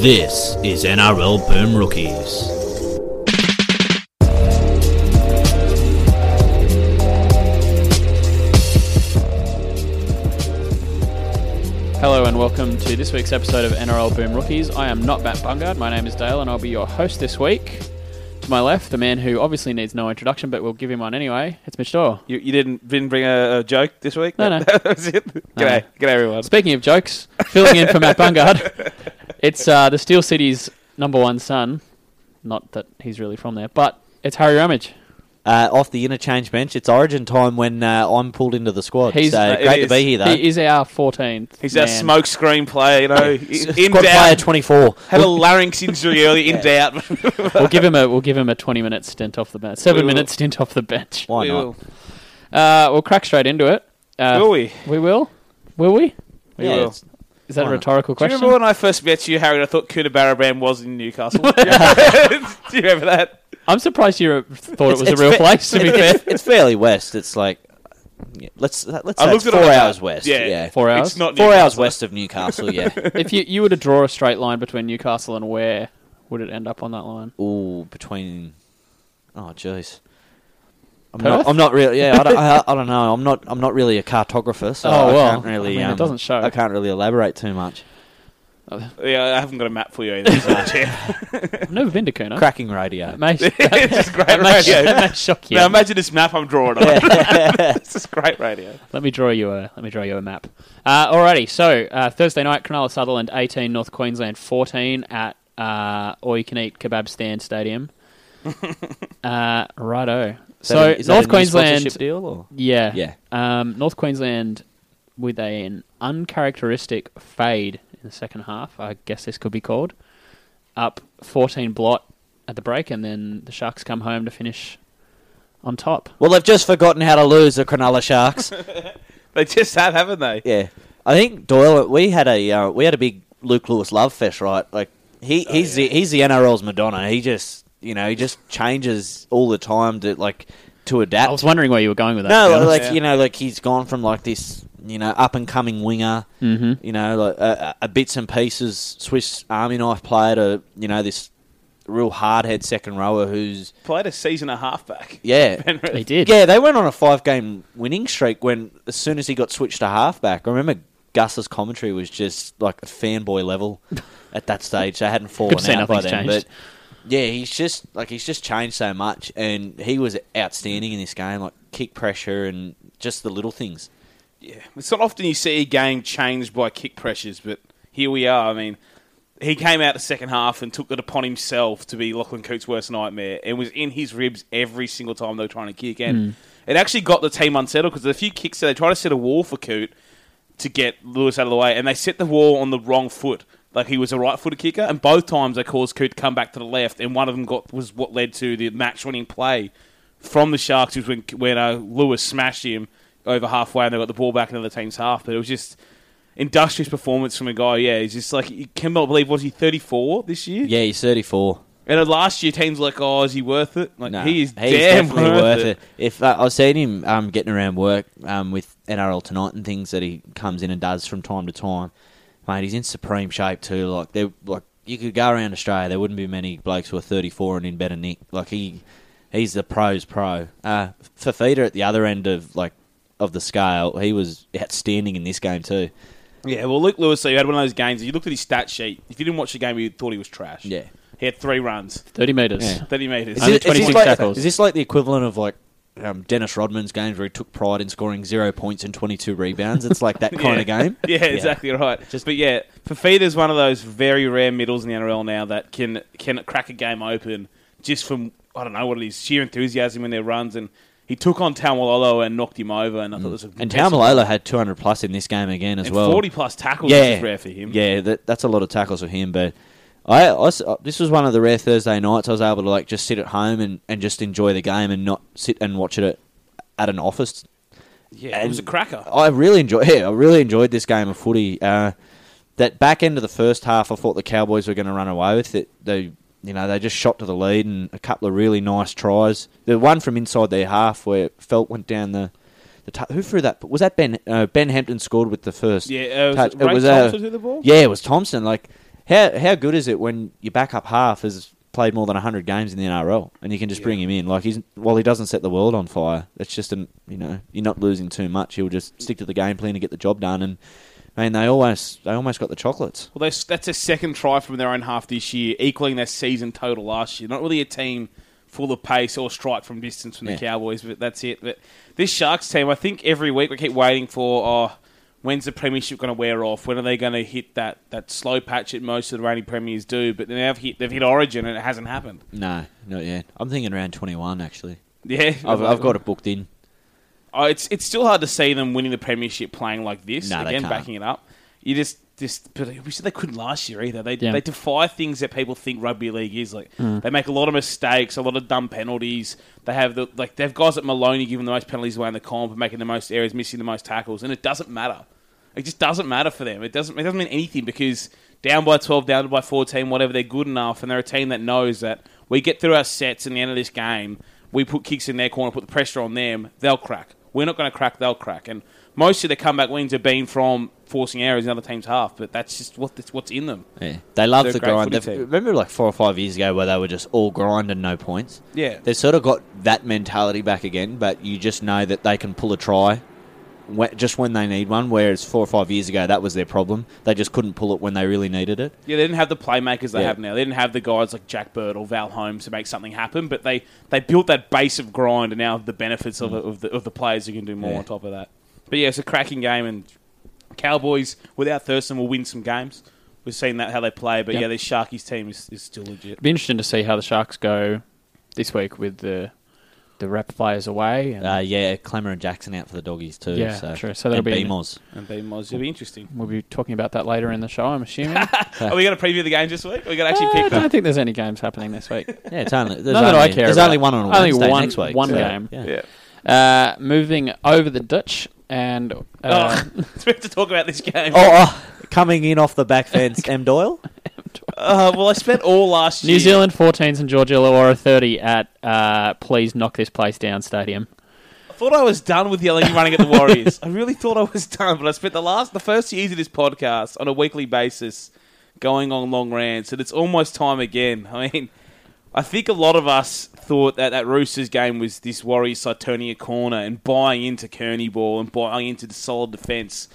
This is NRL Boom Rookies. Hello and welcome to this week's episode of NRL Boom Rookies. I am not Matt Bungard. My name is Dale, and I'll be your host this week. To my left, the man who obviously needs no introduction, but we'll give him one anyway. It's Mitch Doyle. You, you didn't didn't bring a, a joke this week. No, no. that was it. G'day, g'day everyone. Speaking of jokes, filling in for Matt Bungard, it's uh, the Steel City's number one son. Not that he's really from there, but it's Harry Ramage. uh, off the interchange bench. It's Origin time when uh, I'm pulled into the squad. He's- so uh, it great is. to be here, though. He is our 14th. He's man. our smoke screen player. You know, in squad player doubt. 24. had a larynx injury early. In doubt. We'll give him a we'll give him a 20 minute stint off the bench, seven will. minute stint off the bench. Why We not? will. Uh, we'll crack straight into it. Uh, Will we? We will. Will we? We Yeah, will. it's- Is that Why a not? rhetorical Do you question? remember when I first met you, Harry? and I thought Coonabarabran was in Newcastle. Do you remember that? I'm surprised you thought it was it's a real fa- place. To be fair, It's, it's fairly west. It's like yeah, let's let's I say looked it's it up four on hours that. west. Yeah. Yeah, four hours. It's not four Newcastle. hours west of Newcastle. Yeah, If you you were to draw a straight line between Newcastle and where would it end up on that line? all between. Oh, jeez. I'm Perth? not, I'm not really. Yeah, I don't, I, I don't know. I'm not. I'm not really a cartographer, so Oh, I well. can't really. I mean, it um, doesn't show. I can't really elaborate too much. Yeah, I haven't got a map for you either. so, yeah. I've never been to Kuna. Cracking radio. That may, that, it's just great that may, radio. that may shock you. Now imagine this map I'm drawing on. this is great radio. Let me draw you a let me draw you a map. Uh, alrighty, so uh, Thursday night, Cronulla Sutherland eighteen, North Queensland fourteen at uh, all you can eat kebab stand stadium. uh, righto. Is So that a- is that a North new Queensland sponsorship deal or? Yeah. Yeah. Um, North Queensland with an uncharacteristic fade in the second half, I guess this could be called, up 14 blot at the break, and then the Sharks come home to finish on top. Well, they've just forgotten how to lose the Cronulla Sharks. They just have, haven't they? yeah, I think Doyle. We had a uh, we had a big Luke Lewis love fest, right? Like he he's the he's the NRL's Madonna. He just you know he just changes all the time to like to adapt. I was wondering where you were going with that. to be no, honest. like Yeah. you know, like he's gone from like this you know up and coming winger. Mhm. You know, like a, a bits and pieces Swiss Army knife player to you know this real hard head second rower who's Played a season and a half back. yeah Penrith. Mm-hmm. they did. Yeah, they went on a five game winning streak when as soon as he got switched to halfback. I remember Gus's commentary was just like a fanboy level at that stage. They hadn't fallen to see out by nothing's then. changed. But yeah, he's just like he's just changed so much and he was outstanding in this game, like kick pressure and just the little things. Yeah, it's not often you see a game changed by kick pressures, but here we are. I mean, he came out the second half and took it upon himself to be Lachlan Coote's worst nightmare. It was in his ribs every single time they were trying to kick, and it actually got the team unsettled because a few kicks that they tried to set a wall for Coote to get Lewis out of the way, and they set the wall on the wrong foot. Like he was a right-footed kicker, and both times they caused Coote to come back to the left, and one of them got was what led to the match-winning play from the Sharks, was when when uh, Lewis smashed him over halfway, and they got the ball back into the team's half. But it was just industrious performance from a guy. Yeah, he's just like you cannot believe. Was he thirty-four this year? Yeah, he's thirty four. And uh, last year, teams were like, oh, is he worth it? Like No, he is he's damn definitely worth, it. If uh, I've seen him um, getting around work um, with NRL tonight and things that he comes in and does from time to time, mate, he's in supreme shape too. Like they like you could go around Australia, there wouldn't be many blokes who are 34 and in better nick. Like he, he's the pros pro. Uh, Fafita at the other end of like of the scale, he was outstanding in this game too. Yeah, well, Luke Lewis, so you had one of those games. You looked at his stat sheet. If you didn't watch the game, you thought he was trash. Yeah. he had three runs, 30 metres. Yeah. thirty meters. Only this- 26 this like, tackles. Is this like the equivalent of like um, Dennis Rodman's games where he took pride in scoring zero points and 22 rebounds? It's like that kind of game. Yeah, exactly right. Just, but yeah, Fafita is one of those very rare middles in the NRL now that can can crack a game open just from I don't know what it is sheer enthusiasm in their runs. And he took on Tamalolo and knocked him over. And I thought this was Mm. And excellent. Tamalolo had 200 plus in this game again as and well. forty plus tackles, which is rare for him. Yeah, that, that's a lot of tackles for him. But I, I s- uh, this was one of the rare Thursday nights I was able to like just sit at home and, and just enjoy the game and not sit and watch it at, at an office. yeah, it was a And cracker. I really enjoyed. Yeah, I really enjoyed this game of footy. Uh, that back end of the first half, I thought the Cowboys were going to run away with it. They, you know, they just shot to the lead and a couple of really nice tries. The one from inside their half where Felt went down the. the t- who threw that? Was that Ben? Uh, ben Hampton scored with the first. Yeah, uh, was touch. it Ray Thompson threw the ball? Yeah, it was Thompson. Like How how good is it when your backup half has played more than hundred games in the NRL and you can just bring him in? Like he's while he doesn't set the world on fire, it's just an you know you're not losing too much. He'll just stick to the game plan and get the job done. And man, they almost they almost got the chocolates. Well, that's, that's a second try from their own half this year, equaling their season total last year. Not really a team full of pace or strike from distance from Yeah. the Cowboys, but that's it. But this Sharks team, I think every week we keep waiting for. Oh, When's the premiership going to wear off? When are they going to hit that, that slow patch that most of the reigning premiers do? But they've hit, they've hit Origin and it hasn't happened. No, not yet. I'm thinking around 21 actually. Yeah, I've, I've got it booked in. Oh, it's it's still hard to see them winning the premiership playing like this. No, they Again, can't. backing it up, you just just. But we said they couldn't last year either. They Yeah. they defy things that people think rugby league is like. Mm. They make a lot of mistakes, a lot of dumb penalties. They have the like they've guys at Maloney giving the most penalties away in the comp, and making the most errors, missing the most tackles, and it doesn't matter. It just doesn't matter for them. It doesn't it doesn't mean anything because down by twelve, down by fourteen, whatever, they're good enough, and they're a team that knows that we get through our sets in the end of this game. We put kicks in their corner, put the pressure on them. They'll crack. We're not going to crack. They'll crack. And most of the comeback wins have been from forcing errors in other teams' half, but that's just what that's what's in them. Yeah. They love They're the a great grind. footy They've- team. Remember, like four or five years ago, where they were just all grind and no points. Yeah. they've sort of got that mentality back again. But you just know that they can pull a try, whe- just when they need one. Whereas four or five years ago, that was their problem. They just couldn't pull it when they really needed it. Yeah, they didn't have the playmakers they Yeah. have now. They didn't have the guys like Jack Bird or Val Holmes to make something happen, but they, they built that base of grind and now the benefits of, it, of, the, of the players who can do more Mm. Yeah. on top of that. But yeah, it's a cracking game, and Cowboys without Thurston will win some games. We've seen that how they play, but Yep. yeah, this Sharkies team is, is still legit. It'd be interesting to see how the Sharks go this week with the the rep players away. And Uh, yeah, Clemmer and Jackson out for the doggies too. Yeah, so. true. So that'll and be in- BMOS. And be it'll be interesting. We'll be talking about that later in the show, I'm assuming. I Are we going to preview the games this week? Are we going to actually pick them? Uh, don't think there's any games happening this week. Yeah, it's only there's None that only, I care There's about. only one on a Only Wednesday one- next week. one so, game. Yeah. Yeah. Uh, moving over the ditch and uh, oh, we have to talk about this game. Oh, oh, coming in off the back fence, M Doyle. Uh, well, I spent all last year. New Zealand 14s and Georgia Illawarra 30 at uh, Please Knock This Place Down Stadium. I thought I was done with yelling and running at the Warriors. I really thought I was done, but I spent the last, the first years of this podcast on a weekly basis going on long rants, and it's almost time again. I mean, I think a lot of us thought that that Roosters game was this Warriors Saturnia corner and buying into Kearney ball and buying into the solid defence.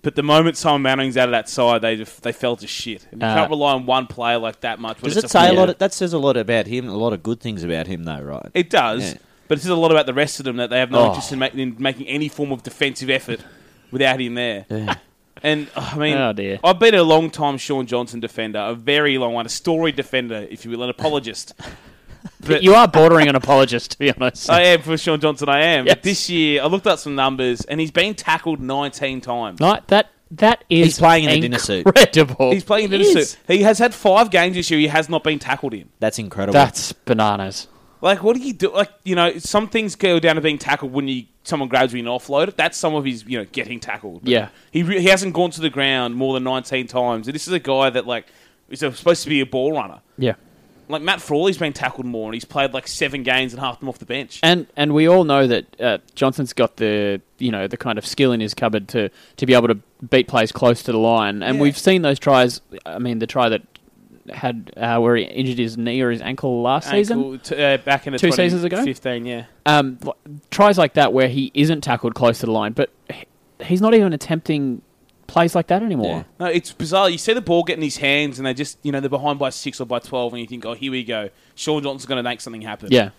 But the moment Simon Manning's out of that side, they just, they fell to shit. And you Uh, can't rely on one player like that much. when Does it's it say a forward. lot? Of, that says a lot about him. A lot of good things about him, though, right? It does, Yeah. but it says a lot about the rest of them that they have no Oh. interest in, ma- in making any form of defensive effort without him there. Yeah. And oh, I mean, Oh, dear. I've been a long time Sean Johnson defender, a very long one, a story defender, if you will, an apologist. But- you are bordering on apologist, to be honest. I am for Sean Johnson. I am. Yes. But this year, I looked up some numbers, and he's been tackled 19 times. No, that that is He's playing in a dinner suit. Incredible. He's playing in He a is. suit. He has had five games this year. He has not been tackled in. That's incredible. That's bananas. Like, what do you do? Like, you know, some things go down to being tackled when you someone grabs you and offload it. That's some of his, you know, getting tackled. But Yeah. he re- he hasn't gone to the ground more than nineteen times. And this is a guy that like is supposed to be a ball runner. Yeah. Like Matt Frawley's been tackled more, and he's played like seven games and half them off the bench. And and we all know that uh, Johnson's got the you know the kind of skill in his cupboard to to be able to beat plays close to the line, and Yeah. we've seen those tries. I mean, the try that had uh, where he injured his knee or his ankle last season. Ankle t- uh, back in the Two seasons ago? fifteen, yeah. Um, l- tries like that where he isn't tackled close to the line, but he- he's not even attempting plays like that anymore. No, it's bizarre. You see the ball get in his hands, and they just you know they're behind by six or by twelve, and you think, oh, here we go. Sean Johnson's going to make something happen. Yeah.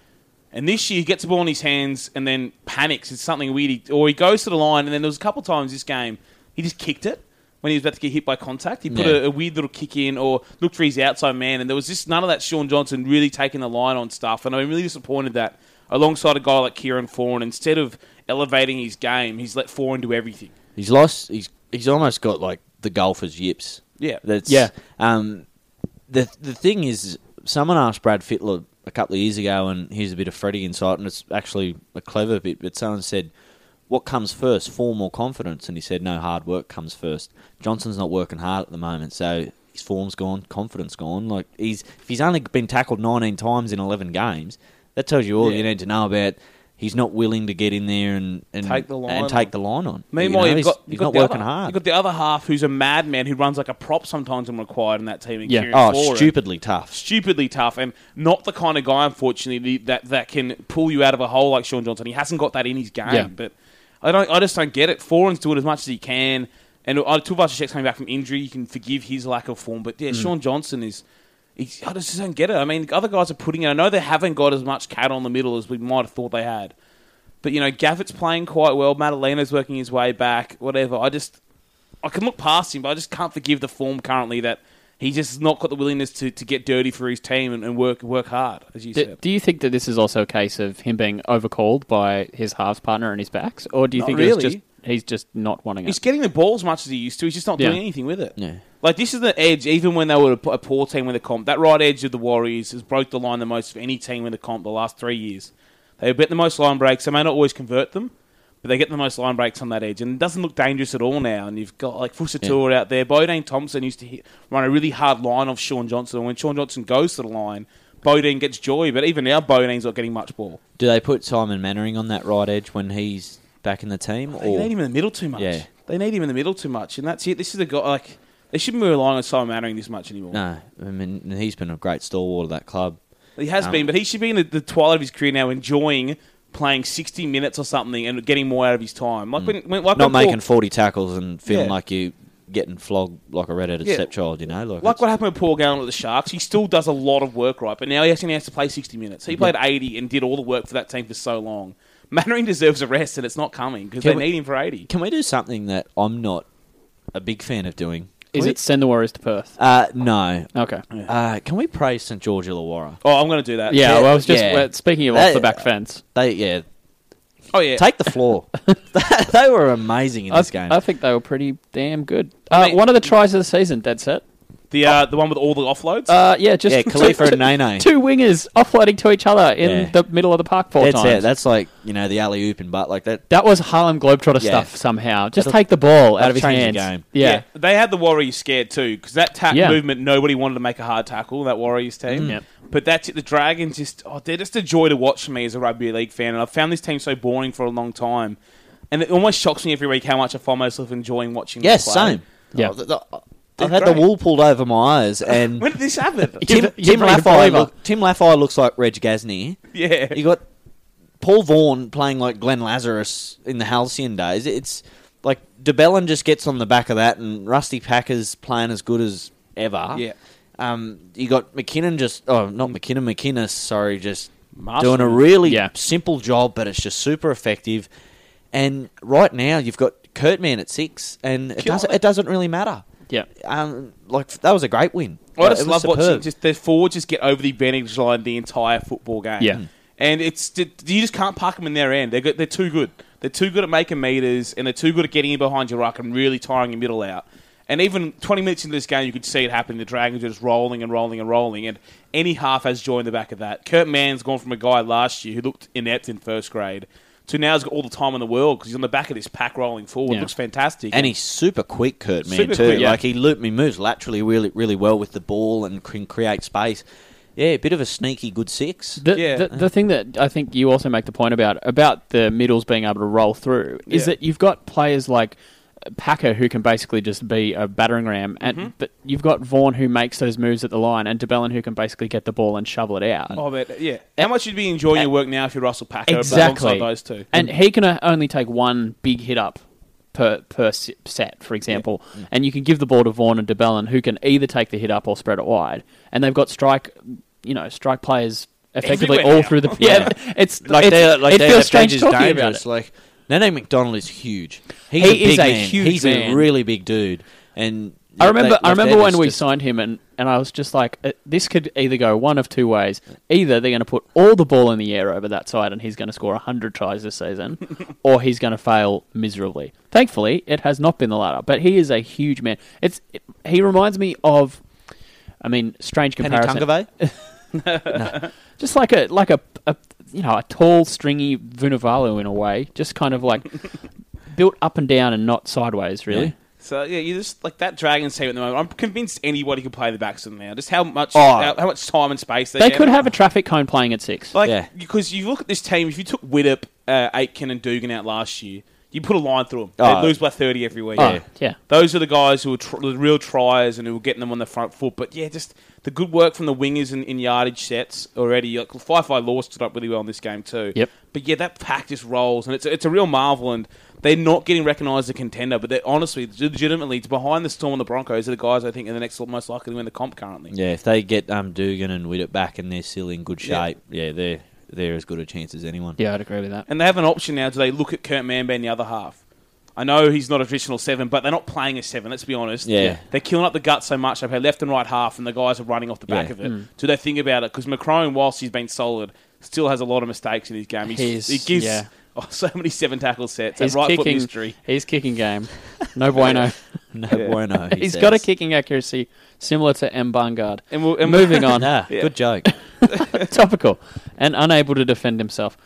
And this year, he gets the ball in his hands and then panics. It's something weird. He- Or he goes to the line, and then there was a couple times this game, he just kicked it when he was about to get hit by contact. He put Yeah. a, a weird little kick in or looked for his outside man, and there was just none of that Sean Johnson really taking the line on stuff. And I'm really disappointed that alongside a guy like Kieran Foran, instead of elevating his game, he's let Foran do everything. he's lost. He's he's almost got like the golfer's yips. Yeah. That's Yeah. Um, the the thing is, someone asked Brad Fittler a couple of years ago, and here's a bit of Freddie insight, and it's actually a clever bit. But someone said, "What comes first, form or confidence?" And he said, "No, hard work comes first. Johnson's not working hard at the moment, so." His form's gone, confidence gone. Like he's if he's only been tackled 19 times in 11 games, that tells you all Yeah. you need to know about he's not willing to get in there and, and Take the line and take the line on. Meanwhile, You know, you have he's, got, he's you've got not the working other, hard. You've got the other half who's a madman who runs like a prop sometimes when required in that team. in Yeah. Kieran oh, Foran. stupidly tough. Stupidly tough and not the kind of guy, unfortunately, that, that can pull you out of a hole like Sean Johnson. He hasn't got that in his game. Yeah. But I don't. I just don't get it. Foran's doing as much as he can, and uh, Tuvasic's coming back from injury. You can forgive his lack of form, but yeah, Sean Johnson is. He's, I just don't get it. I mean, other guys are putting in. I know they haven't got as much cat on the middle as we might have thought they had, but you know, Gavitt's playing quite well. Madalena's working his way back. Whatever. I just, I can look past him, but I just can't forgive the form currently that he just has not got the willingness to, to get dirty for his team and, and work work hard, as you Do, said. do you think that this is also a case of him being overcalled by his halves partner and his backs, or do you Not think really. it's just he's just not wanting He's it? getting the ball as much as he used to. He's just not Yeah. doing anything with it. Yeah. Like this is the edge. Even when they were a p- a poor team with the comp, that right edge of the Warriors has broke the line the most of any team in the comp the last three years. They bet the most line breaks. They may not always convert them, but they get the most line breaks on that edge, and it doesn't look dangerous at all now. And you've got like Fusatua out there. Bodine Thompson used to hit, run a really hard line off Sean Johnson. and When Sean Johnson goes to the line, Bodine gets joy. But even now, Bodine's not getting much ball. Do they put Simon Mannering on that right edge when he's back in the team? They Or need him in the middle too much. Yeah. They need him in the middle too much, and that's it. This is a guy like they shouldn't be relying on Simon Mannering this much anymore. no, I mean he's been a great stalwart of that club. He has Um, been, but he should be in the, the twilight of his career now, enjoying playing sixty minutes or something and getting more out of his time. Like when, when like when Mm. Not Paul- making forty tackles and feeling Yeah. like you getting flogged like a redheaded Yeah. stepchild. You know, like, like it's- what happened with Paul Gallen at the Sharks. He still does a lot of work, right? But now he actually has to play sixty minutes. He played eighty and did all the work for that team for so long. Mannering deserves a rest, and it's not coming because Can they we- need him for eighty. Can we do something that I'm not a big fan of doing? Is We- it send the Warriors to Perth? Uh, no. Okay. Uh, can we praise St George Illawarra? Oh, I'm going to do that. Yeah, well, I was just yeah. well, speaking of That- off the back fence. They yeah, Oh yeah. take the floor. they were amazing in I, this game. I think they were pretty damn good. I Uh, mean- one of the tries of the season, dead set. the uh, the one with all the offloads. Uh, yeah, just yeah, Khalifa and Nene. two wingers offloading to each other in Yeah. the middle of the park four That's times. it. That's like you know the alley oop and butt like that. that was Harlem Globetrotter Yeah. stuff somehow. Just That'll- take the ball out of his that'll change hands. the game. Yeah. they had the Warriors scared too because that tack Yeah. movement, nobody wanted to make a hard tackle. That Warriors team, Yep. but that's it. The Dragons just oh, they're just a joy to watch for me as a rugby league fan, and I've found this team so boring for a long time, and it almost shocks me every week how much I find myself enjoying watching. them Yes, play. same. Yeah. Oh, th- th- They're I've had great. the wool pulled over my eyes, and When did this happen? Tim, You've- you've Tim made a Laffey believer. look- Tim Laffey looks like Reg Gasnier. yeah, You got Paul Vaughan playing like Glenn Lazarus in the Halcyon days. It's like DeBellin just gets on the back of that, and Rusty Packer's playing as good as ever. Yeah. Um, you got McKinnon just oh not McKinnon McKinnis sorry just Marston. doing a really Yeah. simple job, but it's just super effective. And right now you've got Kurtman at six, and it Killing doesn't it. it doesn't really matter. Yeah. Um, like that was a great win. I just It love was watching superb. just their forwards just get over the advantage line the entire football game. Yeah. and it's d- you just can't park them in their end. They're good, they're too good. They're too good at making meters, and they're too good at getting in behind your ruck and really tiring your middle out. And even 20 minutes into this game, you could see it happen. The Dragons are just rolling and rolling and rolling, and any half has joined the back of that. Kurt Mann's gone from a guy last year who looked inept in first grade to now he's got all the time in the world because he's on the back of this pack rolling forward. Yeah. Looks fantastic. And he's super quick, Kurt man Super too. quick, yeah. Like he loop, he moves laterally really, really well with the ball and can create space. Yeah, a bit of a sneaky good six. The, Yeah. the, the thing that I think you also make the point about about the middles being able to roll through is Yeah. that you've got players like Packer who can basically just be a battering ram, and but you've got Vaughan who makes those moves at the line, and DeBellin who can basically get the ball and shovel it out. Oh, but yeah. How much you'd be enjoying your work now if you're Russell Packer but exactly, alongside those two? and he can uh, only take one big hit up. Per, per s- set, for example, Mm. and you can give the ball to Vaughan and DeBellin, who can either take the hit up or spread it wide, and they've got strike, you know, strike players effectively Everywhere all now. through the yeah. It's Like it's- they're like it they're feels strange talking about it. dangerous. Like Nene McDonald is huge. He's He a big is a man. huge He's man. a really big dude. And I remember, I remember when we saw. signed him, and, and I was just like, uh, this could either go one of two ways. Either they're going to put all the ball in the air over that side, and he's going to score hundred tries this season, or he's going to fail miserably. Thankfully, it has not been the latter. But he is a huge man. It's it, he reminds me of, I mean, strange Penny comparison. Tungave? just like a like a, a you know a tall stringy Vunivalu in a way, just kind of like built up and down and not sideways, really. Yeah. So yeah, you just like that Dragons team at the moment. I'm convinced anybody could play the backs of them now. Just how much, Oh. how, how much time and space they, They get. could have a traffic cone playing at six. like Yeah. because you look at this team. If you took Widdop, uh, Aitken, and Dugan out last year, you put a line through them. Oh. They lose by thirty every week. Oh, yeah. Those are the guys who are tr- the real triers and who are getting them on the front foot. But yeah, just the good work from the wingers in, in yardage sets already. Like Fifi Law stood up really well in this game too. Yep. But yeah, that pack just rolls, and it's it's a real marvel. And they're not getting recognised as a contender, but they're honestly, legitimately, it's behind the Storm and the Broncos are the guys I think are the next most likely to win the comp currently. Yeah, if they get um, Dugan and Widdop back and they're still in good Yeah. shape, yeah, they're they're as good a chance as anyone. Yeah, I'd agree with that. And they have an option now. Do they look at Kurt Manban the other half? I know he's not a traditional seven, but they're not playing a seven. Let's be honest. Yeah. they're killing up the gut so much. They play left and right half, and the guys are running off the back Yeah. of it. Hmm. Do they think about it? Because McCrone, whilst he's been solid, still has a lot of mistakes in his game. He's- He's, he gives yeah. oh, so many seven tackle sets. He's That right foot kicking. mystery. He's kicking game. No bueno. No Yeah. bueno. He He's says. got a kicking accuracy similar to M. Bungard. And we'll, and Moving on. Nah, Yeah. good joke. topical and unable to defend himself.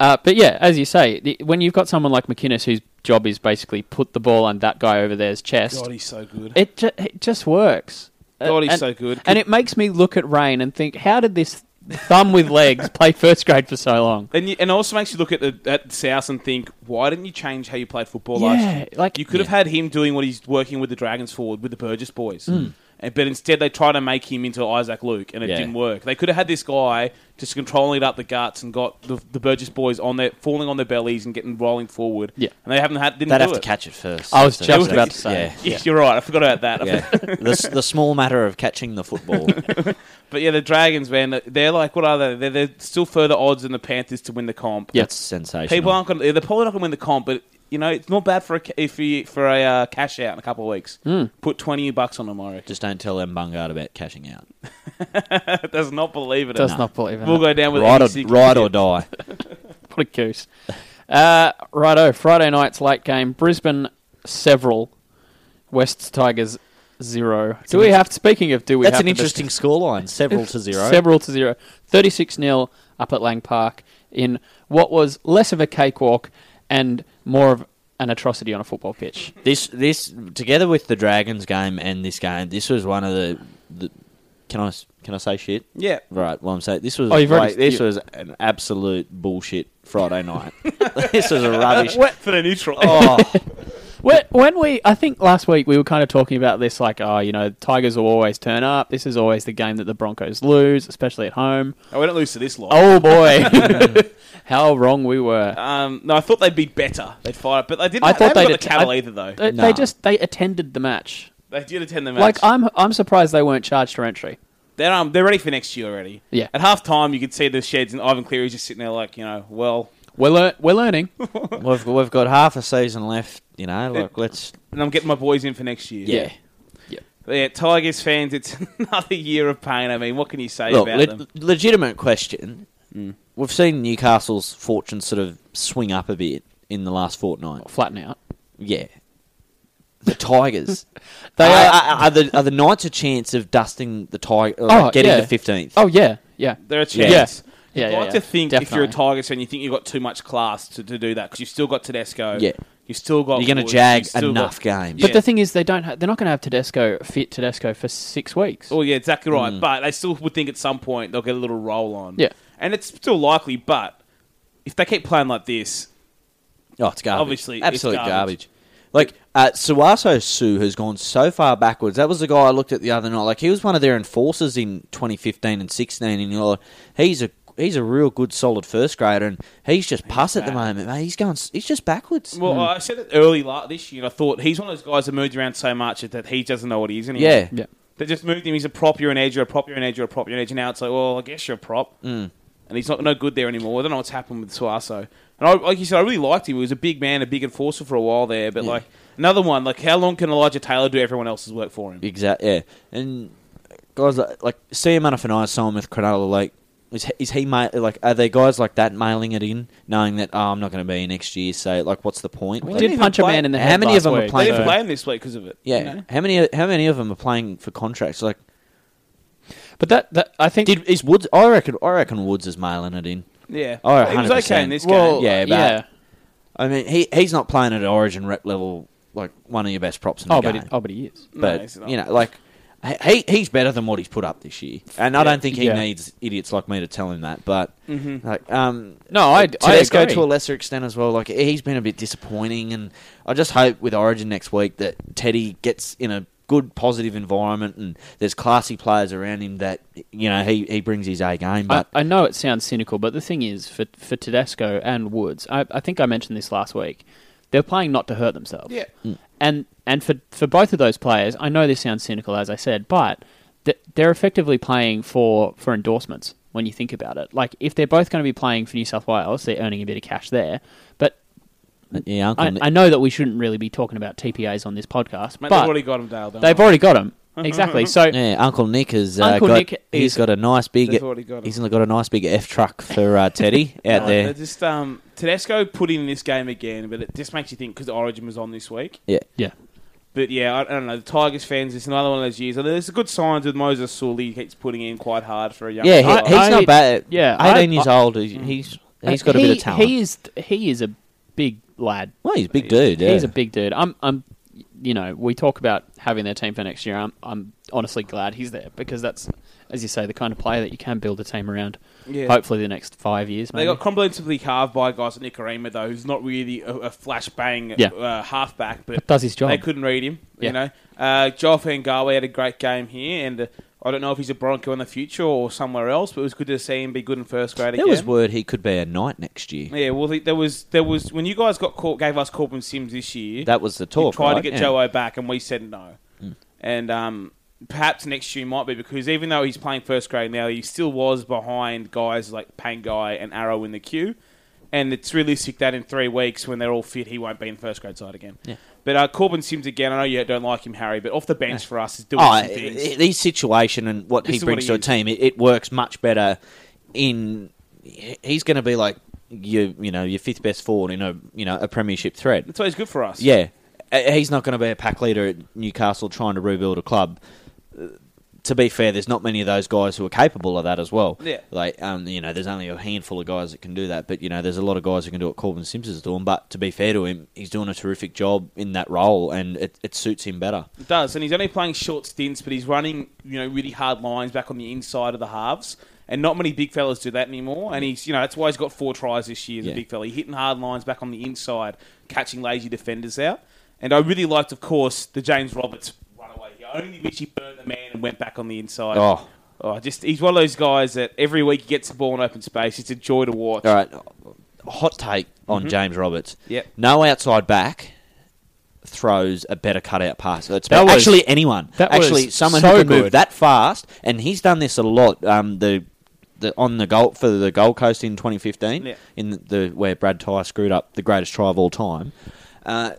Uh, but yeah, as you say, the, when you've got someone like McInnes whose job is basically put the ball on that guy over there's chest, God, he's so good. it ju- it just works. Uh, God, he's and, so good. And it makes me look at Rain and think, how did this thumb with legs play first grade for so long? And, you, and it also makes you look at the, at South and think, why didn't you change how you played football last Yeah, year? like- you could have Yeah. had him doing what he's working with the Dragons forward with the Burgess boys, and, but instead they try to make him into Isaac Luke, and it Yeah. didn't work. They could have had this guy just controlling it up the guts and got the, the Burgess boys on their falling on their bellies and getting rolling forward. Yeah. and they haven't had didn't They'd do have it. to catch it first. I was So- just Yeah. about to say. Yeah. Yes, you're right. I forgot about that. Yeah, the, s- the small matter of catching the football. But yeah, the Dragons, man, they're like what are they? They're, they're still further odds than the Panthers to win the comp. Yeah. That's sensational. People aren't going. to They're probably not going to win the comp, but you know it's not bad for a ca- if you, for a uh, cash out in a couple of weeks. Hmm. Put twenty bucks on them, I reckon. Just don't tell M Bungard about cashing out. Does not believe it. Does No. not believe in We'll that. go down with Ride NBC or, ride or cricket. die. What a goose. Uh, righto, Friday night's late game. Brisbane, several. West Tigers, zero. Do we have, speaking of do we That's have an to interesting scoreline. Several to zero. Several to zero. 36 0 up at Lang Park in what was less of a cakewalk and more of an atrocity on a football pitch. This this together with the Dragons game and this game, this was one of the, the can I s- can I say shit? Yeah. Right. Well, I'm saying this was Oh, you've already- like, this you- was an absolute bullshit Friday night. this was a rubbish. Wet for the neutral. Oh, When, when we, I think last week we were kind of talking about this, like, oh, you know, Tigers will always turn up. This is always the game that the Broncos lose, especially at home. Oh, we don't lose to this lot. Oh boy, how wrong we were. Um, no, I thought they'd be better. They'd fire, but they didn't. Oh. I I thought thought they they'd got the att- cattle I- either, though. They, Nah. they just they attended the match. They did attend the match. Like I'm I'm surprised they weren't charged for entry. they're um, they're ready for next year already. Yeah. At half time, you could see the sheds, and Ivan Cleary's just sitting there, like you know, well, We're lear- we're learning. we've we've got half a season left. You know, like let's and I'm getting my boys in for next year. yeah. Yeah, Tigers fans, it's another year of pain. I mean, what can you say Look, about le- them? Mm. legitimate question. We've seen Newcastle's fortune sort of swing up a bit in the last fortnight. Flatten out. Yeah. The Tigers. They they are- are, are, are the are the Knights a chance of dusting the Tiger, Oh, like getting yeah. to fifteenth. Oh yeah, yeah. They're a Yeah. chance. Yeah, You'd yeah, like yeah. to think if you're a Definitely. Tigers fan, you think you've got too much class to, to do that because you've still got Tedesco. Yeah. You've still got. You're going Woods, to jag you've still enough Got, games. But Yeah. the thing is, they don't. Ha- they're not going to have Tedesco fit Tedesco for six weeks. oh, yeah, exactly right. Mm. But they still would think at some point they'll get a little roll on. Yeah. And it's still likely, but if they keep playing like this, Oh, it's garbage. Obviously, it's absolute garbage. garbage. Like uh, Suaso Sue has gone so far backwards. That was the guy I looked at the other night. Like he was one of their enforcers in 2015 and 16. And you're like, he's a he's a real good solid first grader, and he's just puss at the moment. Mate. He's going. s- He's just backwards. well, I said it early la- this year, and I thought he's one of those guys that moved around so much that he doesn't know what he is anymore. yeah. Yeah. They just moved him. He's a prop, you're an edge, you're a prop, you're an edge, you're a prop, you're an edge. And now it's like, well, I guess you're a prop. Mm. And he's not no good there anymore. I don't know what's happened with Suaso. And I, like you said, I really liked him. He was a big man, a big enforcer for a while there. But like another one, like how long can Elijah Taylor do everyone else's work for him? Exactly. Yeah, and guys like, like CM and I saw him with Cronulla. Like, is he, is he ma- like are there guys like that mailing it in, knowing that oh, I'm not going to be here next year? So like, what's the point? We Like, did even punch a play- man in the How head. many last of them are week, They playing so- didn't for- play him this week because of it. yeah, you know? how many how many of them are playing for contracts? Like, But that, that I think. did is Woods? I reckon I reckon Woods is mailing it in. yeah. Oh, he was okay 100%. in this well, game. Yeah, yeah, but- I mean, he he's not playing at Origin rep level like one of your best props in the Oh, but game. it, oh, but he is. but he's not. you know, like he he's better than what he's put up this year, and I don't think he Yeah. Mm-hmm. needs idiots like me to tell him that. But like, um, No, I- I Tedesco agree. to a lesser extent as well. Like he's been a bit disappointing, and I just hope with Origin next week that Teddy gets in a good positive environment and there's classy players around him that you know he, he brings his A game. But I, I know it sounds cynical, but the thing is, for for Tedesco and Woods, I, I think I mentioned this last week. They're playing not to hurt themselves. Yeah. Hmm. And and for for both of those players, I know this sounds cynical, as I said, but th- they're effectively playing for for endorsements when you think about it. Like if they're both going to be playing for New South Wales, they're earning a bit of cash there. But yeah, Uncle, I, Nick- I know that we shouldn't really be talking about TPAs on this podcast, Mate, but they've already got him, Dale. Don't they've worry. already got them exactly. So Yeah, Uncle Nick has uh, Uncle got. Nick he's is- got a nice big. They've already got him. he's got a nice big F truck for uh, Teddy out No, there. they're Just um, Tedesco put in this game again, but it just makes you think because Origin was on this week. Yeah, yeah, But yeah, I, I don't know. The Tigers fans, it's another one of those years. And there's good signs with Moses Sully. He keeps putting in quite hard for a young yeah, he, player. I- he's not bad. yeah, I- eighteen years I- Mm. old. He's he's, he's got a he, bit of talent. He is he is a big lad. well, he's a big dude. Yeah. He's a big dude. I'm, I'm, you know, we talk about having their team for next year. I'm, I'm honestly glad he's there because that's, as you say, the kind of player that you can build a team around. Yeah. Hopefully, the next five years. They Maybe. got comprehensively carved by guys like Nicarima, though, who's not really a, a flashbang Yeah. uh, halfback, but, But does his job. They couldn't read him, Yeah. you know. Uh, Joel Fangawe had a great game here, and uh, I don't know if he's a Bronco in the future or somewhere else, but it was good to see him be good in first grade there again. was word he could be a knight next year. yeah, well, th- there was there was when you guys got caught, gave us Corbin Sims this year. That was the we talk. tried right? to get yeah. Joe O back, and we said no. And um, perhaps next year might be because even though he's playing first grade now, he still was behind guys like Pangai and Arrow in the queue. And it's realistic that in three weeks, when they're all fit, he won't be in first grade side again. Yeah. But uh, Corbin Sims again. I know you don't like him, Harry, but off the bench for us is doing Oh, some things. his situation and what This he is brings what to he a team, it, it works much better. In he's going to be like your, you know, your fifth best forward in a, you know, a premiership threat. That's why he's good for us. Yeah, Uh, he's not going to be a pack leader at Newcastle trying to rebuild a club. Uh, To be fair, there's not many of those guys who are capable of that as well. Yeah. like um, you know, there's only a handful of guys that can do that. But you know, there's a lot of guys who can do what Corbin Simpson's doing. But to be fair to him, he's doing a terrific job in that role, and it, it suits him better. It does, and he's only playing short stints, but he's running you know really hard lines back on the inside of the halves, and not many big fellas do that anymore. And he's you know that's why he's got four tries this year as Yeah. a big fella, He's hitting hard lines back on the inside, catching lazy defenders out. And I really liked, of course, the James Roberts runaway. I only wish he burned the man and went back on the inside. Oh. Oh, just he's one of those guys that every week he gets the ball in open space. It's a joy to watch. All right, hot take on Mm-hmm. James Roberts. Yep. no outside back throws a better cutout pass. It's That was- actually anyone. that was actually, someone so who can move good. that fast, and he's done this a lot. Um, the the on the goal for the Gold Coast in 2015, Yeah. in the, the where Brad Ty screwed up the greatest try of all time. Uh,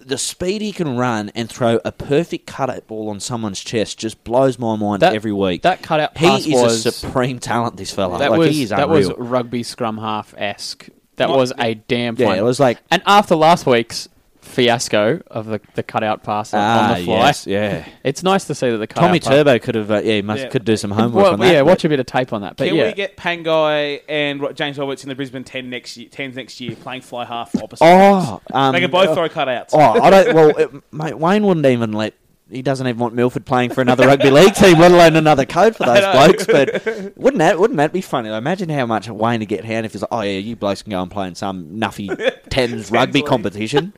the speed he can run and throw a perfect cutout ball on someone's chest just blows my mind That- every week. that cutout he pass is was- a supreme talent. This fella, that like, was he is that was unreal. rugby scrum half esque. That What? was a damn. Yeah, fine- it was like- And after last week's fiasco of the the cutout pass on- ah, on the fly, yes, yeah. it's nice to see that the cutout Tommy pass- Turbo could have, uh, yeah, he must Yeah. could do some homework Well, on that. yeah, but- watch a bit of tape on that. But Can yeah, we get Pangai and Ro- James Roberts in the Brisbane 10 next year, 10s next year playing fly half opposite? Oh, um, they can both throw cutouts. Oh, I don't. Well, it, mate, Wayne wouldn't even let. He doesn't even want Milford playing for another rugby league team, let alone another code for those know. blokes. But wouldn't that wouldn't that be funny? Like, imagine how much Wayne would get hand if he's like, oh yeah, you blokes can go and play in some nuffy tens rugby league. competition.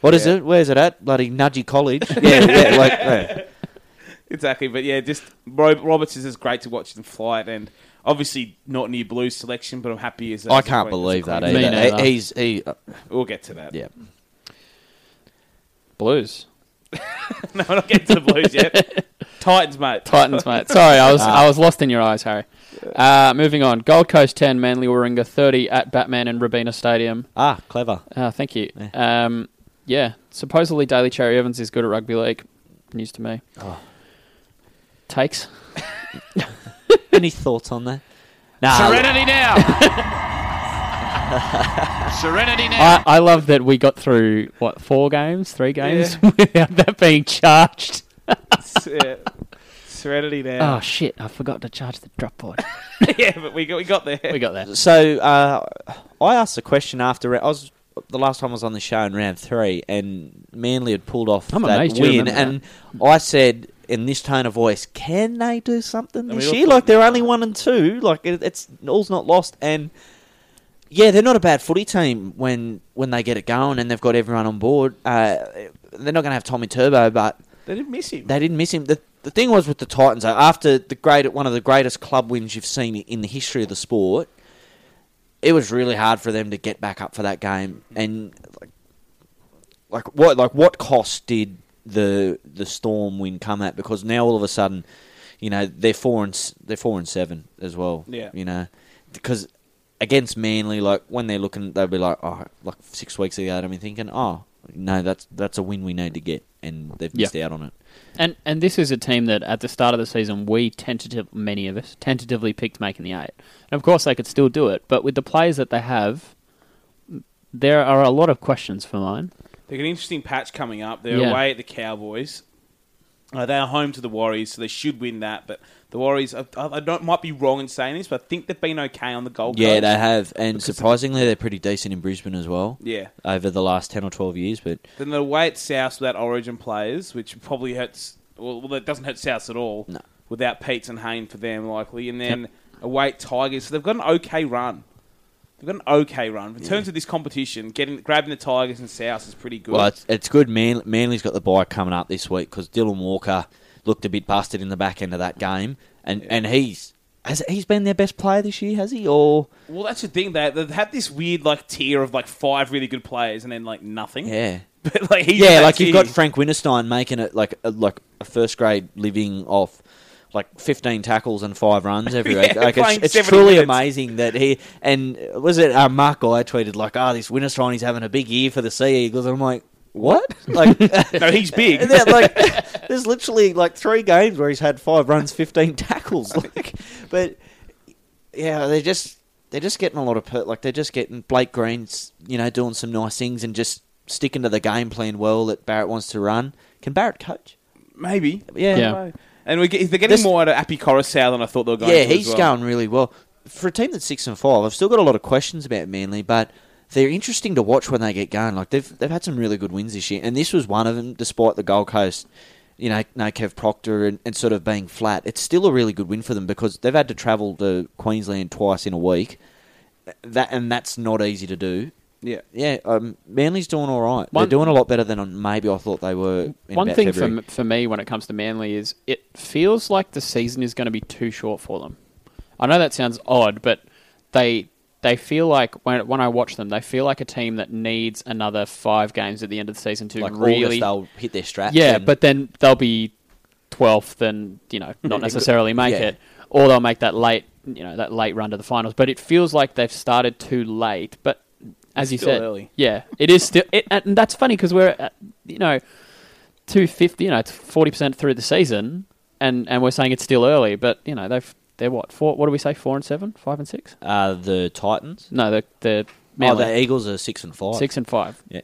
What is Yeah. it? Where's it at? Bloody Nudgy College. Yeah, yeah, like, yeah. Exactly, but yeah, just Ro- Roberts is just great to watch in flight, and obviously not near Blues selection, but I'm happy as I can't believe that Me either. neither. He, he's he, uh, We'll get to that. yeah. Blues. no, we're not getting to the Blues yet. Titans, mate. Titans, mate. Sorry, I was I was lost in your eyes, Harry. Uh, moving on. Gold Coast 10, Manly Warringah 30 at Batman and Rabina Stadium. Ah, clever. Uh, thank you. Um, yeah, supposedly Daly Cherry Evans is good at rugby league. News to me. Takes. Any thoughts on that? Nah, Serenity now. Serenity now. I, I love that we got through, what, four games, three games without that being charged. Yeah. uh, Serenity now. Oh, shit. I forgot to charge the drop board. Oh. yeah, but we got, we got there. we got that. So uh, I asked a question after I was the last time I was on the show in round three, and Manly had pulled off I'm that amazed you win, remember and I said in this tone of voice, "Can they do something And we this all year? thought- Like they're only one and two. Like it, it's all's not lost." And yeah, they're not a bad footy team when when they get it going and they've got everyone on board. Uh, they're not going to have Tommy Turbo, but They didn't miss him. they didn't miss him. The, the thing was with the Titans, though, after the great one of the greatest club wins you've seen in the history of the sport, it was really hard for them to get back up for that game. And like, like what like what cost did the the Storm win come at? Because now all of a sudden, you know they're four and s- they're four and seven as well. Yeah. you know because against Manly, like when they're looking, they'll be like, oh, like six weeks ago, they'll be thinking, oh. No, that's that's a win we need to get, and they've Yeah. missed out on it. And and this is a team that at the start of the season we tentative many of us tentatively picked making the eight. And of course they could still do it, but with the players that they have, there are a lot of questions for mine. They've got an interesting patch coming up. They're Yeah. away at the Cowboys. Uh, they are home to the Warriors, so they should win that. But the Warriors, I, I I don't might be wrong in saying this, but I think they've been okay on the Gold Yeah, Coast. they have, and surprisingly, they're pretty decent in Brisbane as well. Yeah. over the last ten or twelve years, but Then they're away at South without Origin players, which probably hurts. Well, well, it doesn't hurt South at all. No. Without Peets and Hayne for them, likely, and then away at Tigers. So they've got an okay run. They've got an okay run in terms of this competition. Getting grabbing the Tigers and South is pretty good. well, it's, it's good. Man, Manly's got the bye coming up this week because Dylan Walker looked a bit busted in the back end of that game, and and he's has he's been their best player this year, has he? Or Well, that's the thing. They they've had this weird like tier of like five really good players, and then like nothing. yeah, but like he's in yeah, that like you've tier. got Frank Winterstein making it like a, like a first grade living off like 15 tackles and five runs every Yeah, week. Like playing it's, it's 70 truly minutes. amazing that he and uh, was it uh, Mark Guy tweeted like, "Ah, this Winterstein he's having a big year for the Sea Eagles." And I'm like, "What?" Like no, he's big. and then, like, there's literally like three games where he's had five runs, fifteen tackles. Like, but yeah, they're just they're just getting a lot of per- like they're just getting Blake Green's you know doing some nice things and just sticking to the game plan well that Barrett wants to run. Can Barrett coach? Maybe. Yeah, Yeah. And we get, they're getting This- more out of Appy Coruscant than I thought they were going. yeah, to as he's well. going really well for a team that's six and five. I've still got a lot of questions about Manly, but. They're interesting to watch when they get going. Like they've they've had some really good wins this year, and this was one of them. Despite the Gold Coast, you know, no Kev Proctor and, and sort of being flat, it's still a really good win for them because they've had to travel to Queensland twice in a week, that and that's not easy to do. Yeah. Yeah, um, Manly's doing all right. One- They're doing a lot better than maybe I thought they were. In One about thing for, February. m- for me when it comes to Manly is it feels like the season is going to be too short for them. I know that sounds odd, but they they feel like when when I watch them, they feel like a team that needs another five games at the end of the season to like August, really they'll hit their straps. Yeah, and- but then they'll be twelfth and, you know, not necessarily make Yeah. it. Or they'll make that late you know, that late run to the finals. But it feels like they've started too late. But as you still said, early. yeah, it is still, it, and that's funny because we're, at, you know, two fifty, you know, it's forty percent through the season, and and we're saying it's still early. But you know, they've they're what four? What do we say? Four and seven, five and six? uh, the Titans. No, the the Oh, Manly, the Eagles are six and five. six and five. Yeah.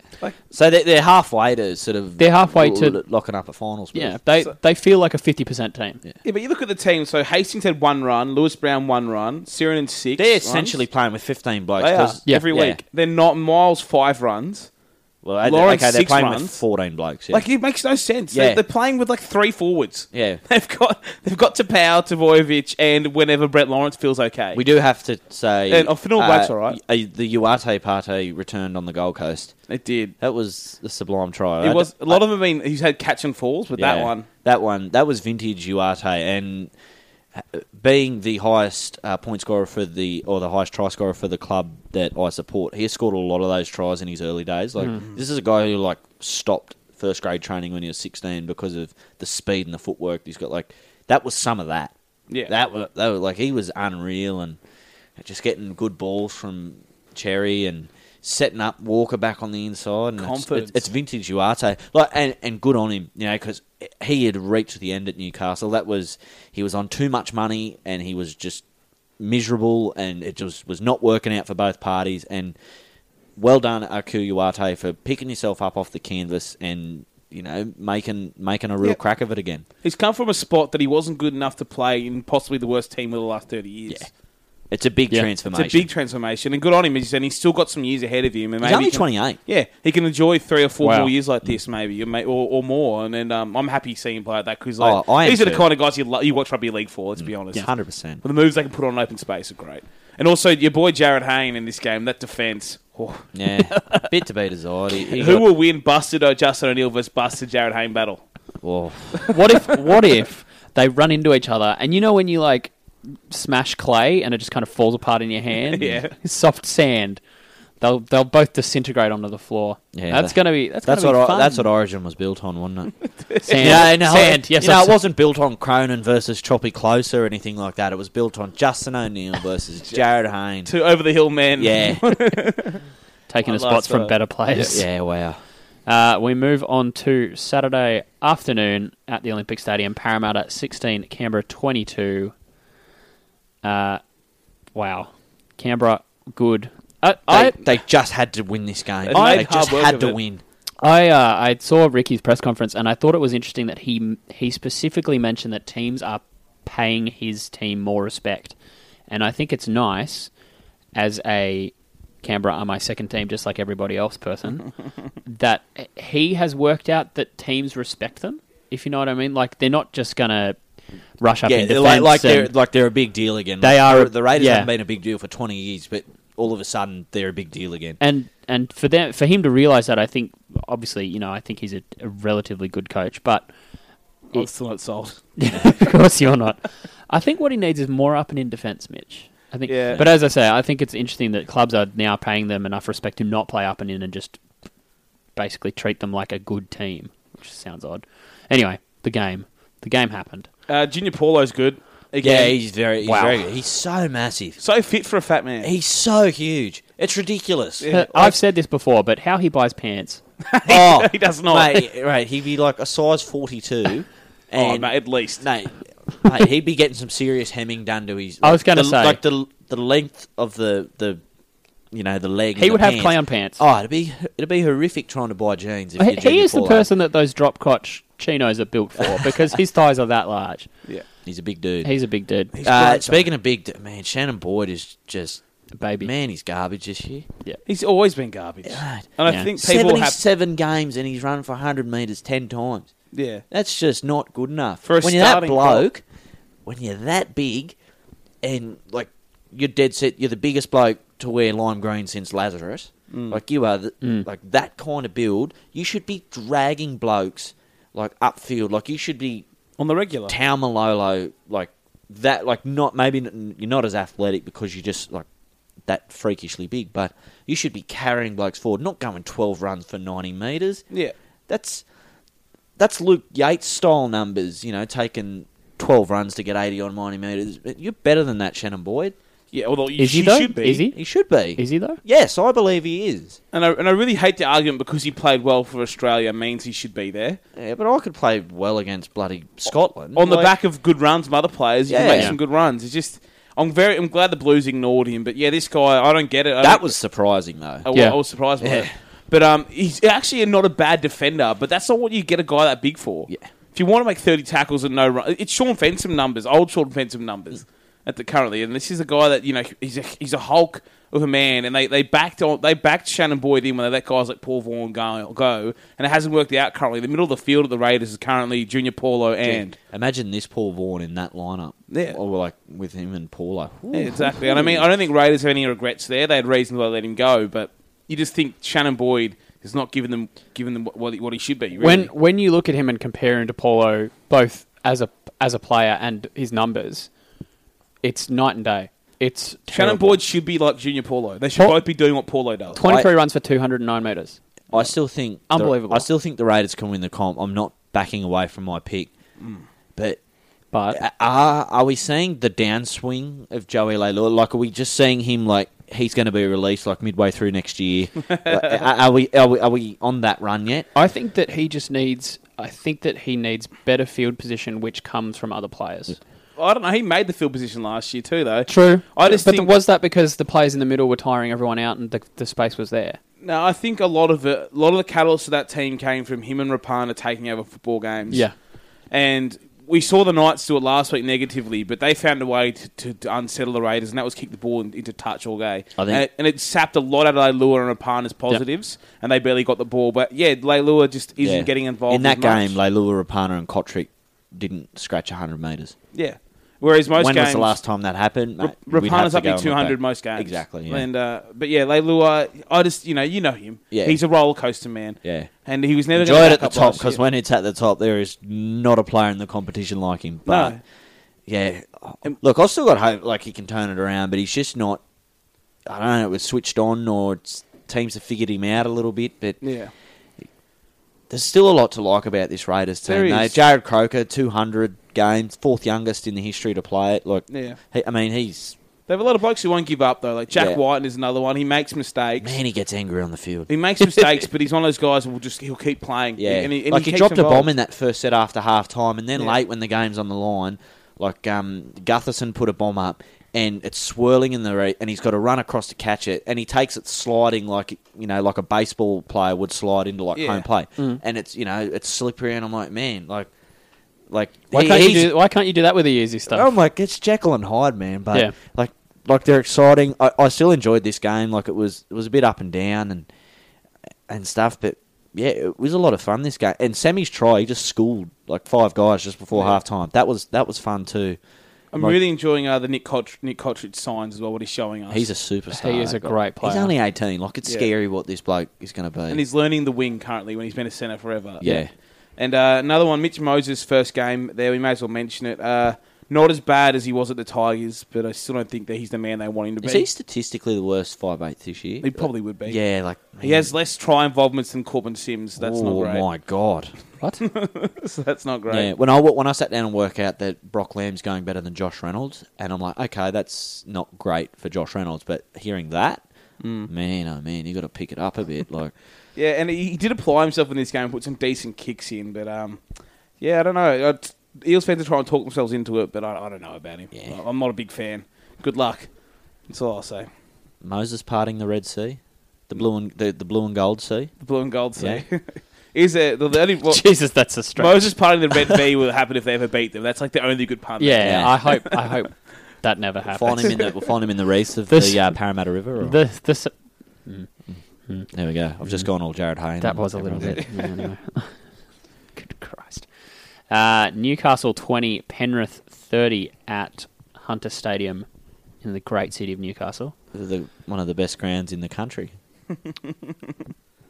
so they're, they're halfway to sort of. They're halfway to- locking up a finals. berth. Yeah, they they feel like a fifty percent team. Yeah, but you look at the team. So Hastings had one run, Lewis Brown one run, Siren and six. They're runs. essentially playing with 15 blokes. they are 'cause- Yeah. every Yeah. week. They're not Miles five runs. Well, they- Lawrence, okay, they're six playing with runs. 14 blokes. Yeah. Like it makes no sense. Yeah. They're, they're playing with like three forwards. Yeah. they've got they've got Tapau, Tavoyevich, and whenever Brett Lawrence feels okay. we do have to say. And, oh, Fanua Black's all right. y- uh, The Uate Pate returned on the Gold Coast. it did. That was a sublime try. I It d- was a lot of them. Been he's had catch and falls, but that Yeah. one. That one. That was vintage Uate. And uh, being the highest uh, point scorer for the. Or the highest try scorer for the club that I support, he scored a lot of those tries in his early days. Like, Mm-hmm. this is a guy who, like, stopped first grade training when he was 16 because of the speed and the footwork he's got. Like, that was some of that. Yeah. That was, that was like, he was unreal and just getting good balls from Cherry and. Setting up Walker back on the inside, and it's- Confidence. it's, it's vintage Uarte. Like, and, and good on him, you know, because he had reached the end at Newcastle. That was he was on too much money, and he was just miserable, and it just was not working out for both parties. And well done, Aku Uarte, for picking yourself up off the canvas and you know making making a real Yep. crack of it again. He's come from a spot that he wasn't good enough to play in possibly the worst team of the last 30 years. Yeah. It's a big Yeah. transformation. It's a big transformation, and good on him. He's, and he's still got some years ahead of him. And He's maybe only he can- 28. Yeah, he can enjoy three or four Wow. more years like this, maybe, or, may- or, or more. And then um, I'm happy seeing him play like that because like, Oh, I am these are the too. Mm, kind of guys you, lo- you watch rugby league for. Let's be honest. Hundred percent. But the moves they can put on open space are great. And also your boy Jared Hayne in this game, that defense. oh. Yeah, bit to be desired. He- he Who got- will win, Busted or Justin O'Neill versus Busted Jared Hayne battle? Well, What if what if they run into each other and you know when you like smash clay and it just kind of falls apart in your hand? Yeah. Soft sand. They'll they'll both disintegrate onto the floor. Yeah, that's that- gonna be that's, that's gonna be what I, fun. that's what Origin was built on, wasn't it? sand. Yeah, no, sand. Yes, you know, I've it wasn't built on Cronin versus Choppy Close or anything like that. It was built on Justin O'Neill versus Jared Hayne. Two over the hill men. Yeah, taking I the spots like from that. better players. yeah, wow. Uh, we move on to Saturday afternoon at the Olympic Stadium, Parramatta 16, Canberra 22. Uh, wow. Canberra, good. I, They, I, they just had to win this game. They They, made hard just work had of to it. win. I, uh, I saw Ricky's press conference and I thought it was interesting that he, he specifically mentioned that teams are paying his team more respect. And I think it's nice as a Canberra are my second team, just like everybody else person, that he has worked out that teams respect them, if you know what I mean. Like, they're not just going to rush up Yeah, in they're defense. like like and- they're like they're a big deal again. They Like, are- The Raiders yeah. haven't been a big deal for twenty years, but all of a sudden they're a big deal again. and and for them for him to realize that, I think obviously you know I think he's a, a relatively good coach, but I'm still not sold. of course you're not. I think what he needs is more up and in defense, Mitch. I think, Yeah. but as I say, I think it's interesting that clubs are now paying them enough respect to not play up and in and just basically treat them like a good team, which sounds odd. Anyway, the game, the game happened. Uh, Junior Paulo's good. yeah, Again, he's very he's Wow. very good. He's so massive. so fit for a fat man. He's so huge. It's ridiculous. Yeah. I've said this before, but how he buys pants, Oh, he does not. Mate, right, he'd be like a size oh, forty-two. And mate, at least. mate, mate, he'd be getting some serious hemming done to his. I was gonna the- say. like the the length of the the, you know, the leg. he and would the have pants. clown pants. Oh, it'd be it'd be horrific trying to buy jeans. If he you're he Junior is the Paulo. person that those drop crotch chinos are built for because his thighs are that large. Yeah. He's a big dude. He's a big dude, He's Uh, great, speaking of big, d- man, Shannon Boyd is just Uh, baby. man. He's garbage this year. He's always been garbage. Right. And Yeah. I think people have. Seventy-seven games and he's run for hundred meters ten times. Yeah. That's just not good enough. For a when you're that starting bloke, when you're that big, and like you're dead set, you're the biggest bloke to wear lime green since Lazarus. Mm. Like you are, the, like that kind of build. You should be dragging blokes like upfield. Like you should be On the regular. Tau Malolo, like that, like not maybe n- you're not as athletic because you're just like that freakishly big, but you should be carrying blokes forward, not going 12 runs for 90 meters. Yeah. That's that's Luke Yates style numbers, you know, taking 12 runs to get 80 on 90 meters. But You're better than that, Shannon Boyd. Yeah, although you, Is he you though? should be. Is he? He should be. Is he though? Yes, I believe he is. And I, and I really hate the argument because he played well for Australia means he should be there. Yeah, but I could play well against bloody Scotland. On the Like, back of good runs from other players, you can Yeah. make some good runs. It's just, I'm very, I'm glad the Blues ignored him. But yeah, this guy, I don't get it. I that don't- was surprising though. I, wa- Yeah. I was surprised by it. But um, he's actually not a bad defender. But that's not what you get a guy that big for. Yeah. If you want to make 30 tackles and no run, it's Sean Fensom numbers, old Sean Fensom numbers at the currently. And this is a guy that you know he's a, he's a Hulk of a man. And they, they backed on they backed Shannon Boyd in when they let guys like Paul Vaughan go, go and it hasn't worked out currently. The middle of the field of the Raiders is currently Junior Paulo and Imagine this Paul Vaughan in that lineup. Yeah. Or like with him and Paulo. Yeah, exactly. And I mean, I don't think Raiders have any regrets there. They had reason to let him go, but you just think Shannon Boyd is not giving them giving them what- what he, what he should be. Really. When when you look at him and compare him to Paulo, both as a as a player and his numbers, it's night and day. It's Shannon terrible. Boyd should be like Junior Paulo. They should Paul- both be doing what Paulo does. twenty three runs for two hundred and nine meters. I still think the- Unbelievable. I still think the Raiders can win the comp. I'm not backing away from my pick. Mm. But But are Uh, are we seeing the downswing of Joey Leilua? Like, are we just seeing him like he's going to be released like midway through next year? Like, are, are we are we are we on that run yet? I think that he just needs. I think that he needs better field position, which comes from other players. I don't know. He made the field position last year too, though. True, I just but think was that because the players in the middle were tiring everyone out and the, the space was there? no. I think a lot of it, a lot of the catalyst to that team came from him and Rapana taking over football games. and we saw the Knights do it last week negatively, but they found a way to, to, to unsettle the Raiders, and that was kick the ball in- into touch all day. I think- and, it, and it sapped a lot out of Leilua and Rapana's positives, and they barely got the ball. But yeah, Leilua just isn't Yeah. getting involved in that as much. game. Leilua Rapana and Kotrick didn't scratch hundred meters. yeah. Whereas most when games, was the last time that happened? Ra- mate? We'd have Rapana's up go to and look 200 back. most games. Exactly. Yeah. And uh, but yeah, Leilua, I just you know you know him. Yeah. He's a roller coaster man. Yeah. And he was never Enjoy gonna it back at the up top last because year. when it's at the top, there is not a player in the competition like him. But No. yeah, look, I've still got hope. Like he can turn it around, but he's just not. I don't know. It was switched on, or it's, teams have figured him out a little bit. But yeah. there's still a lot to like about this Raiders team. There is. though. Jared Croker, 200 games, fourth youngest in the history to play it. Look, Yeah. he, I mean, he's They have a lot of blokes who won't give up though. Like Jack Yeah. White is another one. He makes mistakes. man, he gets angry on the field. He makes mistakes, but he's one of those guys who will just he'll keep playing. Yeah, and he, and like he, keeps dropped a bomb involved. in that first set after half time, and then Yeah. late when the game's on the line, like um, Gutherson put a bomb up, and it's swirling in the re- and he's got to run across to catch it, and he takes it sliding like you know like a baseball player would slide into like Yeah. Mm. home play, and it's you know it's slippery, and I'm like man, like like Why he- can't you he's- do? Why can't you do that with the easy stuff? I'm like, it's Jekyll and Hyde, man. But Yeah. like, like they're exciting. I, I still enjoyed this game. Like it was, it was a bit up and down and and stuff. But yeah, it was a lot of fun. This game and Sammy's try, he just schooled like five guys just before half time. That was that was fun too. I'm like- really enjoying uh, the Nick Cotr- Nick Cottridge signs as well. What he's showing us. He's a superstar. He is a great player. He's only 18. Like it's Yeah. scary what this bloke is going to be. and he's learning the wing currently when he's been a centre forever. Yeah. And uh, another one, Mitch Moses' first game there. We may as well mention it. Uh, not as bad as he was at the Tigers, but I still don't think that he's the man they want him to is be. he statistically the worst five eight this year? He probably would be. Yeah, like He has less try involvements than Corbin Sims. That's oh not great. my god. what? So that's not great. Yeah, when I when I sat down and work out that Brock Lamb's going better than Josh Reynolds, and I'm like, okay, that's not great for Josh Reynolds, but hearing that, Mm. man, oh man, you got to pick it up a bit. Like, Yeah, and he he did apply himself in this game, put some decent kicks in, but um, yeah, I don't know. I'd, Eels fans are trying to talk themselves into it, but I, I don't know about him. Yeah. I- I'm not a big fan. Good luck. That's all I'll say. Moses parting the Red Sea, the blue and the, the blue and gold sea. The blue and gold say. Is there the, the only well, Jesus, that's a stretch. Moses parting the red V will happen if they ever beat them. That's like the only good part. yeah, Yeah. I hope. I hope that never happens. Find him in the we'll find him in the reefs of This- the uh, Parramatta River. Or, the, the, s- there we go. I've just gone all Jared Hayne. That on was a little everyone. bit. yeah, anyway. Good Christ. Uh, Newcastle 20, Penrith 30 at Hunter Stadium in the great city of Newcastle. The- one of the best grounds in the country.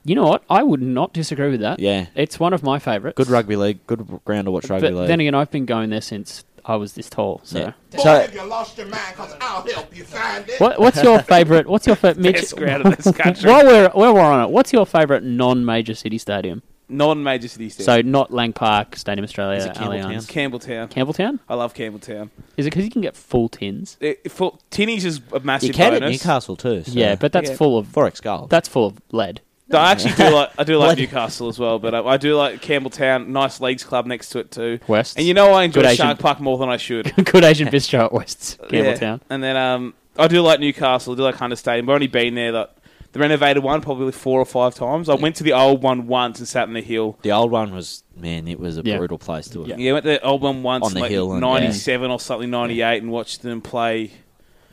You know what? I would not disagree with that. Yeah. It's one of my favourites. Good rugby league. Good ground to watch rugby But league. then again, I've been going there since I was this tall. So. Yeah. Boy, So- have you lost your mind? Cause I'll help you find it. What, what's your favourite? What's your fa- Mitch, Best ground in this country. while we're while we're on it, what's your favourite non-major city stadium? Non-major city So stadium. not Lang Park, Stadium Australia, Is it Campbelltown? Allianz. Campbelltown. Campbelltown? I love Campbelltown. Is it because you can get full tins? It, for, tinnies is a massive you can at bonus. Newcastle too. so- Yeah, but that's Yeah. full of Forex Gold. that's full of lead. No, I actually do like I do like Bloody- Newcastle as well, but I, I do like Campbelltown. Nice leagues club next to it too. Wests. And you know I enjoy Good Asian- Shark Park more than I should. Good Asian bistro at West's Yeah. Campbelltown. And then um, I do like Newcastle. I do like Hunter Stadium. I've only been there like, the renovated one probably four or five times. I went to the old one once and sat on the hill. The old one was man, it was a Yeah. brutal place to Yeah. it. Yeah, I went to the old one once On the in like hill and- '97 or something, '98, and watched them play.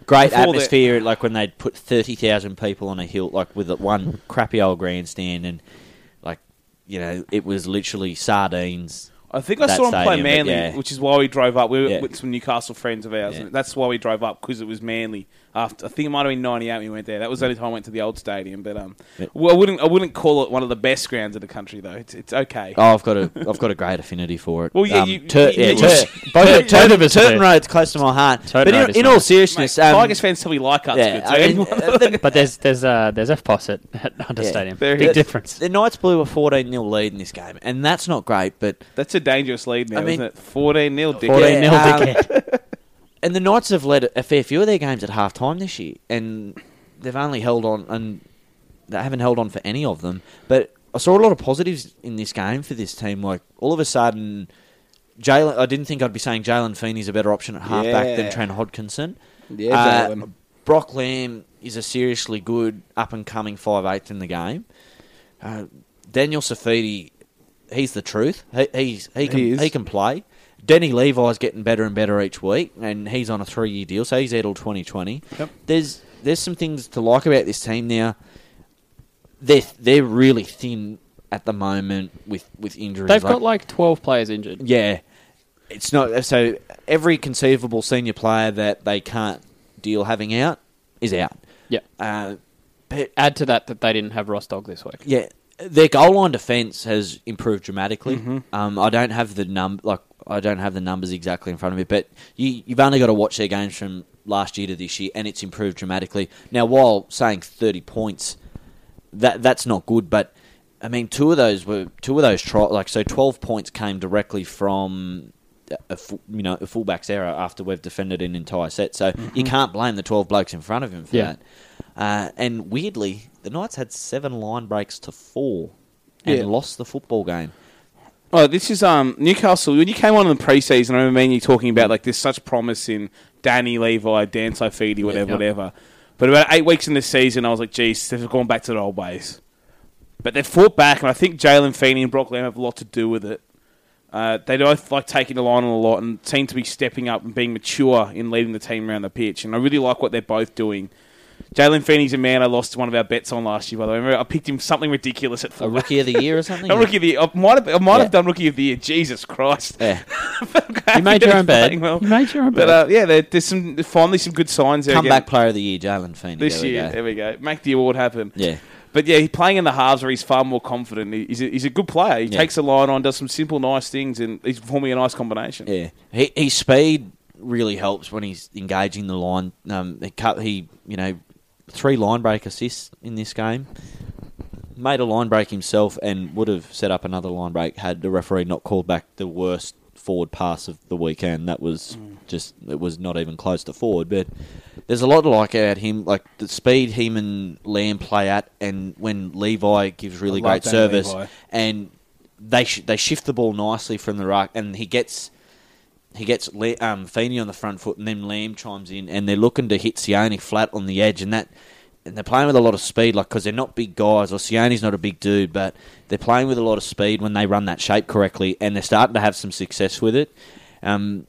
Great Before the- atmosphere, like when they'd put thirty thousand people on a hill, like with that one crappy old grandstand, and like you know, it was literally sardines. I think I That saw them play stadium, but Manly, yeah. which is why we drove up. We were Yeah. with some Newcastle friends of ours. Yeah. and That's why we drove up because it was Manly. After I think it might have been '98 we went there. That was the only time I went to the old stadium. But um, Yeah. well, I wouldn't I wouldn't call it one of the best grounds in the country though. It's, it's okay. Oh, I've got a, I've got a great affinity for it. Well, yeah, Um, you- Tur- you- yeah, you- Tur- both Tur- Turton Turton- is Turton there. Road's close to my heart. Turton but Road in, is in nice. all Mate, seriousness, um, Tigers fans tell me like us. yeah, good, so I mean, anyone- uh, the- But there's there's uh there's F Posset at Hunter Yeah. Stadium. There Big is. difference. the Knights blew a fourteen 0 lead in this game, and that's not great, but That's a dangerous lead now, I mean- isn't it? 14 0, dick. 14 nil Yeah, um, dickhead. and the Knights have led a fair few of their games at half time this year, and they've only held on and they haven't held on for any of them. But I saw a lot of positives in this game for this team. Like all of a sudden, Jalen. I didn't think I'd be saying Jalen Feeney's a better option at halfback Yeah. than Trent Hodkinson. Yeah, Uh, Jalen. Brock Lamb is a seriously good up and coming five eighth in the game. Uh, Daniel Safidi, he's the truth. He he's, he can He he, is. can play. Denny Levi's getting better and better each week, and he's on a three-year deal, so he's out till 2020. Yep. There's there's some things to like about this team now. They're they're really thin at the moment with with injuries. They've got like 12 players injured. yeah, it's not so every conceivable senior player that they can't deal having out is out. Yeah. Uh, but Add to that that they didn't have Ross Dog this week. yeah, their goal line defense has improved dramatically. Um, I don't have the num like I don't have the numbers exactly in front of me, but you, you've only got to watch their games from last year to this year, and it's improved dramatically. Now, while saying thirty points, that that's not good, but I mean, two of those were two of those try like so twelve points came directly from. A fu- you know a fullback's error after we've defended an entire set, so you can't blame the twelve blokes in front of him for Yeah. that. Uh, and weirdly, the Knights had seven line breaks to four and Yeah. lost the football game. Oh, this is um Newcastle. When you came on in the preseason, I remember me and you talking about like there's such promise in Danny Levi, Dan Saifidi, whatever, Yeah. whatever. But about eight weeks in the season, I was like, geez, they've gone back to the old ways. But they fought back, and I think Jalen Feeney and Brock Lamb have a lot to do with it. Uh, they both like taking the line on a lot and seem to be stepping up and being mature in leading the team around the pitch. And I really like what they're both doing. Jalen Feeney's a man I lost one of our bets on last year, by the way. I remember I picked him something ridiculous at A fullback. rookie of the year or something. Not rookie of the year. I might have, I might Yeah. have done rookie of the year. Jesus Christ. Yeah. You made your own bed. You made your own But bed. uh, yeah, there, there's some finally some good signs there. again Comeback player of the year, Jalen Feeney. this There we year. go. There we go. Make the award happen. Yeah. But yeah, he's playing in the halves where he's far more confident. He- He's a, he's a good player. He Yeah. takes the line on, does some simple, nice things, and he's forming a nice combination. Yeah, he, his speed really helps when he's engaging the line. Um, he, cut, he you know three line break assists in this game. Made a line break himself and would have set up another line break had the referee not called back the worst forward pass of the weekend. That was Mm. just it was not even close to forward. But there's a lot to like about him, like the speed him and Lamb play at, and when Levi gives really I love great Danny service, Levi. and they sh- they shift the ball nicely from the ruck, and he gets he gets Le- um, Feeney on the front foot, and then Lamb chimes in, and they're looking to hit Sione flat on the edge, and that and they're playing with a lot of speed, like because they're not big guys, or Sione's not a big dude, but they're playing with a lot of speed when they run that shape correctly, and they're starting to have some success with it. Um,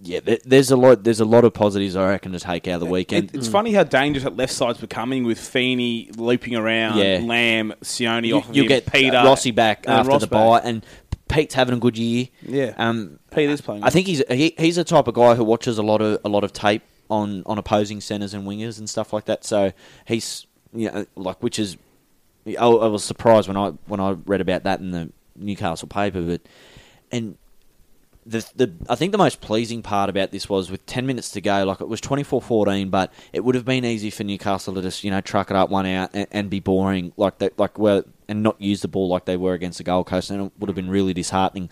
yeah, there- there's a lot. There's a lot of positives I reckon to take out of the weekend. It, it's funny how dangerous that left side's becoming with Feeney looping around, Yeah. Lamb, Sione you, off of you him, get uh, Peter, Rossi back and uh, after Ross the back. bye, and Pete's having a good year. Yeah. um, Peter's playing. I think he's he, he's the type of guy who watches a lot of a lot of tape on on opposing centers and wingers and stuff like that. So he's you know like which is I, I was surprised when I when I read about that in the Newcastle paper, but and. The, the, I think the most pleasing part about this was with 10 minutes to go, like it was 24 14, but it would have been easy for Newcastle to just, you know, truck it up one out and, and be boring like that, like were, and not use the ball like they were against the Gold Coast, and it would have been really disheartening.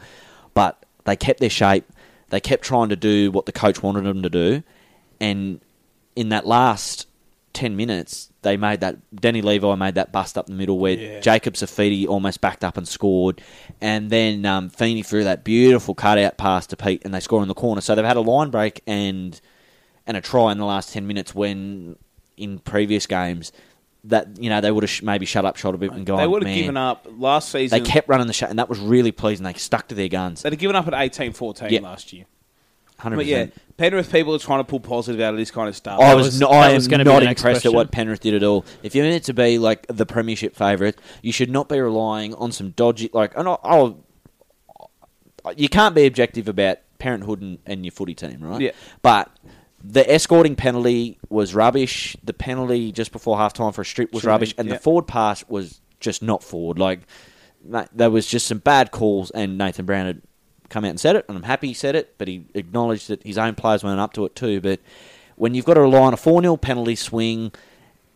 But they kept their shape, they kept trying to do what the coach wanted them to do, and in that last 10 minutes, they made that. Danny Levi made that bust up the middle where Yeah. Jacob Safidi almost backed up and scored. And then um, Feeney threw that beautiful cutout pass to Pete and they score in the corner. So they've had a line break and and a try in the last 10 minutes when in previous games that, you know, they would have sh- maybe shut up shot a bit and gone. they would have "Man." given up last season. They kept running the shot and that was really pleasing. They stuck to their guns. They'd have given up at 18 14 Yeah. last year. 100%. But yeah, Penrith people are trying to pull positive out of this kind of stuff. I That was, was- not, that I am was gonna be not the next impressed at what question. Penrith did at all. If you're meant to be like the premiership favourite, you should not be relying on some dodgy like. And I, I'll, you can't be objective about parenthood and, and your footy team, right? Yeah. But the escorting penalty was rubbish. The penalty just before halftime for a strip was Sure, rubbish, and yeah. the forward pass was just not forward. Like mate, there was just some bad calls, and Nathan Brown had come out and said it, and I'm happy he said it, but he acknowledged that his own players weren't up to it too. But when you've got to rely on a four 0 penalty swing.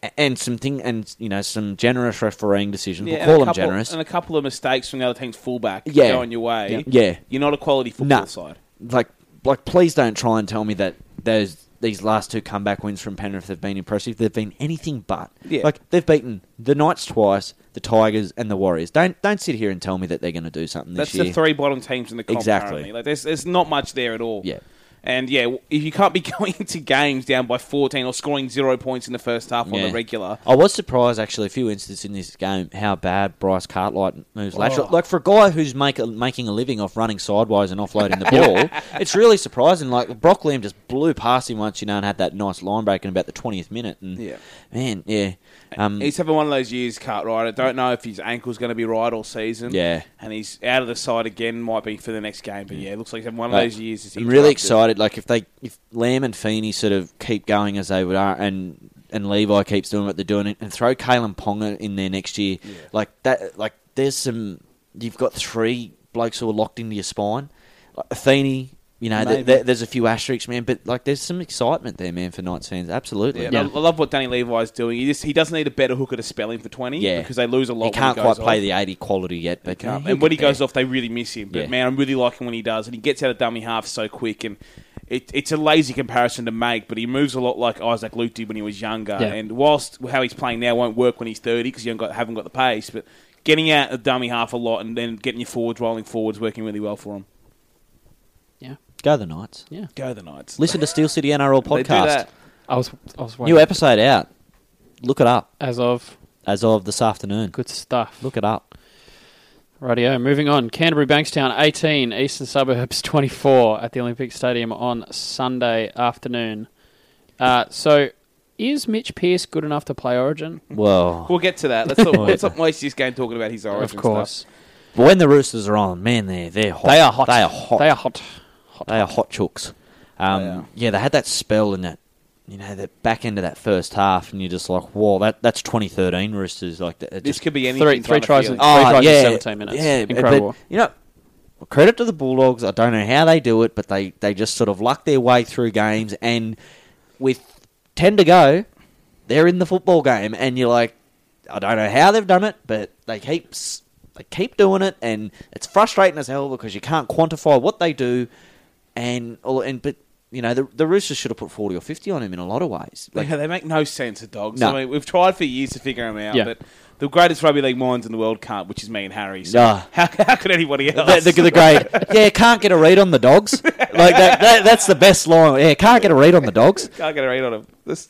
a- And some thing, and you know, some generous refereeing decisions. Yeah, we'll and call a them couple- generous. And a couple of mistakes from the other team's fullback Yeah. going your way. Yeah. Yeah. You're not a quality football Nah. side. like like please don't try and tell me that those these last two comeback wins from Penrith have been impressive. They've been anything but. Yeah. Like they've beaten the Knights twice, the Tigers and the Warriors. Don't don't sit here and tell me that they're going to do something That's this year. the three bottom teams in the comp Exactly. currently. Like, there's, there's not much there at all. Yeah. And yeah, if you can't be going into games down by 14 or scoring zero points in the first half on Yeah. the regular, I was surprised actually a few instances in this game how bad Bryce Cartwright moves Oh. lateral. Like for a guy who's make a, making a living off running sideways and offloading the ball, it's really surprising. Like Brock Liam just blew past him once, you know, and had that nice line break in about the twentieth minute. And Yeah. man, yeah, um, he's having one of those years, Cartwright. I don't know if his ankle's going to be right all season. Yeah. Mm. And he's out of the side again, might be for the next game. But yeah, it looks like he's having one of Like, those years. he's I'm really interrupted. excited. Like if they, if Lamb and Feeney sort of keep going as they would are, and and Levi keeps doing what they're doing, and, and throw Kalen Ponga in there next year, like that. Like there's some. You've got three blokes who are locked into your spine. Like Feeney, you know, th- Maybe. th- there's a few asterisks, man, but like there's some excitement there, man, for Knights fans. Absolutely. Yeah, Yeah. I, I love what Danny Levi's doing. He just he doesn't need a better hooker to spell him for 20 Yeah. because they lose a lot He when can't he quite goes play off. the 80 quality yet, but Um, he'll and when he get there. goes off, they really miss him. But Yeah. man, I'm really liking when he does, and he gets out of dummy half so quick. And it, it's a lazy comparison to make, but he moves a lot like Isaac Luke did when he was younger. Yeah. And whilst how he's playing now won't work when he's 30 because you haven't got, haven't got the pace, but getting out of dummy half a lot and then getting your forwards rolling forwards working really well for him. Yeah, go the Knights. yeah. Go the Knights. Listen to Steel City NRL They do podcast. that. I was I was waiting. New episode out. Look it up as of as of this afternoon. good stuff. Look it up. Rightio, moving on. Canterbury Bankstown 18, Eastern Suburbs 24 at the Olympic Stadium on Sunday afternoon. Uh, so, is Mitch Pearce good enough to play Origin? Whoa. We'll get to that. Let's Oh, not, let's not waste this game talking about his origin of course. Stuff. But when the Roosters are on, man, they're they're hot. They are hot. They are hot. They are hot. hot. They are hot chooks. Um, They are. yeah, they had that spell in that, you know, that back end of that first half, and you're just like, whoa, that that's 2013 Roosters. Like that, it This just- could be anything. Three, three kind of tries feeling. in, three tries in 17 minutes. Oh, Yeah, but- Incredible. But, you know, credit to the Bulldogs. I don't know how they do it, but they, they just sort of luck their way through games. And with 10 to go, they're in the football game. And you're like, I don't know how they've done it, but they keep, s- they keep doing it. And it's frustrating as hell because you can't quantify what they do. And, all- and but, you know, the, the Roosters should have put 40 or 50 on him in a lot of ways. Like, yeah, they make no sense of dogs. No. I mean, we've tried for years to figure them out, Yeah. but the greatest rugby league minds in the world can't, which is me and Harry. So Nah. how, how could anybody the, else? the, the grade. Yeah, can't get a read on the dogs. Like that, that, that's the best line. Yeah, can't get a read on the dogs. can't get a read on them. This-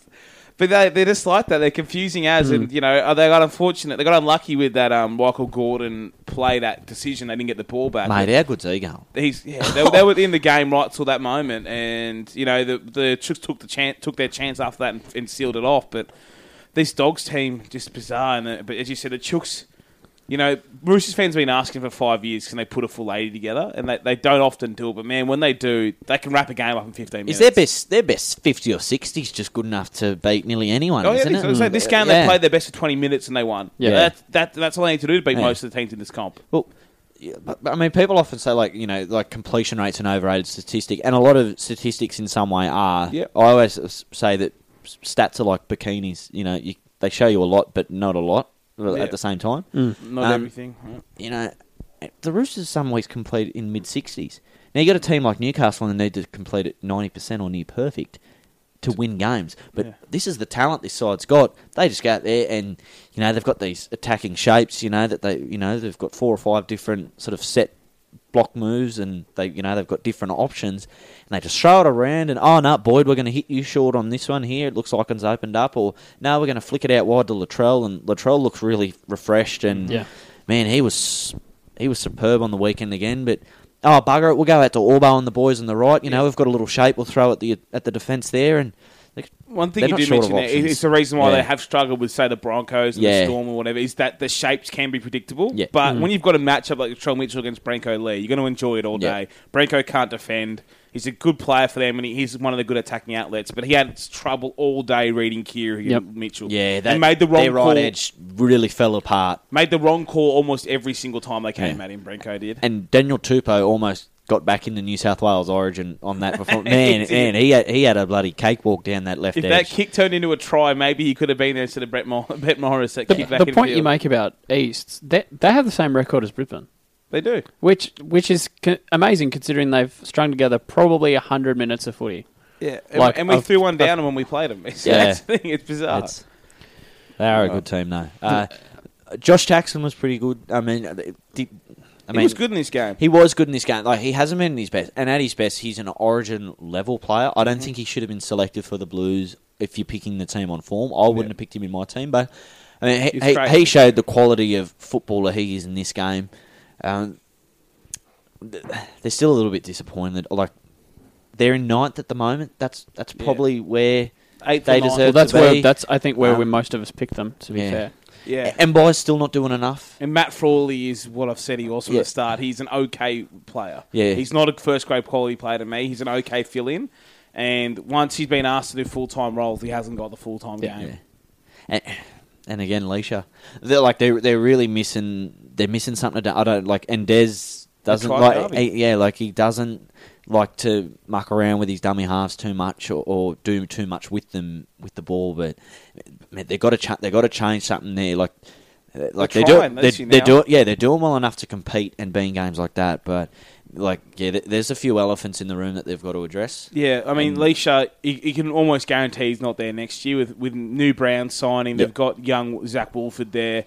but they, they're just like that. They're confusing as, Hmm. and you know, are they got unfortunate? They got unlucky with that um, Michael Gordon play that decision. They didn't get the ball back. Mate, how good's he going? He's yeah, they, they were in the game right till that moment, and you know the the Chooks took the chance, took their chance after that, and, and sealed it off. But this Dogs team just bizarre. And uh, but as you said, the Chooks, you know, Roosters fans been asking for five years can they put a full eighty together, and they, they don't often do it. But man, when they do, they can wrap a game up in fifteen minutes. Is their best their best fifty or sixty is just good enough to beat nearly anyone? Oh yeah, isn't this, it? Mm. so this game Yeah. they played their best for twenty minutes and they won. Yeah. Yeah, that's that, that's all they need to do to beat Yeah. most of the teams in this comp. Well, yeah, but, but, I mean, people often say like you know like completion rates an overrated statistic, and a lot of statistics in some way are. Yep. I always s- say that s- stats are like bikinis. You know, you, they show you a lot, but not a lot uh, Yeah. at the same time. Not Um, everything. you know, the Roosters some weeks complete in mid sixties. Now you got a team like Newcastle and they need to complete at ninety percent or near perfect to win games. But Yeah. this is the talent this side's got. They just go out there and you know they've got these attacking shapes. You know that they you know they've got four or five different sort of set block moves and they you know they've got different options and they just throw it around and oh no Boyd we're going to hit you short on this one here it looks like it's opened up or no we're going to flick it out wide to Latrell and Latrell looks really refreshed and Yeah. man, he was he was superb on the weekend again. But oh bugger it, we'll go out to Orbo and the boys on the right. You know, we've got a little shape. We'll throw at the at the defence there, and they- One thing they're you not did short of mention, there, it- options. it's the reason why Yeah. they have struggled with, say, the Broncos and Yeah. the Storm or whatever, is that the shapes can be predictable. Yeah. Mm. But when you've got a matchup like Latrell Mitchell against Branko Lee, you're going to enjoy it all Yeah. day. Branko can't defend. He's a good player for them, and he- he's one of the good attacking outlets. But he had trouble all day reading Kiri Yep. and Mitchell. yeah, they that, made the wrong their right call. edge really fell apart, Made the wrong call almost every single time they came Yeah. at him. Branko did. and Daniel Tupou almost. Got back into New South Wales Origin on that performance. Man, did. man, he had, he had a bloody cakewalk down that left if edge. that kick turned into a try, maybe he could have been there instead of Brett, Mor- Brett Morris. That kick back the in point you field. make about East, they, they have the same record as Brisbane, they do. which which is co- amazing considering they've strung together probably 100 minutes of footy. Yeah, and, Like, and we I've- threw one down when we played them. It's, Yeah. that's the thing. It's bizarre. It's- uh, they are a good team, though. Uh, Josh Jackson was pretty good. I mean, uh, did, I he was good in this game. He was good in this game. Like he hasn't been in his best, and at his best, he's an Origin level player. I don't Mm-hmm. think he should have been selected for the Blues if you're picking the team on form. I wouldn't have picked him in my team, but I mean, he, He's he, great. he showed the quality of footballer he is in this game. Um, th- they're still a little bit disappointed. Like they're in ninth at the moment. That's that's Yeah. probably where Eighth they or ninth. deserve. Well, to that's where be. that's I think where we Um, most of us picked them. To be yeah. fair, Yeah. and by still not doing enough. And Matt Frawley is what I've said he was from Yeah. the start. He's an okay player. Yeah. He's not a first grade quality player to me. He's an okay fill in. And once he's been asked to do full time roles, he hasn't got the full time Yeah. game. and, and again, Leisha. They're like they they're really missing. They're missing something. To, do- I don't like. And Des doesn't tried like. Derby. he- yeah, like he doesn't like to muck around with his dummy halves too much or, or do too much with them with the ball. But man, they got to cha- they got to change something there. Like. uh, Like They're they do, trying, they, that's you they now. do, yeah, they're doing well enough to compete and be in games like that. But like, yeah, th- there's a few elephants in the room that they've got to address. Yeah, I mean, Leisha, you, you can almost guarantee he's not there next year with, with new Brown signing. They've Yep. got young Zach Wolford there,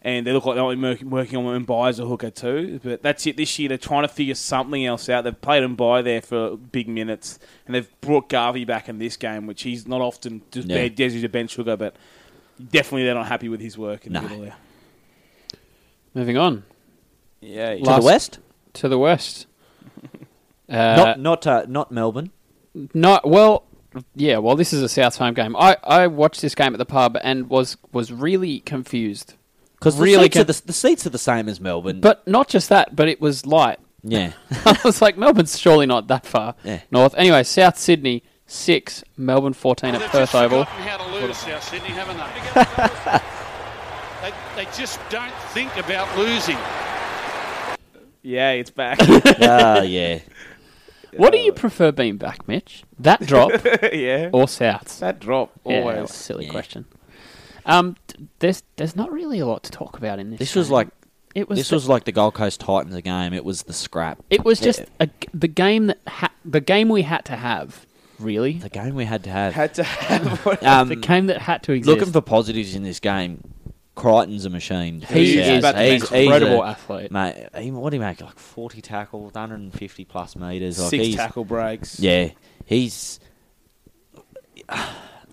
and they look like they're working, working on Mbai as a hooker too. But that's it this year. They're trying to figure something else out. They've played Mbai there for big minutes, and they've brought Garvey back in this game, which he's not often just Yeah. yeah. Desi to bench hooker, but definitely they're not happy with his work in No. the middle there. moving on Yeah, To Last- the west, to the west. Uh, not not uh, not Melbourne. No, well, yeah. Well, this is a South home game. I, I watched this game at the pub and was was really confused. Because Really really, the seats, can- are the, the seats are the same as Melbourne. But not just that, but it was light. yeah, I was like, Melbourne's surely not that far Yeah. north. Anyway, South Sydney six, Melbourne fourteen at They've Perth just Oval. forgotten how to lose South Sydney, haven't they? they? They just don't think about losing. yeah, it's back. Ah, yeah. What do you prefer being back, Mitch? That drop yeah, or Souths? that drop Yeah, always. silly Yeah. question. Um, t- there's there's not really a lot to talk about in this. This was game. like it was this the- was like the Gold Coast Titans game. It was the scrap. It was just Yeah. a, the game that ha- the game we had to have. Really, the game we had to have. Had to have what um, the game that had to exist. looking for positives in this game. Crichton's a machine. he Yeah, is about to an make he's, an he's incredible a- athlete. Mate, he, what do he make? Like forty tackles, hundred and fifty plus meters. Like six he's, tackle breaks. Yeah, he's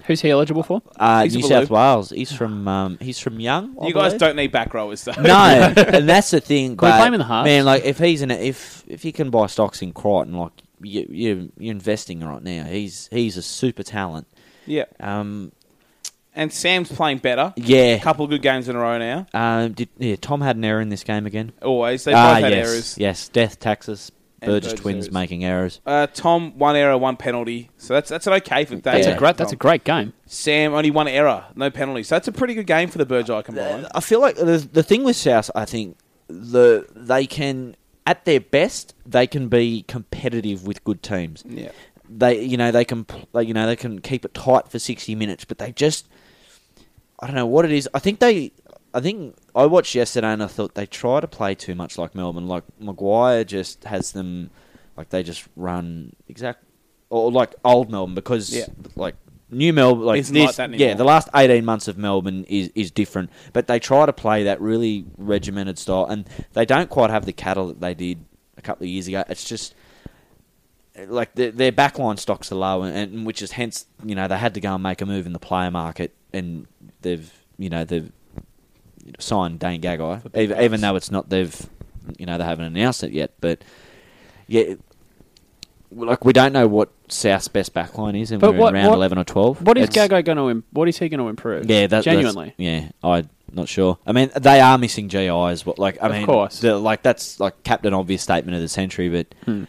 Who's he eligible for? uh, He's a New South Baloo. Wales. He's from um, he's from Young. I You guys believe. don't need back rowers though. No, and that's the thing. Can we but, play him in the halves? Man, like if he's in, a, if if he can buy stocks in Crichton, like you, you you're investing right now. He's he's a super talent. Yeah. Um, And Sam's playing better. A yeah. couple of good games in a row now. Um, did, yeah. Tom had an error in this game again. Always. They both Ah, had yes, errors. yes. Death taxes. And Burgess Burgess twins errors. making errors. Uh, Tom, one error, one penalty. So that's that's an okay for That's Yeah. a great. That's a great game. Sam, only one error, no penalty. So that's a pretty good game for the Burgeye combined. I feel like the the thing with South, I think the they can at their best they can be competitive with good teams. yeah. they you know they can pl- they, you know they can keep it tight for 60 minutes but they just I don't know what it is I think they I think I watched yesterday and I thought they try to play too much like Melbourne like Maguire just has them like they just run exact or like old Melbourne because Yeah. like new Melbourne like It's not this- that yeah anymore. the last 18 months of Melbourne is is different but they try to play that really regimented style and they don't quite have the cattle that they did a couple of years ago it's just like their, their backline stocks are low, and, and which is hence you know they had to go and make a move in the player market, and they've you know they've signed Dane Gagai, even, even though it's not they've you know they haven't announced it yet, but yeah, it- like we don't know what South's best backline is, and But we're what- in round what- eleven or twelve. What is It's- Gago going to? Im- what is he going to improve? Yeah, that, genuinely. That's, yeah, I'm not sure. I mean, they are missing GI as well. Like, I Of mean, course. the- like that's like captain obvious statement of the century, but Hmm.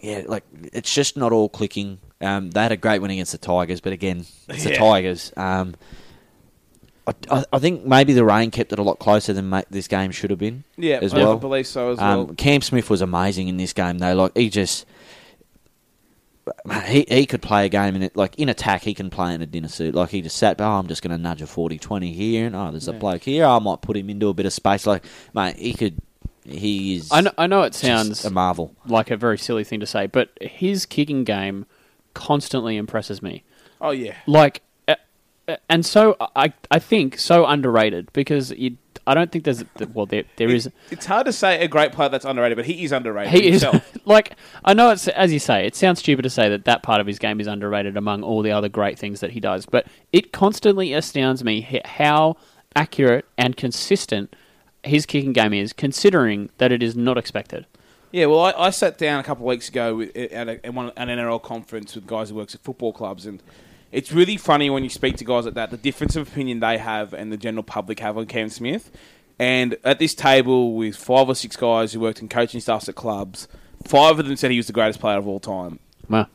yeah, like it's just not all clicking. Um, they had a great win against the Tigers, but again, it's the Yeah. Tigers. Um, I, I, I think maybe the rain kept it a lot closer than ma- this game should have been. Yeah, as I well. believe so as well. Um, Cam Smith was amazing in this game, though. Like he just, man, he he could play a game in it. Like in attack, he can play in a dinner suit. Like he just sat. Oh, I'm just going to nudge a 40-20 here, and oh, there's a bloke here. I might put him into a bit of space. Like, mate, he could. He is. I know. I know it just sounds a marvel. like a very silly thing to say, but his kicking game constantly impresses me. oh, yeah. Like, uh, and so I I think so underrated because you, I don't think there's well there there is It's hard to say a great player that's underrated, but he is underrated he is himself. like I know it's as you say it sounds stupid to say that that part of his game is underrated among all the other great things that he does, but it constantly astounds me h- how accurate and consistent his kicking game is, considering that it is not expected. Yeah, well, I, I sat down a couple of weeks ago with, at, a, at one, an NRL conference with guys who works at football clubs, and it's really funny when you speak to guys like that, the difference of opinion they have and the general public have on Kevin Smith. And at this table with five or six guys who worked in coaching staffs at clubs, five of them said he was the greatest player of all time. Wow.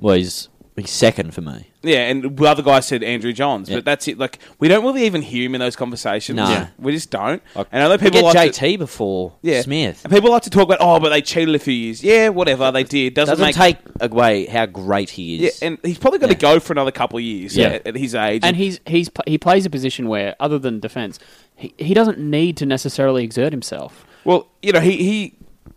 Well, he's, he's second for me. Yeah, and the other guy said Andrew Johns, Yeah. but that's it. Like we don't really even hear him in those conversations. No. Yeah. we just don't. and I know We people get like to- JT before yeah. Smith. And people like to talk about, oh, but they cheated a few years. Yeah, whatever they did doesn't, Doesn't make take away how great he Yeah, is. and he's probably going to Yeah. go for another couple of years. Yeah. Yeah, at, at his age. And he's he's pl- he plays a position where other than defense, he, he doesn't need to necessarily exert himself. well, you know, he he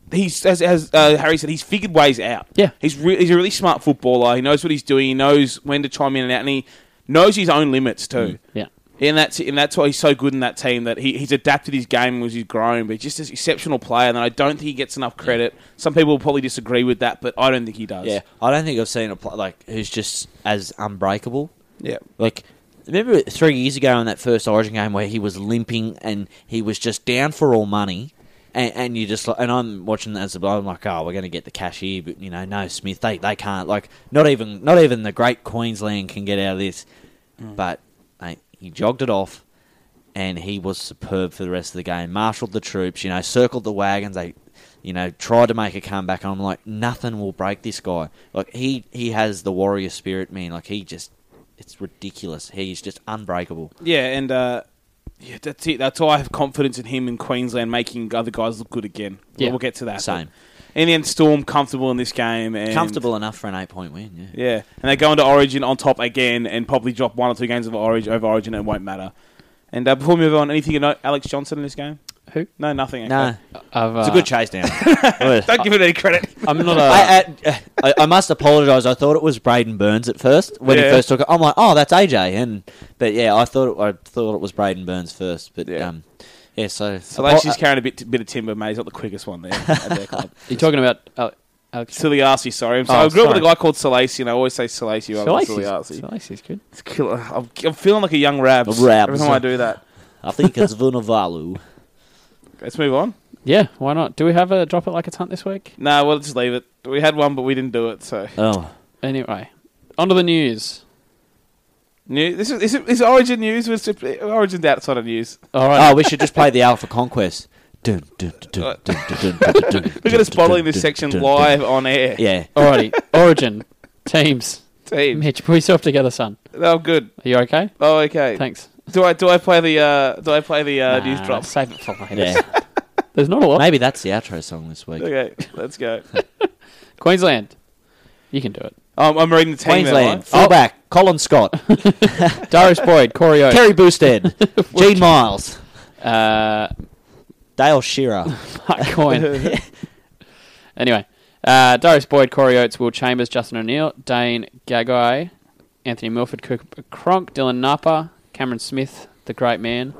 he's as, as uh, Harry said, he's figured ways out. Yeah. he's re- he's a really smart footballer. He knows what he's doing. He knows when to chime in and out, and he knows his own limits too. Mm, Yeah. And that's and that's why he's so good in that team that he, he's adapted his game as he's grown. But he's just an exceptional player, and I don't think he gets enough credit. Some people will probably disagree with that, but I don't think he does. Yeah, I don't think I've seen a player like who's just as unbreakable. yeah. Like, remember three years ago in that first Origin game where he was limping and he was just down for all money, and, and you just like, and I'm watching that as a I'm like, oh, we're going to get the cash here, but you know, no Smith, they they can't. Like, not even not even the great Queensland can get out of this. But mate, he jogged it off, and he was superb for the rest of the game. Marshalled the troops, you know, circled the wagons. They, you know, tried to make a comeback, and I'm like, nothing will break this guy. Like he he has the warrior spirit, man. Like he just, it's ridiculous. He's just unbreakable. Yeah, and uh, yeah, that's it. That's why I have confidence in him in Queensland making other guys look good again. Yeah. We'll get to that. Same. And then Storm comfortable in this game. And, Comfortable enough for an eight point win. Yeah. Yeah, and they go into Origin on top again and probably drop one or two games of Origin over Origin and it won't matter. And uh, before we move on, anything to note Alex Johnson in this game? Who? No, nothing. Okay. No, I've, it's a uh, good chase down. Don't give it any credit. I'm not a. I, I, I, I must apologise. I thought it was Braden Burns at first when he Yeah. first took it. I'm like, oh, that's AJ, and but yeah, I thought it, I thought it was Braden Burns first, but Yeah. um, yeah. So, so Alex uh, is carrying a bit, bit of timber, mate. He's not the quickest one there at their club. you're talking about Ale- Alex. Siliasi, sorry. I'm sorry. Oh, I grew up with a sorry. guy called Salasi, and I always say Salasi rather than Silice's- Siliasi. Silice's good. It's killer. I'm, I'm feeling like a young Rabs, Rabs. every time I do that. I think it's Vunivalu. Let's move on. Yeah, why not? Do we have a drop it like it's hunt this week? No, we'll just leave it. We had one, but we didn't do it. So Oh, Anyway, onto the news. New, this is, is, it, is Origin news. Was Origin's outside of news. All right. oh, we should just play the Alpha Conquest. Dun, dun, dun, dun, dun, dun, dun, dun, Look at us dun, bottling dun, this dun, section dun, live on air. dun. Yeah, Alrighty. Origin teams. Team. Mitch, put yourself together, son. Oh, good. Are you okay? Oh, okay. Thanks. Do I do I play the uh, do I play the uh, news Nah, drop? Save it for later. yeah. There's not a lot. Maybe that's the outro song this week. Okay, let's go. Queensland. You can do it. Um, I'm reading the team. now, Queensland right? fullback Colin Scott, Darius Boyd, Corey Oates, Kerry Boosted, Gene Miles, uh, Dale Shearer. Mark Coyne. anyway, uh, Darius Boyd, Corey Oates, Will Chambers, Justin O'Neill, Dane Gagai, Anthony Milford, Kirk Cronk, Dylan Napa, Cameron Smith, the great man,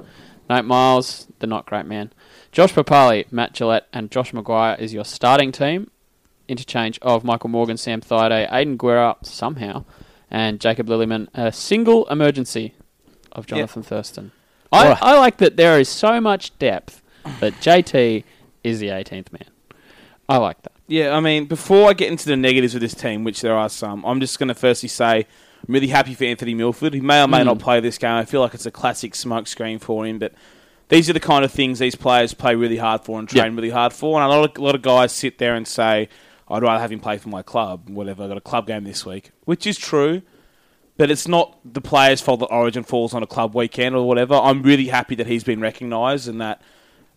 Nate Miles, the not great man, Josh Papali, Matt Gillett, and Josh Maguire is your starting team. Interchange of Michael Morgan, Sam Thaiday, Aiden Guerra, somehow, and Jacob Lilliman. A single emergency of Jonathan Thurston. I, Alright. I like that there is so much depth that JT is the 18th man. I like that. Yeah, I mean, before I get into the negatives of this team, which there are some, I'm just going to firstly say I'm really happy for Anthony Milford. He may or Hmm. may not play this game. I feel like it's a classic smoke screen for him, but these are the kind of things these players play really hard for and train Yeah. really hard for. And a lot, of, a lot of guys sit there and say, I'd rather have him play for my club, whatever. I've got a club game this week, which is true. But it's not the player's fault that Origin falls on a club weekend or whatever. I'm really happy that he's been recognised and that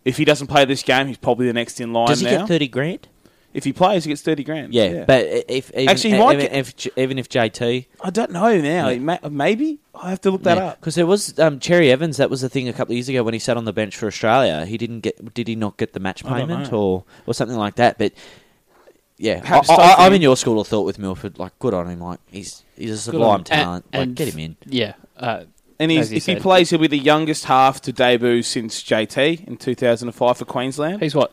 if he doesn't play this game, he's probably the next in line Does he now. get thirty grand? If he plays, he gets thirty grand. Yeah, but i- if even, Actually, e- Mike- even, if, J- even if JT I don't know now. It may- Maybe I have to look that up. because there was um, Cherry Evans. That was the thing a couple of years ago when he sat on the bench for Australia. He didn't get did he not get the match I don't payment know. or or something like that? But yeah, Perhaps I, something- I, I'm in your school of thought with Milford. Like, good on him. Like he's he's a Good on sublime him. talent. And- like, get him in. Yeah. Uh, And As he's, you if he said. plays, he'll be the youngest half to debut since JT in 2005 for Queensland. He's what?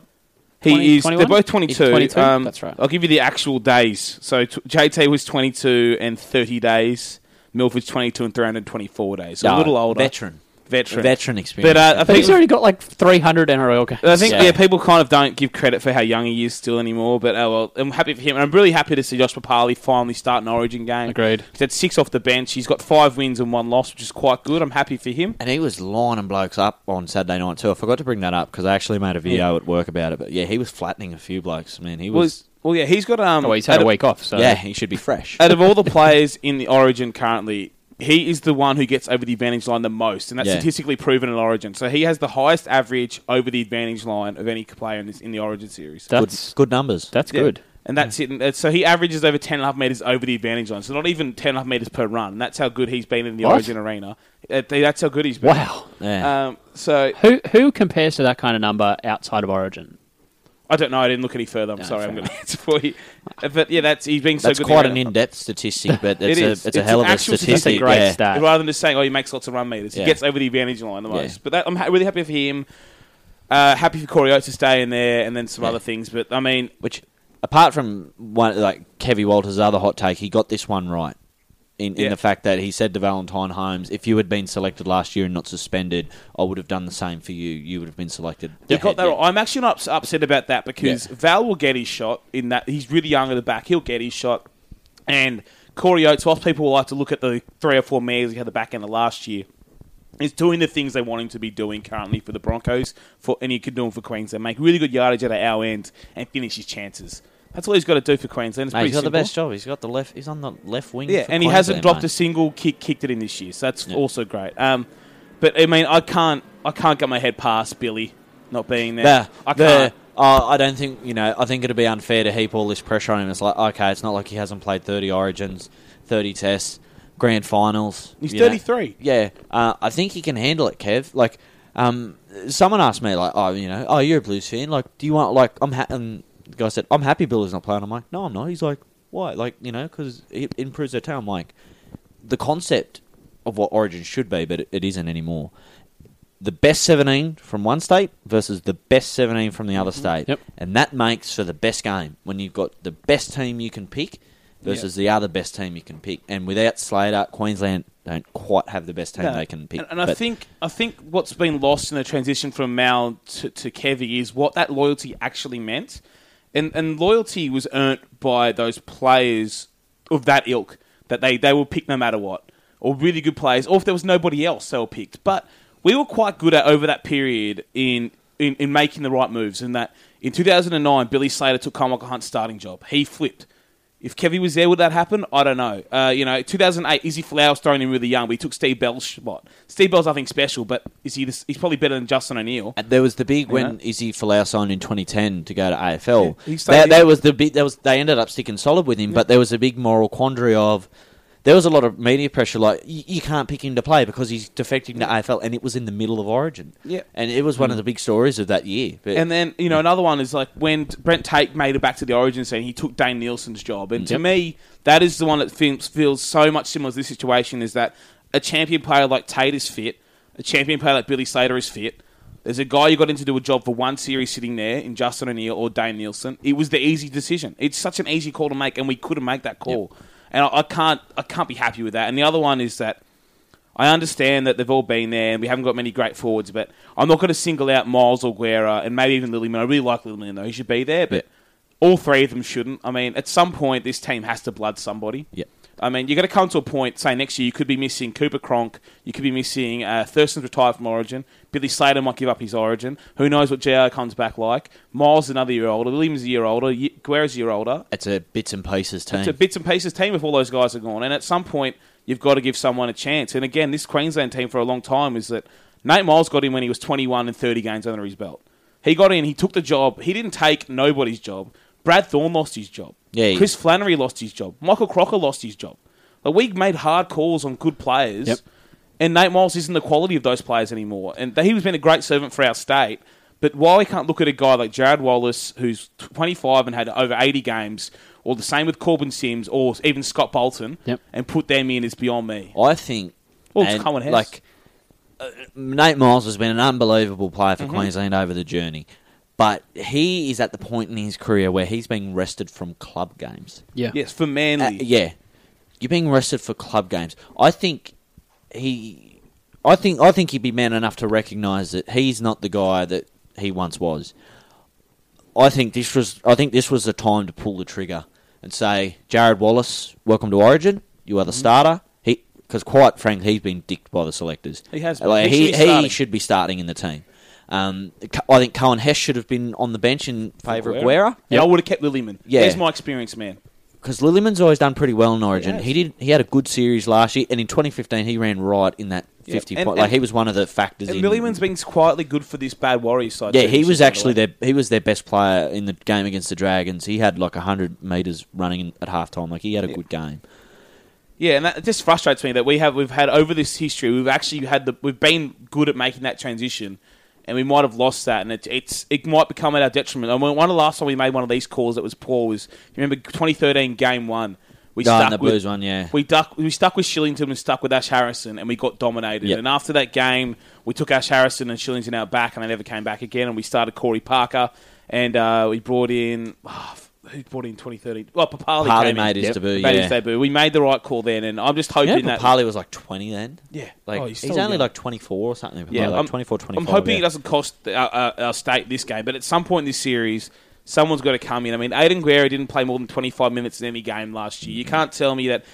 He 20, is. 21? They're both He's 22. 22? That's right. I'll give you the actual days. So t- JT was 22 and 30 days. Milford's 22 and 324 days. So a No, little older. Veteran. Veteran. Veteran But experience. uh, I But think he's already got like 300 NRL games. I think yeah. Yeah. people kind of don't give credit for how young he is still anymore. But oh well, I'm happy for him. And I'm really happy to see Josh Papali finally start an Origin game. Agreed. He's had six off the bench. He's got five wins and one loss, which is quite good. I'm happy for him. and he was lining blokes up on Saturday night too. I forgot to bring that up because I actually made a video at work about it. But yeah, he was flattening a few blokes. Man, he was. Was well, yeah, he's got um. Oh, Well, he's had out a of- week off, so yeah, he should be fresh. Out of all the players in the Origin currently, he is the one who gets over the advantage line the most, and that's Yeah. statistically proven in Origin. So he has the highest average over the advantage line of any player in this in the Origin series. Good, that's good numbers. that's Yeah. good. And that's it. And that's- So he averages over 10.5 metres over the advantage line. So not even 10.5 metres per run. And that's how good he's been in the What? Origin Arena. Uh, they- That's how good he's been. Wow. yeah. Um, so Who who compares to that kind of number outside of Origin? I don't know. I didn't look any further. I'm sorry. fair I'm going to answer for you. Uh, But yeah, that's he's being so that's good. in the quite an arena. in-depth statistic, but it's It a is. it's, a hell an of a actual statistic. That's a great yeah. stat. Rather than just saying, "Oh, he makes lots of run meters," he Yeah. gets over the advantage line the Yeah. most. But that, I'm ha- really happy for him. Uh, happy for Corey Oates to stay in there, and then some Yeah. other things. But I mean, Which, apart from one like Kevy Walters' other hot take, he got this one right. In, in Yeah. the fact that he said to Valentine Holmes, if you had been selected last year and not suspended, I would have done the same for you. You would have been selected. he ahead, got that. yeah. right. I'm actually not ups- upset about that because Val will get his shot in that. He's really young at the back. He'll get his shot, and Corey Oates. Whilst people like to look at the three or four mares he had at the back end of last year. He's doing the things they want him to be doing currently for the Broncos, for and he could do them for Queensland. Make really good yardage at our end and finish his chances. That's all he's got to do for Queensland. It's Mate, pretty he's got the simple. best job. He's got the left. He's on the left wing. Yeah, for and he hasn't Queensland, dropped mate. a single kick kicked it in this year, so that's Yeah. also great. Um, but I mean, I can't, I can't get my head past Billy not being there. The, I the- can't. uh, I don't think you know. I think it'd be unfair to heap all this pressure on him. It's like okay, it's not like he hasn't played thirty Origins, thirty Tests, Grand Finals. He's you know. 33. Yeah, uh, I think he can handle it, Kev. Like, um, someone asked me like, oh, you know, oh, you're a Blues fan. Like, do you want like I'm ha-, and the guy said I'm happy Bill is not playing. I'm like, no, I'm not. He's like, why? Like, you know, because it improves their town. I'm like, the concept of what Origin should be, but it, it isn't anymore the best 17 from one state versus the best 17 from the other Mm-hmm. state. Yep. And that makes for the best game when you've got the best team you can pick versus the other best team you can pick. And without Slater, Queensland don't quite have the best team No. they can pick. And, and I But think I think what's been lost in the transition from Mal to, to Kevy is what that loyalty actually meant, and and loyalty was earned by those players of that ilk that they they will pick no matter what, or really good players, or if there was nobody else they were picked. But we were quite good at over that period in in, in making the right moves. In that in 2009, Billy Slater took Carmichael Hunt's starting job. He flipped. If Kevy was there, would that happen? I don't know. Uh, you know, 2008, Izzy Flowers thrown in really young, but he took Steve Bell's spot. Steve Bell's nothing special, but is he? This, he's probably better than Justin O'Neill. And there was the big when know? Izzy Folau signed in 2010 to go to AFL. Yeah, he stayed that, in. that was the big. That was they ended up sticking solid with him, but there was a big moral quandary of. There was a lot of media pressure, like you, you can't pick him to play because he's defecting to AFL, and it was in the middle of Origin. Yeah. Hmm. and it was one of the big stories of that year. But And then you know another one is like when Brent Tate made it back to the Origin scene, he took Dane Nielsen's job, and to Yep. me that is the one that feels, feels so much similar to this situation. Is that a champion player like Tate is fit, a champion player like Billy Slater is fit. There's a guy you got into do a job for one series sitting there in Justin O'Neill or Dane Nielsen. It was the easy decision. It's such an easy call to make, and we couldn't make that call. And I, I can't, I can't be happy with that. And the other one is that I understand that they've all been there and we haven't got many great forwards, but I'm not going to single out Miles or Guerra and maybe even Lilliman. I really like Lilliman, though. He should be there, but all three of them shouldn't. I mean, at some point, this team has to blood somebody. Yeah. I mean, you're going to come to a point, say, next year you could be missing Cooper Cronk, you could be missing uh, Thurston's retired from Origin, Billy Slater might give up his Origin, who knows what JR comes back like, Miles is another year older, Lilliman's a year older, Ye- Guerra's a year older, it's a bits and pieces team. it's a bits and pieces team if all those guys are gone. And at some point, you've got to give someone a chance. And again, this Queensland team for a long time is that Nate Miles got in when he was 21 and 30 games under his belt. He got in, he took the job. He didn't take nobody's job. Brad Thorne lost his job. Yeah, he- Chris Flannery lost his job. Michael Crocker lost his job. But we made hard calls on good players. Yep. And Nate Miles isn't the quality of those players anymore. And he has been a great servant for our state. But why we can't look at a guy like Jared Wallace, who's 25 and had over 80 games, or the same with Corbin Sims, or even Scott Bolton, Yep. and put them in is beyond me. I think Well, it's And, Cohen Hess. Like uh, Nate Miles has been an unbelievable player Mm-hmm. for Queensland over the journey, but he is at the point in his career where he's being rested from club games. Yeah. yes, for Manly. Uh, yeah, you're being arrested for club games. I think he, I think I think he'd be man enough to recognise that he's not the guy that he once was. I think this was I think this was the time to pull the trigger and say, Jared Wallace, welcome to Origin. You are Mm-hmm. the starter. He because quite frankly, he's been dicked by the selectors. He has been. Like, He he should be he starting. should be starting in the team. Um, I think Cohen Hess should have been on the bench in favour of Guerra. Yeah, I would have kept Lillyman. Yeah. There's my experience, man. because Lilliman's always done pretty well in Origin. He has. He, did. He had a good series last year, and in 2015 he ran right in that Yeah, 50 and- point. Like and- he was one of the factors. And in, Lillyman's been quietly good for this bad Warriors side. Yeah, too, he which was is another actually way. their he was their best player in the game against the Dragons. He had like 100 meters running in, at halftime. Like he had a good game. Yeah, and that just frustrates me that we have we've had over this history we've actually had the we've been good at making that transition, and we might have lost that, and it, it's it might become at our detriment. And when- one of the last time we made one of these calls that was poor was you remember 2013 game one. We Oh, and stuck the with- Blues one, yeah. We duck, we stuck with Shillington and stuck with Ash Harrison, and we got dominated. Yep. And after that game, we took Ash Harrison and Shillington out back, and they never came back again. And we started Corey Parker, and uh, we brought in ah, who brought in 2013? Well, Papali Papali came in. made his debut, Made his yeah. debut. We made the right call then, and I'm just You hoping know, that Papali was like 20 then. Yeah. like Oh, he's he's, still only young. like 24 or something. Papali, I'm- like 24, 25. I'm hoping yeah. it doesn't cost our, our, our state this game, but at some point in this series, someone's got to come in. I mean, Aiden Guerra didn't play more than 25 minutes in any game last year. You Mm-hmm. can't tell me that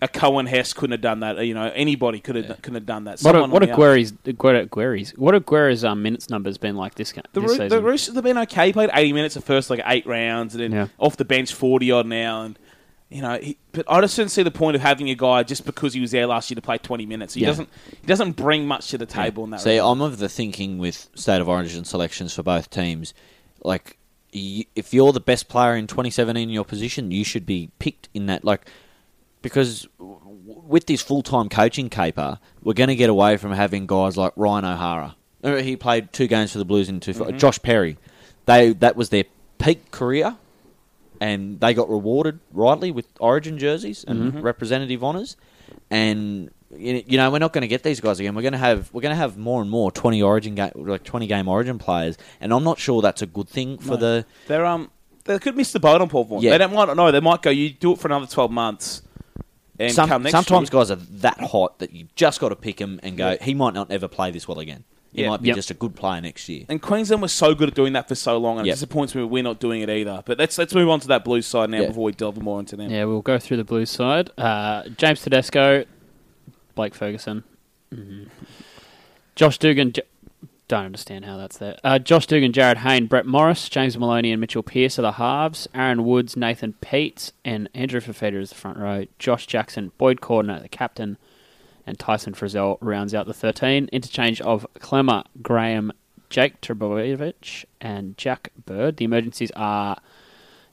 a Cohen Hess couldn't have done that. or, You know, anybody could have couldn't have done that. What a, Someone what on a the up- Guerre's, Guerre, Guerre's, what a Guerre's um, minutes numbers been like this, ga- The, this Roo- the season? Roosters have been okay. Played 80 minutes the first like eight rounds, and then Yeah. off the bench 40 odd now. And you know, he, but I just didn't see the point of having a guy just because he was there last year to play 20 minutes. He Yeah. doesn't he doesn't bring much to the table in that. See, regard. I'm of the thinking with state of origin selections for both teams, like y- if you're the best player in 2017 in your position, you should be picked in that. Like because w- w- with this full time coaching caper, we're going to get away from having guys like Ryan O'Hara. Remember, he played two games for the Blues in two. Mm-hmm. Josh Perry, they that was their peak career, and they got rewarded rightly with Origin jerseys and Mm-hmm. representative honours. And y- you know, we're not going to get these guys again. We're going to have we're going to have more and more twenty Origin game like twenty game Origin players, and I'm not sure that's a good thing for the. They're um they could miss the boat on Paul Vaughan. Yeah. They don't might no, they might go, you do it for another twelve months and Some, come next sometimes year. guys are that hot that you just got to pick him and go. He might not ever play this well again. He Yeah. might be Yep. just a good player next year. and Queensland was so good at doing that for so long, and it Yep. disappoints me we're not doing it either. But let's let's move on to that blue side now Yeah. before we delve more into them. Yeah, we'll go through the blue side. Uh, James Tedesco, Blake Ferguson, Mhm. Josh Dugan. J- don't understand how that's there. Uh, Josh Dugan, Jared Hayne, Brett Morris, James Maloney, and Mitchell Pearce are the halves. Aaron Woods, Nathan Peets, and Andrew Fafita is the front row. Josh Jackson, Boyd Cordner, the captain, and Tyson Frizzell rounds out the 13. Interchange of Clemmer, Graham, Jake Trebojevic, and Jack Bird. The emergencies are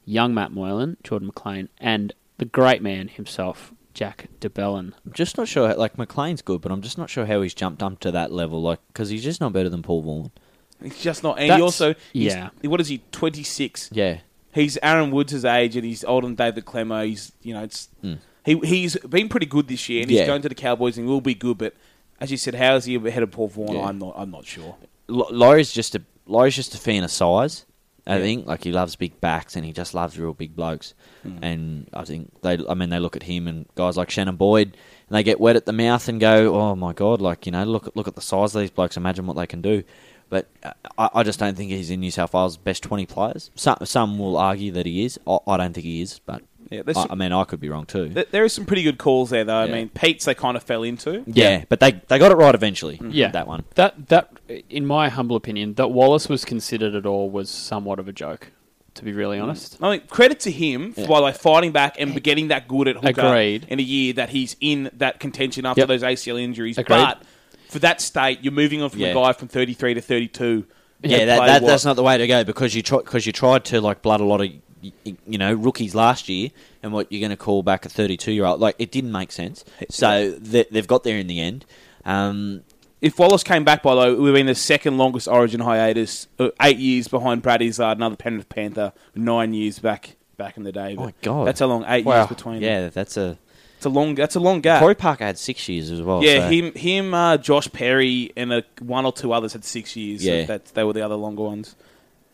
young Matt Moylan, Jordan McLean, and the great man himself, Jack DeBellin. I'm just not sure. Like McLean's good, but I'm just not sure how he's jumped up to that level. Like because he's just not better than Paul Vaughan. It's just not and he That's- also he's, yeah. what is he, twenty six. Yeah, He's Aaron Woods' age and he's older than David Clemmer. He's you know, it's he he's been pretty good this year and he's Hmm. Yeah. going to the Cowboys and will be good, but as you said, how is he ahead of Paul Vaughan? Yeah. I'm not I'm not sure. L- Laurie's just a Laurie's just a fan of size. I think like he loves big backs and he just loves real big blokes. And I think they, I mean, they look at him and guys like Shannon Boyd, and they get wet at the mouth and go, "Oh my god!" Like you know, look at look at the size of these blokes. Imagine what they can do. But uh, I, I just don't think he's in New South Wales' best twenty players. Some some will argue that he is. I, I don't think he is, but Yeah, there's I, some- I mean, I could be wrong too. There, there are some pretty good calls there though. I Yeah. mean Pete's they kind of fell into. yeah, but they they got it right eventually. Yeah, that one. That that, in my humble opinion, that Wallace was considered at all was somewhat of a joke. To be really honest, I mean, credit to him for by like fighting back and getting that good at hooker Agreed. in a year that he's in that contention after Yep. those ACL injuries. Agreed. But for that state, you're moving on from a Yeah. guy from 33 to 32. that Yeah, that, played that, what? that's not the way to go because you try, cause you tried to like blood a lot of y- y- you know rookies last year, and what you're going to call back a 32 year old like it didn't make sense. So they, they've got there in the end. Um, If Wallace came back by though, we've been the second longest Origin hiatus, uh, eight years behind Brad Izzard, another Penrith Panther, nine years back back in the day. But Oh my God. that's how long eight Wow. years between. them. yeah, that's a It's a long. That's a long gap. Corey Parker had six years as well. yeah, so- him, him, uh, Josh Perry, and a, one or two others had six years. so Yeah. that they were the other longer ones.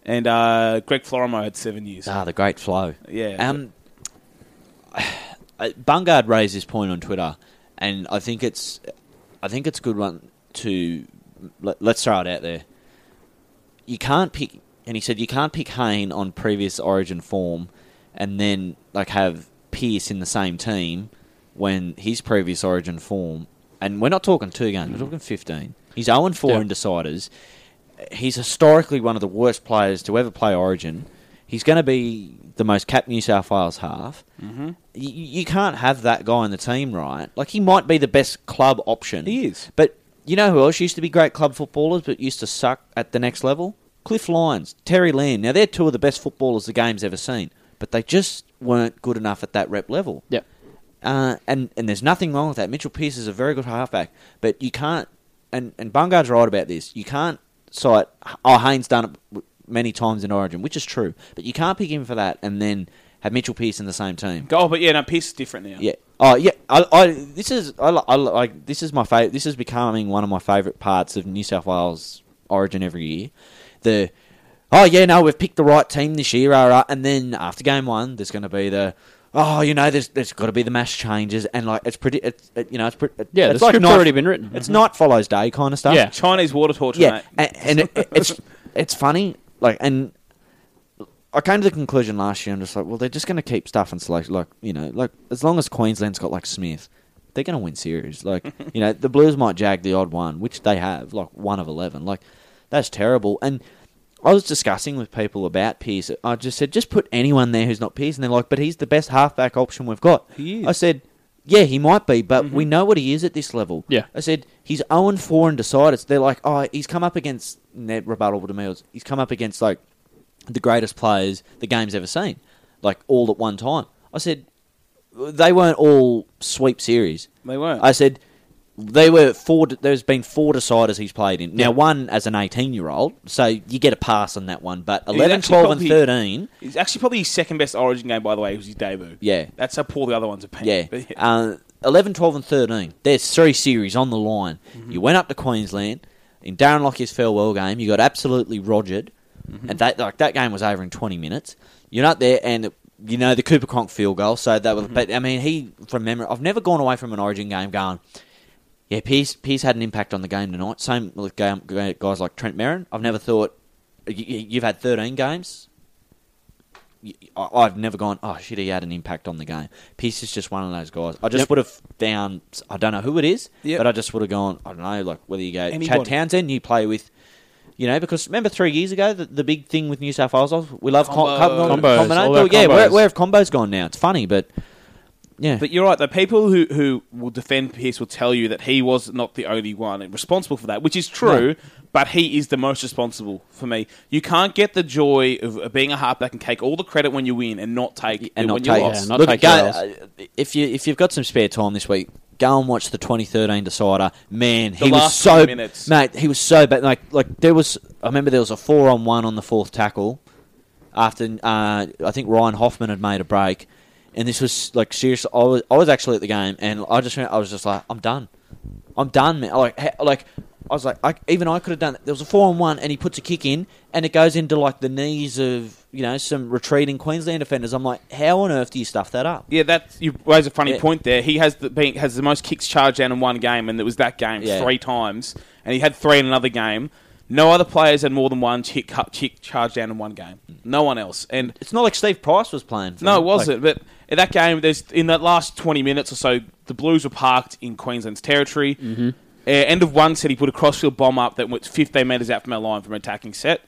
And uh, Greg Florimo had seven years. Ah, the great flow. Yeah. Um, uh, Bungard raised this point on Twitter, and I think it's, I think it's a good one to let, let's throw it out there. You can't pick, and he said you can't pick Hayne on previous Origin form, and then like have Pierce in the same team when his previous Origin form, and we're not talking two games, we're talking fifteen. He's zero and four Yeah. in deciders. He's historically one of the worst players to ever play Origin. He's going to be the most capped New South Wales half. Mm-hmm. You, you can't have that guy on the team, right? Like he might be the best club option. He is. But you know who else used to be great club footballers but used to suck at the next level? Cliff Lyons, Terry Land. Now they're two of the best footballers the game's ever seen, but they just weren't good enough at that rep level. Yep. Uh, and and there's nothing wrong with that. Mitchell Pearce is a very good halfback, but you can't. And and Bungard's right about this. You can't cite. Oh, Haynes done it w- many times in Origin, which is true, but you can't pick him for that and then have Mitchell Pearce in the same team. oh, but yeah, no, Pierce is different now. Yeah. Oh yeah. I, I this is I, li- I li- like this is my favorite. This is becoming one of my favorite parts of New South Wales Origin every year. The oh yeah no we've picked the right team this year all right. and then after game one there's going to be the oh you know there's there's got to be the mass changes and like it's pretty it's it, you know it's pretty Yeah, the it's like script's night- already been written. It's night follows day kind of stuff. Yeah. Chinese water torture, Yeah, mate. and, and it, it's it's funny. Like, and I came to the conclusion last year. I'm just like, well, they're just going to keep stuff and select. Like, you know, like as long as Queensland's got like Smith, they're going to win series. Like, you know, the Blues might jag the odd one, which they have, like one of eleven. Like, that's terrible. And I was discussing with people about Pearce. I just said, just put anyone there who's not Pearce, and they're like, but he's the best halfback option we've got. He is. I said. Yeah, he might be, but we Mm-hmm. know what he is at this level. Yeah. I said he's 0 4 in deciders. They're like, oh, he's come up against and their rebuttal to me. was, He's come up against like the greatest players the game's ever seen, like all at one time. I said they weren't all sweep series. They weren't. I said they were four. There's been four deciders he's played in. Now one as an 18 year old, so you get a pass on that one. But 11, actually 12, and probably- 13. It's actually probably his second best Origin game, by the way. It was his debut. Yeah. That's how poor the other ones have been. Yeah. But yeah. Uh, 11, 12, and 13. There's three series on the line. You went up to Queensland in Darren Lockyer's farewell game. You got absolutely rogered. And that, like, that game was over in 20 minutes. You're not there, and you know the Cooper Cronk field goal. So that was, but I mean, he, from memory, I've never gone away from an Origin game going, yeah, Pierce, Pierce had an impact on the game tonight. Same with game, guys like Trent Merrin. I've never thought, you- you- you've had 13 games y- I- I've never gone, oh shit, he had an impact on the game. Pierce is just one of those guys. I just Yep. would have found, I don't know who it is, Yep. but I just would have gone, I don't know, like whether you go Anybody. Chad Townsend, you play with, you know, because remember three years ago, the, the big thing with New South Wales, was we love com- Combos. com- Combos, all combinate. our Well, yeah, where, combos. where have combos gone now? It's funny, but yeah. But you're right. The people who, who will defend Pierce will tell you that he was not the only one responsible for that, which is true. But he is the most responsible for me. You can't get the joy of of being a halfback and take all the credit when you win and not take it and not when you take, lost. Yeah, not look, take go- your L's. uh, if you if you've got some spare time this week, go and watch the 2013 decider. Man, The he was last so 20 minutes. mate. He was so bad. Like like there was. I remember there was a four on one on the fourth tackle after uh, I think Ryan Hoffman had made a break, and this was like seriously. I was I was actually at the game, and I just I was just like, I'm done. I'm done, man. Like, he- like I was like, I, even I could have done. It. There was a four on one, and he puts a kick in, and it goes into like the knees of you know some retreating Queensland defenders. I'm like, how on earth do you stuff that up? Yeah, that's you raise a funny Yeah. point there. He has the being, has the most kicks charged down in one game, and it was that game Yeah. three times, and he had three in another game. No other players had more than one kick, cu- kick charge down in one game. Mm. No one else, and It's not like Steve Price was playing. For no, them. it wasn't. but in that game, there's in that last twenty minutes or so, the Blues were parked in Queensland's territory. Mm-hmm. Uh, end of one set, he put a crossfield bomb up that went fifteen metres out from our line from an attacking set.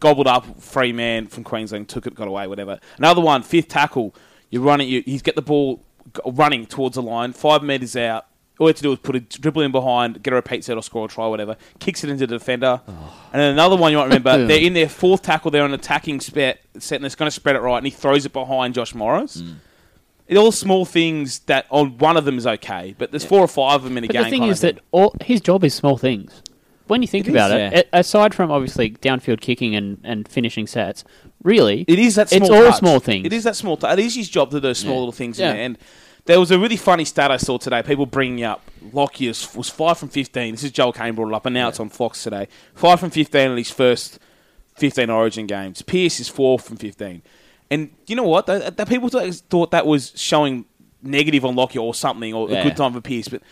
Gobbled up, free man from Queensland took it, got away, whatever. Another one, fifth tackle. You're running. You, he's got the ball g- running towards the line, five metres out. All you have to do is put a dribble in behind, get a repeat set or score a try, whatever. Kicks it into the defender. And then another one you might remember, they're in their fourth tackle, they're on an attacking spe- set, and it's going to spread it right, and he throws it behind Josh Morris. Mm. It all small things that on one of them is okay, but there's four or five of them in a But game. the thing kind is of that all his job is small things. When you think It about is, it, yeah. a- aside from obviously downfield kicking and, and finishing sets, really, it is that small it's all touch. small things. It is that small. T- it is his job to do those small little things. Yeah. In there. And There was a really funny stat I saw today. People bringing up Lockyer's was five from fifteen. This is Joel Kane brought it up, and now it's on Fox today. Five from fifteen in his first fifteen Origin games. Pierce is four from fifteen, and you know what? The, the people thought- thought that was showing negative on Lockyer or something, or Yeah. a good time for Pierce, but.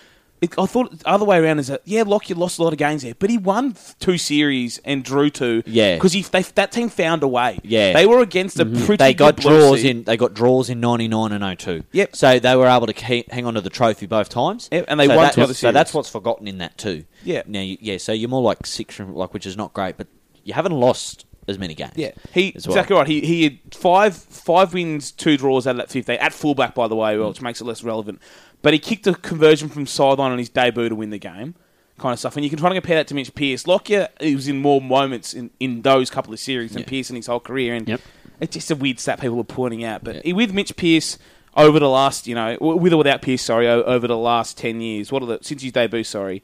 It, I thought the other way around is that yeah, Lockyer lost a lot of games there, but he won f- two series and drew two. Yeah. because they that team found a way. Yeah. Mm-hmm. they were against a pretty. they got good draws Blues in. They got draws in ninety nine and 02. Yep. So they were able to keep, hang on to the trophy both times. Yep, and they so won that- two other So that's series. what's forgotten in that too. Yeah. Now, you, yeah. So you're more like six from like, which is not great, but you haven't lost as many games. Yeah, he as well. exactly right. He he had five five wins, two draws out of that fifteen at fullback, by the way, which makes it less relevant. But he kicked a conversion from sideline on his debut to win the game, kind of stuff. And you can try to compare that to Mitch Pearce. Lockyer, he was in more moments in, in those couple of series than Pearce in his whole career, and Yep. it's just a weird stat people are pointing out. But he with Mitch Pearce over the last, you know, w- with or without Pearce, sorry, o- over the last ten years, what are the since his debut, sorry.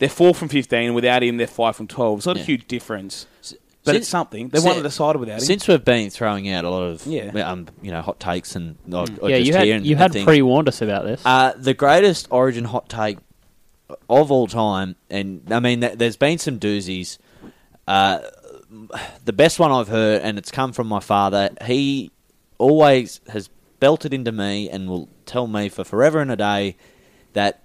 They're four from fifteen. Without him, they're five from twelve. It's not a Yeah. huge difference, but Sin- it's something. They sin- wanted a side without him. Since we've been throwing out a lot of Yeah. Mm. um, you know hot takes and or, or yeah, just you had here and you and had things. pre warned us about this. Uh, the greatest Origin hot take of all time, and I mean, th- there's been some doozies. Uh, the best one I've heard, and it's come from my father. He always has belted into me and will tell me for forever and a day that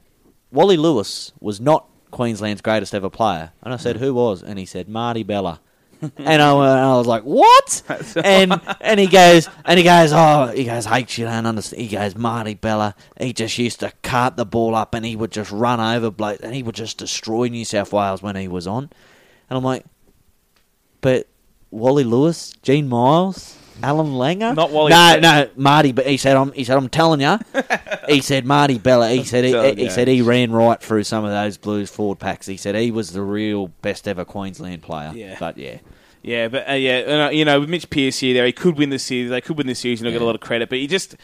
Wally Lewis was not Queensland's greatest ever player. And I said, who was? And he said, Marty Bella. and I, went- I was like, "What?" And and he goes, and he goes, "Oh, he goes, H, you don't understand." He goes, "Marty Bella, he just used to cart the ball up, and he would just run over blokes, and he would just destroy New South Wales when he was on." And I'm like, but Wally Lewis, Gene Miles, Alan Langer, Not Wally- No, no, Marty. But he said, "I'm." He said, "I'm telling you." he said, "Marty Bella." He said, telling he, he ya. said he ran right through some of those Blues forward packs." He said he was the real best ever Queensland player. Yeah. but yeah, Yeah, but uh, yeah, and, uh, you know, with Mitch Pearce here, there he could win the series. They could win the series, and he'll get a lot of credit. But you just,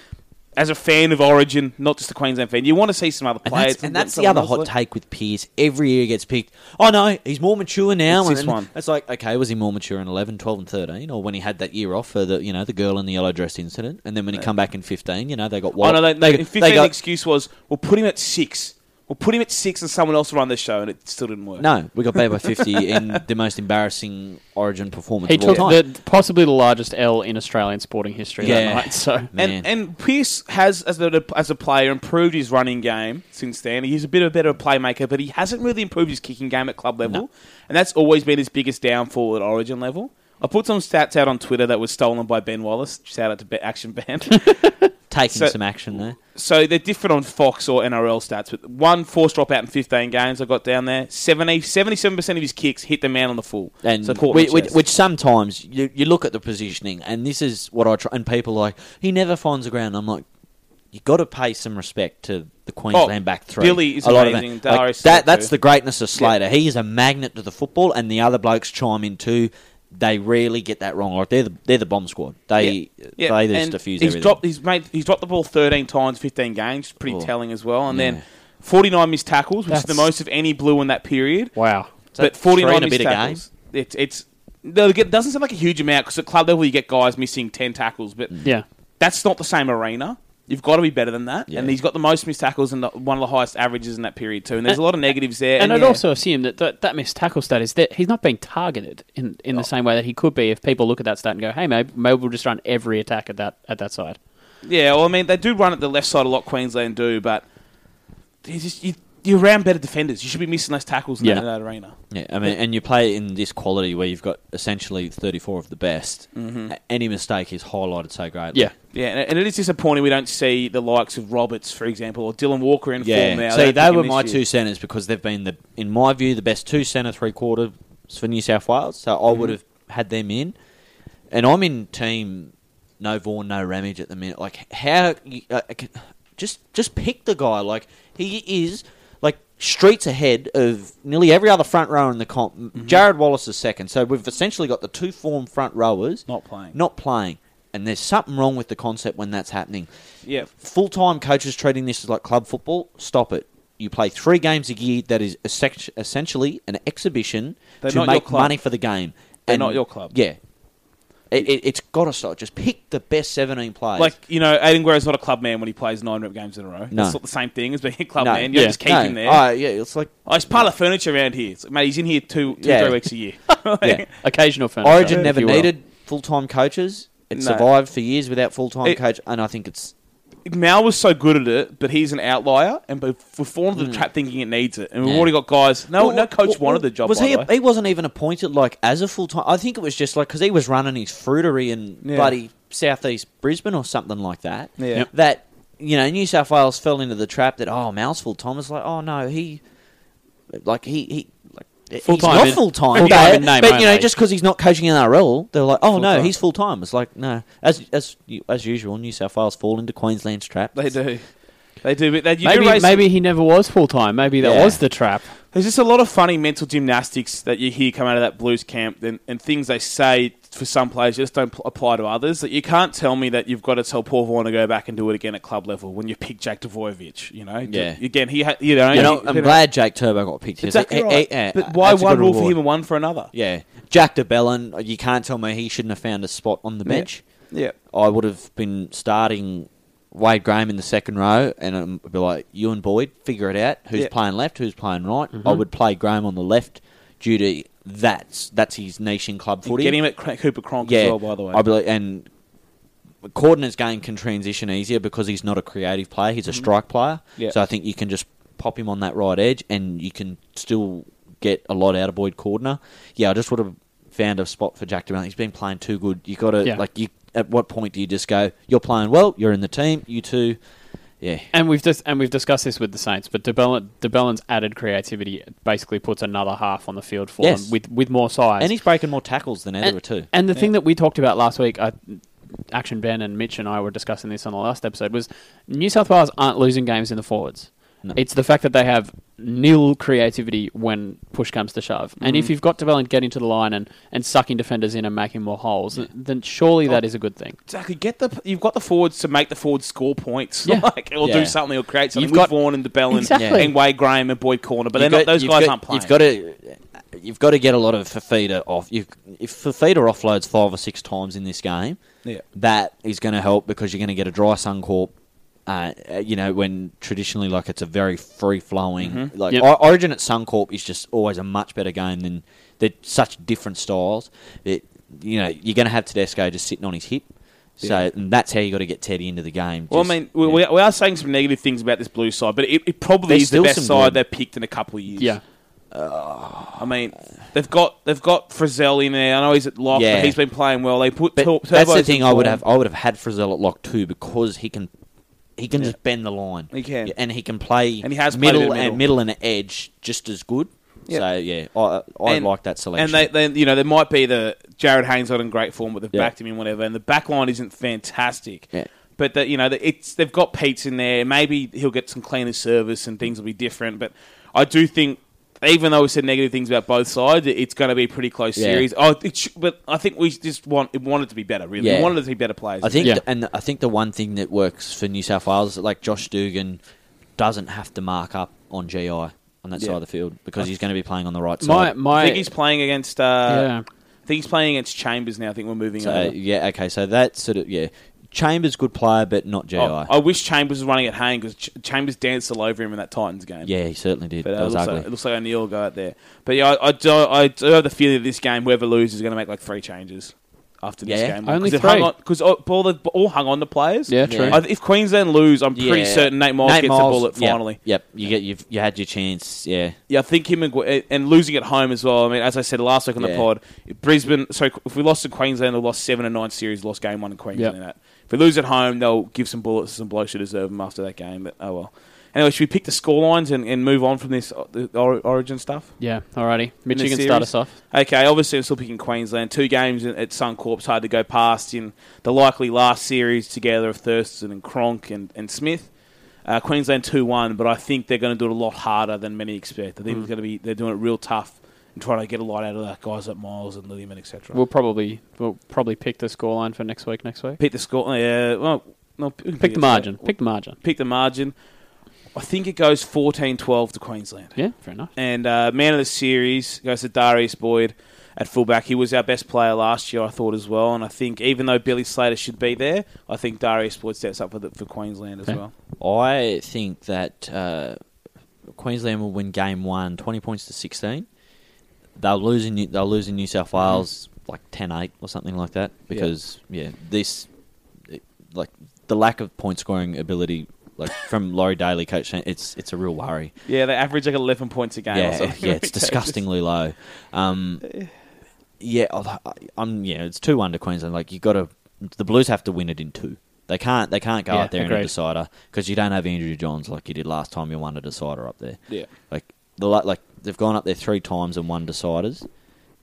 as a fan of Origin, not just a Queensland fan, you want to see some other And players. that's, and that's the other hot take with Pierce. Every year he gets picked. Oh no, he's more mature now. It's and this one. It's like okay, was he more mature in 11, 12 and thirteen, or when he had that year off for the you know the girl in the yellow dress incident, and then when he come back in fifteen, you know they got Oh, walloped. no, they, they, in they 15, the got excuse was, we'll put him at six. We'll put him at six, and someone else will run the show, and it still didn't work. no, we got beat by fifty in the most embarrassing Origin performance. he of all took time. the possibly the largest L in Australian sporting history Yeah. that night. So Man. And, and Pierce has, as a, as a player, improved his running game since then. He's a bit of a better playmaker, but he hasn't really improved his kicking game at club level. And that's always been his biggest downfall at origin level. I put some stats out on Twitter that was stolen by Ben Wallace. Shout out to Be- Action Band. Taking so- some action there. so they're different on Fox or NRL stats, but one forced dropout in 15 games I got down there. 70, 77% of his kicks hit the man on the full. and So caught in which, the which, chest. which sometimes you, you look at the positioning, and this is what I try. And people are like he never finds the ground. I'm like, you got to pay some respect to the Queensland back three. Oh, Billy is a lot amazing, of that. Like, Darius that Slay that's too. the greatness of Slater. He is a magnet to the football, and the other blokes chime in too. They rarely get that wrong. Like they're the, they're the bomb squad. They they just and diffuse he's everything. Dropped, he's made he's dropped the ball thirteen times, fifteen games, pretty Oh. telling as well. And Yeah. then forty nine missed tackles, which is the That's- most of any blue in that period. wow, But that forty three nine and a missed bit a game? tackles. It's it's no, it doesn't sound like a huge amount because at club level you get guys missing ten tackles, but Mm. yeah, that's not the same arena. You've got to be better than that. Yeah. And he's got the most missed tackles and the, one of the highest averages in that period too. And there's a lot of negatives there. and I'd yeah. also assume that, that that missed tackle stat is that he's not being targeted in, in the Oh. same way that he could be if people look at that stat and go, "Hey, maybe, maybe we'll just run every attack at that at that side." Yeah, well, I mean, they do run at the left side a lot. Queensland do, but it's just, you, you're around better defenders. You should be missing less tackles in, Yeah. that, in that arena. Yeah, I mean, and you play in this quality where you've got essentially 34 of the best. A- Any mistake is highlighted so greatly. Yeah, Mm-hmm. Yeah, and, and it is disappointing we don't see the likes of Roberts, for example, or Dylan Walker in form now. See, They they haven't were been my this two year. centres because they've been the, in my view, the best two centre three quarters for New South Wales. So Mm-hmm. I would have had them in, and I'm in team no Vaughan, no Ramage at the minute. Like how? you- Uh, I can- just just pick the guy. Like he is like streets ahead of nearly every other front rower in the comp. Mm-hmm. Jared Wallace is second, so we've essentially got the two form front rowers Not playing. not playing. And there's something wrong with the concept when that's happening Yeah. full time coaches treating this as like club football, stop it. You play three games a year that is essec- essentially an exhibition They're to not your make club. money for the game. They're not your club. Yeah. It, it, it's got to stop. Just pick the best 17 players. Like, you know, Aiden Guerrero's not a club man when he plays nine rep games in a row. No. It's not the same thing as being a club No. man. You Yeah. just keep No, him there. I- yeah, it's like oh, it's pile of furniture around here. It's like, mate, he's in here two, two, three Yeah. weeks a year. yeah. Occasional furniture. Origin if never you will. needed full time coaches. It No. survived for years without full time It- coach, and I think it's Mal was so good at it, but he's an outlier, and we've we've fallen into the trap thinking it needs it. And we've Hmm. Yeah. already got guys. No, Well, no coach well, wanted the job. Was by he? the way. He wasn't even appointed like as a full time. I think it was just like because he was running his fruitery in Yeah. bloody southeast Brisbane or something like that. Yeah. Yep. That you know, New South Wales fell into the trap that oh, Mal's full time. It's like oh no, he like he he. like Full-time he's in- not full time, full-time but, in name but, you know, only. just because he's not coaching NRL, they're like, "Oh no, Full-time. he's full time." It's like, no, as as as usual, New South Wales fall into Queensland's trap. They do. They do. But they, you do Maybe raise- maybe he never was full time. Maybe that Yeah. was the trap. There's just a lot of funny mental gymnastics that you hear come out of that Blues camp and, and things they say for some players just don't pl- apply to others. That you can't tell me that you've got to tell Paul Vaughan to go back and do it again at club level when you pick Jack Dvojevic, you know? Yeah. Again, he, ha- you know... You know, he- I'm you know, glad Jake Turbo got picked. here. Exactly He- he- right. yeah, but why eh, that's a one good rule for reward. him and one for another? Yeah, Jack DeBellin. You can't tell me he shouldn't have found a spot on the bench. Yeah. I would have been starting Wade Graham in the second row, and I'd be like, you and Boyd figure it out. Who's Yeah. Mm-hmm. playing left? Who's playing right? I would play Graham on the left due to that's that's his niche in club footy. Get him at Cra- Cooper Cronk yeah, as well, by the way. I believe, and Cordner's game can transition easier because he's not a creative player; he's a strike player. Mm-hmm. Yeah. So I think you can just pop him on that right edge, and you can still get a lot out of Boyd Cordner. Yeah, I just would have found a spot for Jack DeMello. He's been playing too good. You got to Yeah. like you. At what point do you just go? You're playing well. You're in the team. You two. Yeah. And we've just and we've discussed this with the Saints, but DeBellin, DeBellin's added creativity basically puts another half on the field for Yes. them with with more size. And he's breaking more tackles than either and, of two. and the thing that we talked about last week, I, Action Ben and Mitch and I were discussing this on the last episode, was New South Wales aren't losing games in the forwards. No. It's the fact that they have nil creativity when push comes to shove. And if you've got DeBellin getting to the line and, and sucking defenders in and making more holes, th- then Oh. surely that is a good thing. Exactly. Get the you've got the forwards to make the forwards score points, Yeah. like or Yeah. do something or create something. You've with got- Vaughan and DeBellin Exactly. and Wade Graham and Boyd Corner, but You've they're not. got- Those you've guys got- aren't playing. You've got to, you've got to get a lot of Fafita off. You've, if Fafita offloads five or six times in this game, Yeah. that is going to help because you're going to get a dry Suncorp. Uh, uh, you know, when traditionally, like it's a very free flowing, Mm-hmm. like Yep. O- Origin at Suncorp is just always a much better game than they're such different styles. It, you know, you're going to have Tedesco just sitting on his hip, so and that's how you got to get Teddy into the game. Well, I Just- mean, we, we- we are saying some negative things about this blue side, but it, it probably There's is the still best some side good- they've picked in a couple of years. Yeah. I mean, they've got they've got Frizzell in there. I know he's at lock, Yeah. but he's been playing well. They put But Tur- that's Turbo's the in thing I would form. have. I would have had Frizzell at lock two because he can, he can just bend the line. He can. Yeah, and he can play. And he has played it middle, in and middle and edge just as good. Yeah. So yeah, I I And- like that selection. And they, they, you know, there might be the Jared Haynes not in great form, but they've Yeah. backed him in whatever. And the back line isn't fantastic. Yeah. But that you know, that it's they've got Pete's in there. Maybe he'll get some cleaner service and things will be different. But I do think, even though we said negative things about both sides, it- it's going to be a pretty close Yeah. series. Oh, it sh- but I think we just want it wanted to be better. Really, Yeah. we wanted it to be better players. I think, Yeah. th- and I think the one thing that works for New South Wales is that, like Josh Dugan doesn't have to mark up on GI on that Yeah. Uh, side of the field because he's going to be playing on the right My side. I my think he's playing against. Uh, yeah. I think he's playing against Chambers now. I think we're moving so over. yeah, okay, so that sort of yeah, Chambers good player, but not GI. Oh, I wish Chambers was running at Hayne because Ch- Chambers danced all over him in that Titans game. yeah, he certainly did. But uh, that it, was looks ugly. like, it looks like O'Neill will go out there. But yeah, I, I, do, I do have the feeling that this game, whoever loses, is going to make like three changes after this Yeah. game. Only three. Because all, they've all hung on to players. Yeah, true. I, if Queensland lose, I'm pretty Yeah. certain Nate Miles gets the bullet yep, finally. Yep, you get you've you had your chance. Yeah, Yeah, I think him and, Gw- and losing at home as well. I mean, as I said last week on the Yeah. pod, if Brisbane. So if we lost to Queensland, they lost seven and nine series, lost game one in Queensland. Yep. and That if we lose at home, they'll give some bullets to some blokes who deserve them after that game. But oh well. Anyway, should we pick the score lines and, and move on from this uh, the or- origin stuff? Yeah. Alrighty. Mitch, In you the can start series. us off. Okay, obviously I'm still picking Queensland. Two games in- at Suncorp's hard to go past in the likely last series together of Thurston and Cronk and, and Smith. Uh, Queensland two one, but I think they're going to do it a lot harder than many expect. I think Mm. it's going to be they're doing it real tough and trying to get a lot out of that guys like Miles and Lilliman etc. We'll probably we'll probably pick the scoreline for next week. Next week. pick the score. Yeah, well, no, we can Pick the it. margin. Pick the margin. Pick the margin. I think it goes 14-12 to Queensland. Yeah. Fair enough. And uh, man of the series goes to Darius Boyd. at fullback. He was our best player last year, I thought as well. And I think even though Billy Slater should be there, I think Darius Boyd steps up for, the, for Queensland as Okay. well. I think that uh, Queensland will win game one, 20 points to 16. They'll lose in New, they'll lose in New South Wales Mm-hmm. like 10-8 or something like that because yeah, this it- like the lack of point scoring ability like from Laurie Daly coach it's it's a real worry. Yeah, they average like 11 points a game. or Yeah, something. yeah, it's disgustingly low. Um, yeah, I'll- I'm. Yeah, it's two one to Queensland. Like you got to, the Blues have to win it in two. They can't. They can't go Yeah, out there in agreed. a decider because you don't have Andrew Johns like you did last time. You won a decider up there. Yeah. Like the li- like they've gone up there three times and won deciders,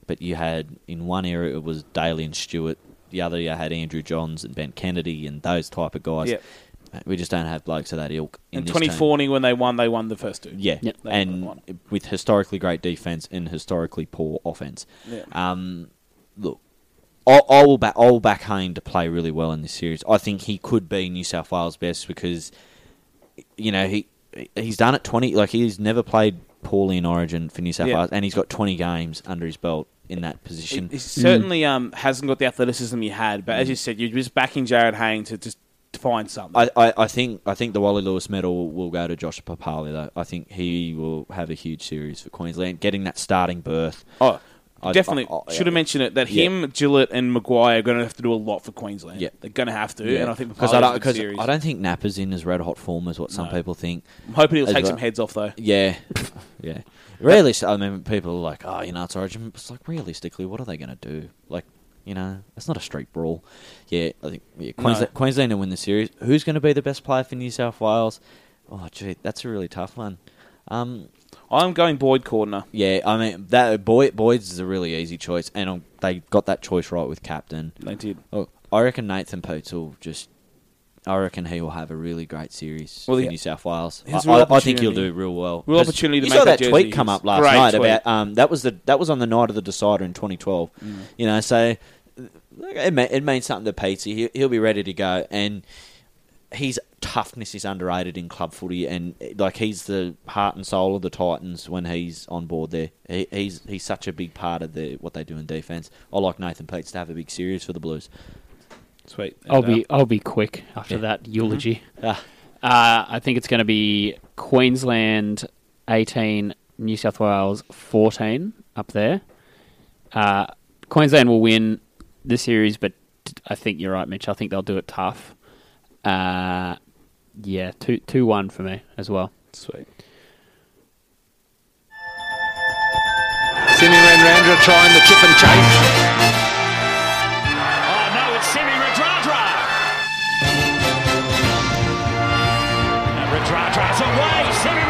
but you had in one area it was Daly and Stewart. The other you had Andrew Johns and Ben Kennedy and those type of guys. Yeah. We just don't have blokes of that ilk. In And this team. 2014, when they won, they won the first two. Yeah, Yep. and with historically great defense and historically poor offense. Yeah. Um, look, I, I will back I will back Hayne to play really well in this series. I think he could be New South Wales best because you know he he's done it twenty like he's never played poorly in Origin for New South Yeah. Wales, and he's got twenty games under his belt in that position. He certainly um, hasn't got the athleticism he had, Mm. but as you said, you're just backing Jared Hayne to just to find something. I, I, I think I think the Wally Lewis medal will go to Josh Papali though. I think he will have a huge series for Queensland, getting that starting berth. oh, I- definitely I- I- should have mentioned it that oh, Yeah. him, Gillett, and Maguire are going to have to do a lot for Queensland. Yeah. They're going to have to, and I think because I don't because because I don't think Napper's in as red hot form as what some No. people think. I'm hoping he'll as take well. some heads off though. Yeah, yeah. Really, so- I mean, people are like, "Oh, you know, it's Origin." It's like realistically, what are they going to do? Like, you know, it's not a street brawl. Yeah, I think yeah, Queensland, Queensland will win the series. Who's going to be the best player for New South Wales? Oh, gee, that's a really tough one. Um, I'm going Boyd Cordner. yeah, I mean that Boyd Boyd's is a really easy choice, and um, they got that choice right with captain. They did. Oh, I reckon Nathan Potes will just. I reckon he will have a really great series Well, well, he- in New South Wales. I, his real I- I think he'll opportunity- do real well. real 'Cause opportunity to you make saw that that, jersey tweet come his. up last Great night tweet. about um, that was the that was on the night of the decider in 2012. Mm. You know, so it, me- it means something to Potes. He, he'll be ready to go, and his toughness is underrated in club footy, and like he's the heart and soul of the Titans when he's on board there. He, he's he's such a big part of the what they do in defense. I like Nathan Peets to have a big series for the Blues. Sweet. I'll And, uh, be I'll be quick after that Mm-hmm. eulogy. Ah. Uh, I think it's going to be Queensland 18, New South Wales 14 up there. Uh, Queensland will win the series, but t- I think you're right, Mitch. I think they'll do it tough. Uh, yeah, 2 2 1 for me as well. sweet. Simi Renrandra trying the chip and chase. Oh, no, it's Simi Radradra. And Radradra's away. Simi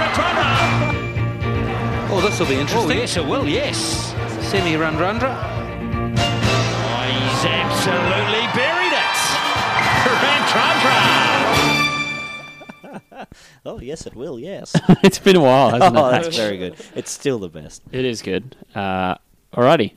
Radradra. Oh, this will be Oh, interesting. yes, it will, yes. Simi Renrandra. Oh, he's absolutely buried it. Radradra. Oh yes, it will. Yes. it's been a while, hasn't oh, it? that's very good. It's still the best. It is good. Uh, alrighty.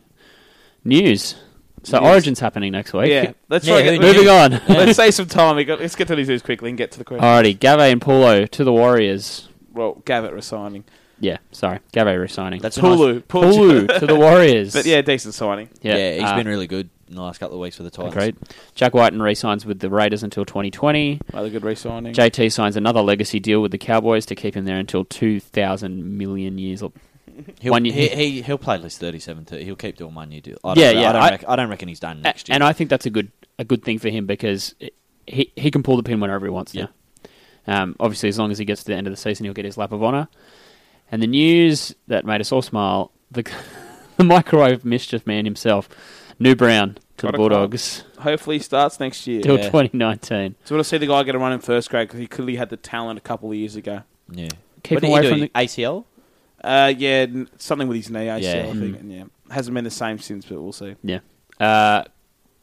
News. So News. Origin's happening next week. Yeah, let's Yeah, try and get- Moving on. Let's save some time. We got, let's get to these news quickly and get to the Uh, question. Alrighty, Gave and Paulo to the Warriors. well, Gavitt resigning, Yeah, sorry, Gave resigning. That's a Pulu, nice- Pulu. Pulu to the Warriors. but yeah, decent signing. yeah. He's uh, been really good in the last couple of weeks for the Titans. great. Jack Whiten re-signs with the Raiders until 2020. Another good re-signing. JT signs another legacy deal with the Cowboys to keep him there until 2,000 million years. Or, He'll, One year- he, he he'll play at least 37, 30. He'll keep doing one year deal. I Yeah, don't, yeah, I don't, I- reckon, I don't reckon he's done next year. and I think that's a good a good thing for him because it, he he can pull the pin whenever he wants. Yeah. Yeah. Um, obviously, as long as he gets to the end of the season, he'll get his lap of honour. And the news that made us all smile: the, the microwave mischief man himself, New Brown to Got a the club. Bulldogs Hopefully, he starts next year. till Yeah. 2019. So want to see the guy get a run in first grade because he clearly had the talent a couple of years ago. yeah. Keep What did away he do? from the ACL? Uh, yeah, n- something with his knee. ACL, Yeah. I think. and yeah, hasn't been the same since, but we'll see. Yeah. Uh,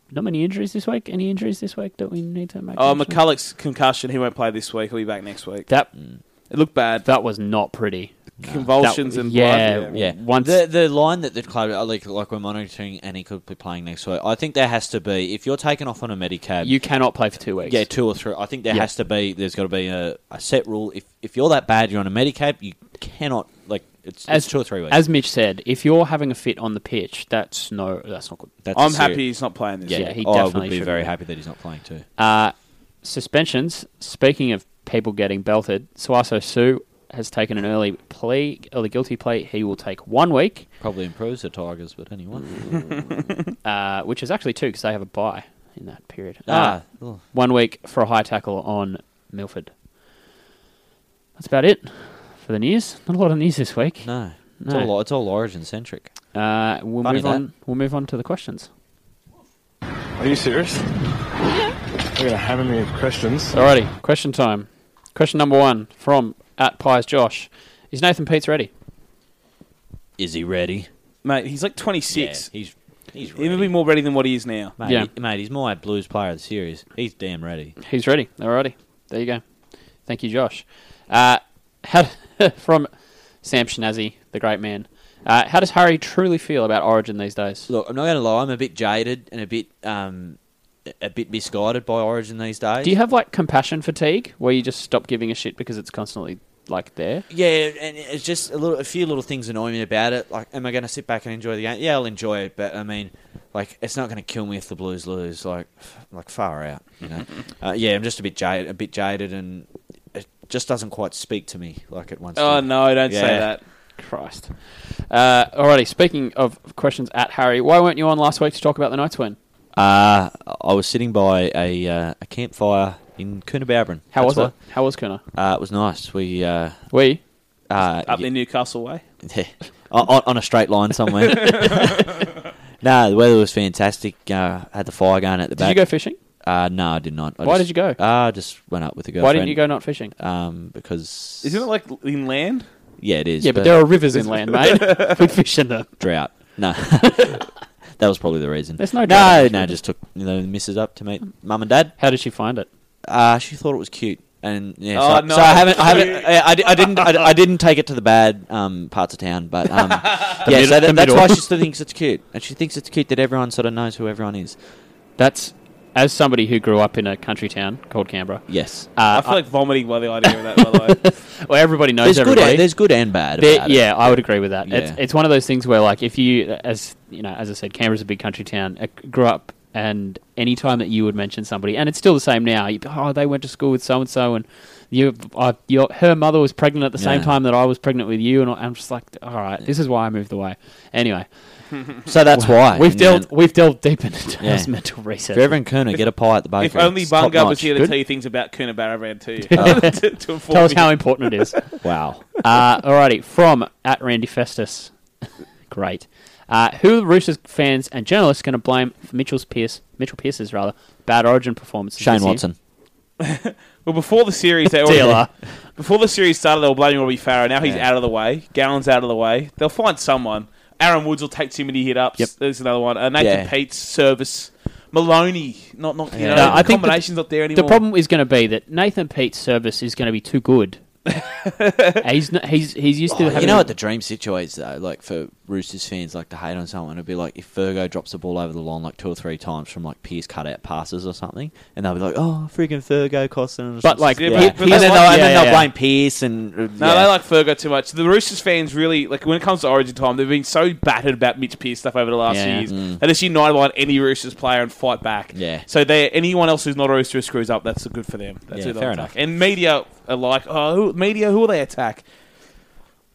not many injuries this week. Any injuries this week that we need to make? Oh, mention of? McCulloch's concussion. He won't play this week. He'll be back next week. That Mm. It looked bad. that was not pretty. Convulsions That- and yeah, blood. Yeah. Once- the the line that the club uh, like like we're monitoring and he could be playing next week. I think there has to be if you're taken off on a medicab. You cannot play for two weeks. Um, yeah, two or three. I think there Yeah. has to be. There's got to be a, a set rule. If if you're that bad, you're on a medicab. You cannot like It's, As- it's two or three weeks. As Mitch said, if you're having a fit on the pitch, that's no, that's not good. That's I'm serious- happy he's not playing this. Yeah, year. he I definitely would be should very be. happy that he's not playing too. Uh, suspensions. Speaking of people getting belted, Suaso Sue has taken an early plea, early guilty plea. He will take one week, Probably improves the Tigers, but anyway. uh, which is actually two because they have a bye in that period. Uh, ah, oh, one week for a high tackle on Milford. That's about it for the news. Not a lot of news this week. no. It's, No. all, it's all origin centric. Uh, we'll Funny move that. on. We'll move on to the questions. Are you serious? We're gonna have a million questions. Alrighty, question time. Question number one from at Pies Josh. Is Nathan Pete's ready? Is he ready? mate. He's like 26. Yeah, he's he's He'll be ready. more ready than what he is now. Mate, Yeah. he- mate, he's my Blues player of the series. He's damn ready. He's ready. Alrighty, there you go. Thank you, Josh. Uh, how, from Sam Shinazi, the great man. Uh, how does Harry truly feel about Origin these days? Look, I'm not going to lie. I'm a bit jaded and a bit um, a- a bit misguided by Origin these days. Do you have like compassion fatigue, where you just stop giving a shit because it's constantly like there? Yeah, and it's just a little, a few little things annoy me about it. Like, am I going to sit back and enjoy the game? Yeah, I'll enjoy it, but I mean, like, it's not going to kill me if the Blues lose. Like, f- like far out, you know. uh, yeah, I'm just a bit jaded, a bit jaded, and it just doesn't quite speak to me like it once. Oh did. no, don't say Yeah. that. Christ. Uh, alrighty. Speaking of questions at Harry, why weren't you on last week to talk about the Knights win? Uh, I was sitting by a uh, a campfire in Coonabarabran. How That's was it? How was Kuna? why. Uh, it was nice. We uh, We uh, Up in Newcastle way. on, on- on a straight line somewhere. no, the weather was fantastic. Uh, had the fire going at the did back. you go fishing? Uh, no, I did not. I Why just- did you go? Uh, I just went up with a girlfriend. Why didn't you go not fishing? Um, because Isn't it like inland? yeah, it is. Yeah, but, there are rivers inland, mate. We fish in them. drought. No, that was probably the reason. There's no drought, no, actually. no. Just took you know the missus up to meet mum and dad. How did she find it? Uh, she thought it was cute, and yeah, so, Oh, so I no. haven't, I haven't, I, I, di- I didn't, I, I didn't take it to the bad um, parts of town, but um, yeah, so that, that's middle. why she still thinks it's cute, and she thinks it's cute that everyone sort of knows who everyone is. That's as somebody who grew up in a country town called Canberra, Yes, uh, I feel like vomiting by the idea of that. By the way, well, everybody knows there's good, everybody. and, there's good and bad. There- about it. yeah, I would agree with that. It's, Yeah. it's one of those things where, like, if you, as you know, as I said, Canberra's a big country town. I grew up, and any time that you would mention somebody, and it's still the same now. You, oh, they went to school with so and so, and you, I, your, her mother was pregnant at the same Yeah. time that I was pregnant with you, and I- I'm just like, all right, this is why I moved away. Anyway, so that's why we've And delved, then- we've delved deep into Yeah. his mental research. If you're ever in Kuna, get a pie at the bakery. if only It's top Bunga was notch. here to Good. tell you things about Coonabarabran too. to, to inform Tell us you. how important it is. Wow. Uh, alrighty, from at Randy Festus. Great. Uh, who are the Roosters fans and journalists going to blame for Mitchell's Pierce, Mitchell Pierce's rather bad Origin performance? Shane Watson. Well, before the series, they Dealer. already, before the series started, they were blaming Robbie Farrow. Now he's Yeah. out of the way. Gallon's out of the way. They'll find someone. Aaron Woods will take Timothy hit ups. Yep. There's another one. Uh, Nathan Yeah. Pete's service. Maloney, not not you Yeah. know. No, the I think the- combination's not there The anymore. problem is going to be that Nathan Pete's service is going to be too good. he's, not, he's he's used to Oh, having. you know what the dream situates though, like for Roosters fans, like to hate on someone, it'd be like if Virgo drops the ball over the line like two or three times from like Pierce cutout passes or something, and they'll be like, "Oh, freaking Virgo costing." us But, some like, stuff." Yeah, but- but and then that's they'll, like- and then yeah, yeah. they'll blame Pierce and uh, No, yeah. they like Fergo too much. The Roosters fans really like when it comes to Origin time. They've been so battered about Mitch Pearce stuff over the last Yeah. few years. They just unite behind any Roosters player and fight back. Mm. Yeah. So they anyone else who's not a Rooster who screws up. That's good for them. That's Yeah, who they'll fair attack. enough. And media are like, oh, who, media, who will they attack?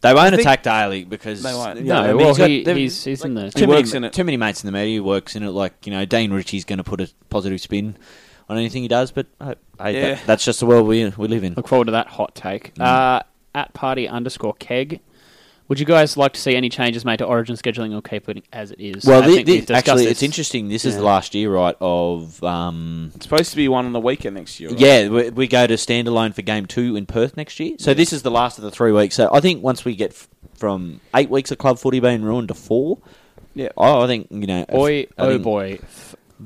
they won't think- attack Daly because They won't. you know, I no, mean, well, he's got- he, they've- he's, he's in the. too works many, in it. Too many mates in the media. He works in it. Like you know, Dean Ritchie's going to put a positive spin on anything he does. But uh, hey, Yeah. that, that's just the world we we live in. Look forward to that hot take. Mm. Uh, at party underscore keg. Would you guys like to see any changes made to Origin scheduling or keep it as it is? Well, I thi- think thi- we've discussed actually, this. it's interesting. This is Yeah. the last year, right? Of um, It's supposed to be one on the weekend next year. right? yeah, we, we go to standalone for game two in Perth next year. So this is the last of the three weeks. So I think once we get f- from eight weeks of club footy being ruined to four, Yeah. oh, I think you know, Boy, I oh think boy,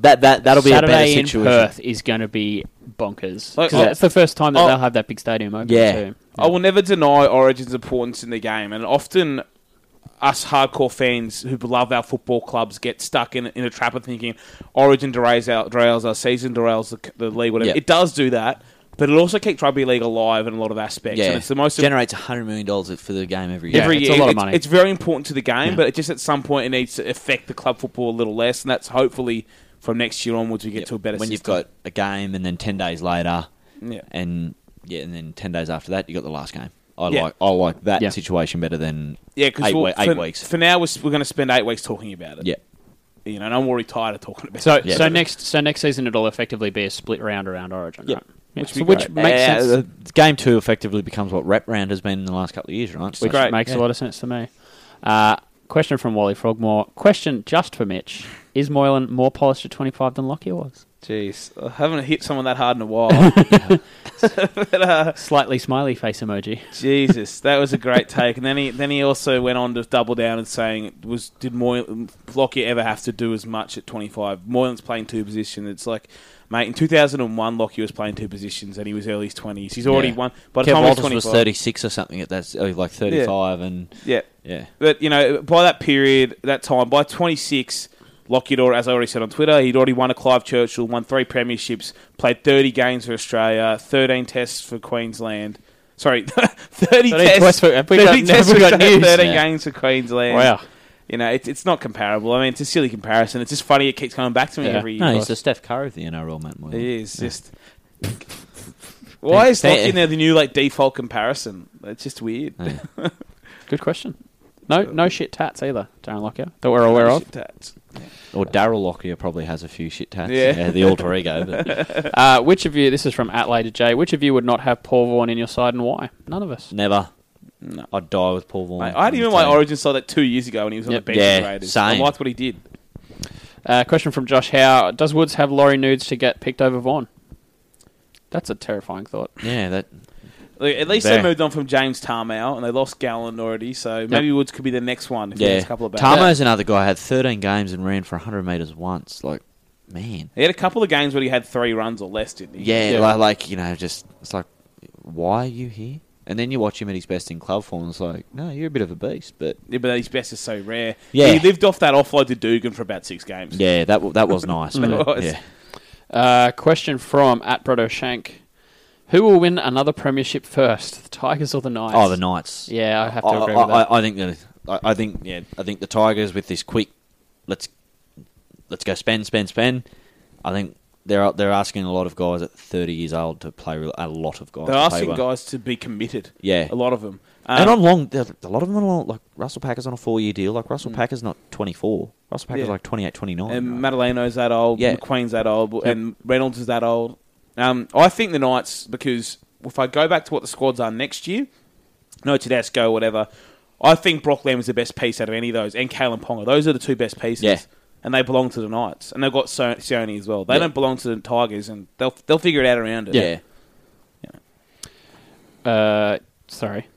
that that that'll be a better Saturday in situation. Perth is going to be bonkers. 'Cause Like, oh, that's the first time that oh, they'll have that big stadium open. yeah. too. I will never deny Origin's importance in the game, and often us hardcore fans who love our football clubs get stuck in, in a trap of thinking Origin derails our, derails our season, derails the, c- the league, whatever. Yeah. It does do that, But it also keeps rugby league alive in a lot of aspects. Yeah, And it's the most generates hundred million dollars for the game every year. every it's year. a lot of it's, money. it's very important to the game, Yeah. but it just at some point it needs to affect the club football a little less, and that's hopefully from next year onwards we get Yep. to a better when you've system. got a game and then ten days later, Yeah. and yeah, and then ten days after that you got the last game. I Yeah. like I like that Yeah. situation better than yeah, because eight, we- for, eight weeks. for now we're, s- we're going to spend eight weeks talking about it. yeah, you know, and I'm already tired of talking about So it. Yeah. so next so next season it'll effectively be a split round around Origin, Yeah. right? Yeah, Which so would be which great. makes Uh, sense. uh, game two effectively becomes what rep round has been in the last couple of years, right? which great. makes yeah. a lot of sense to me. Uh, question from Wally Frogmore. Question just for Mitch: Is Moylan more polished at twenty five than Lockyer was? Jeez, I haven't hit someone that hard in a while. Slightly smiley face emoji. Jesus, that was a great take. And then he then he also went on to double down and saying, "Was did Moylan Lockyer ever have to do as much at 25? Moylan's playing two positions. It's like, mate, in 2001, Lockyer was playing two positions and he was early 20s. He's already Yeah. won. By the Kev time he was Walters 25, was thirty six or something at that, oh, like thirty five, and yeah, yeah, but you know, by that period, that time, by 26, Lockyer, had al- as I already said on Twitter, he'd already won a Clive Churchill, won three premierships, played 30 games for Australia, 13 tests for Queensland. Sorry, 30 tests. tests for- have we 30 got- have tests we for got Australia, news? 13 Yeah. games for Queensland. Wow. You know, it's it's not comparable. I mean, it's a silly comparison. It's just funny. It keeps coming back to me Yeah. every year. no, he's the Steph Curry of the NRL, Matt Moylan. It is just. Why is Thank- Lockyer now the new like default comparison? It's just weird. Yeah. Good question. No, no shit tats either, Darren Lockyer, that we're aware of. Or Daryl Lockyer probably has a few shit tats. Yeah. the alter ego. But Uh, which of you? This is from Atlater J. Which of you would not have Paul Vaughan in your side and why? None of us. never. I'd die with Paul Vaughan. Mate, I had him in my Origin side like two years ago when he was on Yep. the bench Yeah, with Raiders. same. I liked what he did. Uh, question from Josh Howe: Does Woods have Laurie nudes to get picked over Vaughan? That's a terrifying thought. Yeah, that Like, at least There. they moved on from James Tarmow and they lost Gallen already, so maybe Woods could be the next one. If he yeah. has a couple of bad- Tamo's another guy had 13 games and ran for 100 meters once. Like, man, He had a couple of games where he had three runs or less, didn't he? yeah, Yeah. Like, like you know, just it's like, why are you here? And then you watch him at his best in club form. It's like, no, you're a bit of a beast. But Yeah, but his best is so rare. Yeah. he lived off that offload to Dugan for about six games. yeah, that w- that was nice. but, That was. Yeah, Uh, question from at Brodo Shank: Who will win another premiership first, the Tigers or the Knights? oh, the Knights. Yeah, I have to I, agree I, with that. I, I think the, I, I think yeah, I think the Tigers with this quick, let's let's go spend, spend, spend. I think they're they're asking a lot of guys at thirty years old to play real- a lot of guys. They're to play asking well. guys to be committed. Yeah. a lot of Um, them. and um, on long. they're- A lot of them are on, like Russell Packer's on a four year deal. Like Russell Mm. Packer's not twenty four. Russell Packer's Yeah. like 28, 29. And right? Madaleno's that old. Oh, Yeah. McQueen's that old. And Reynolds is that old. Um, I think the Knights, because if I go back to what the squads are next year, no Tedesco, whatever, I think Brock Lamb is the best piece out of any of those, and Kalen Ponga. Those are the two best pieces. Yeah. And they belong to the Knights. And they've got So- Sione as well. They Yeah. don't belong to the Tigers, and they'll, they'll figure it out around it. yeah. Uh, sorry.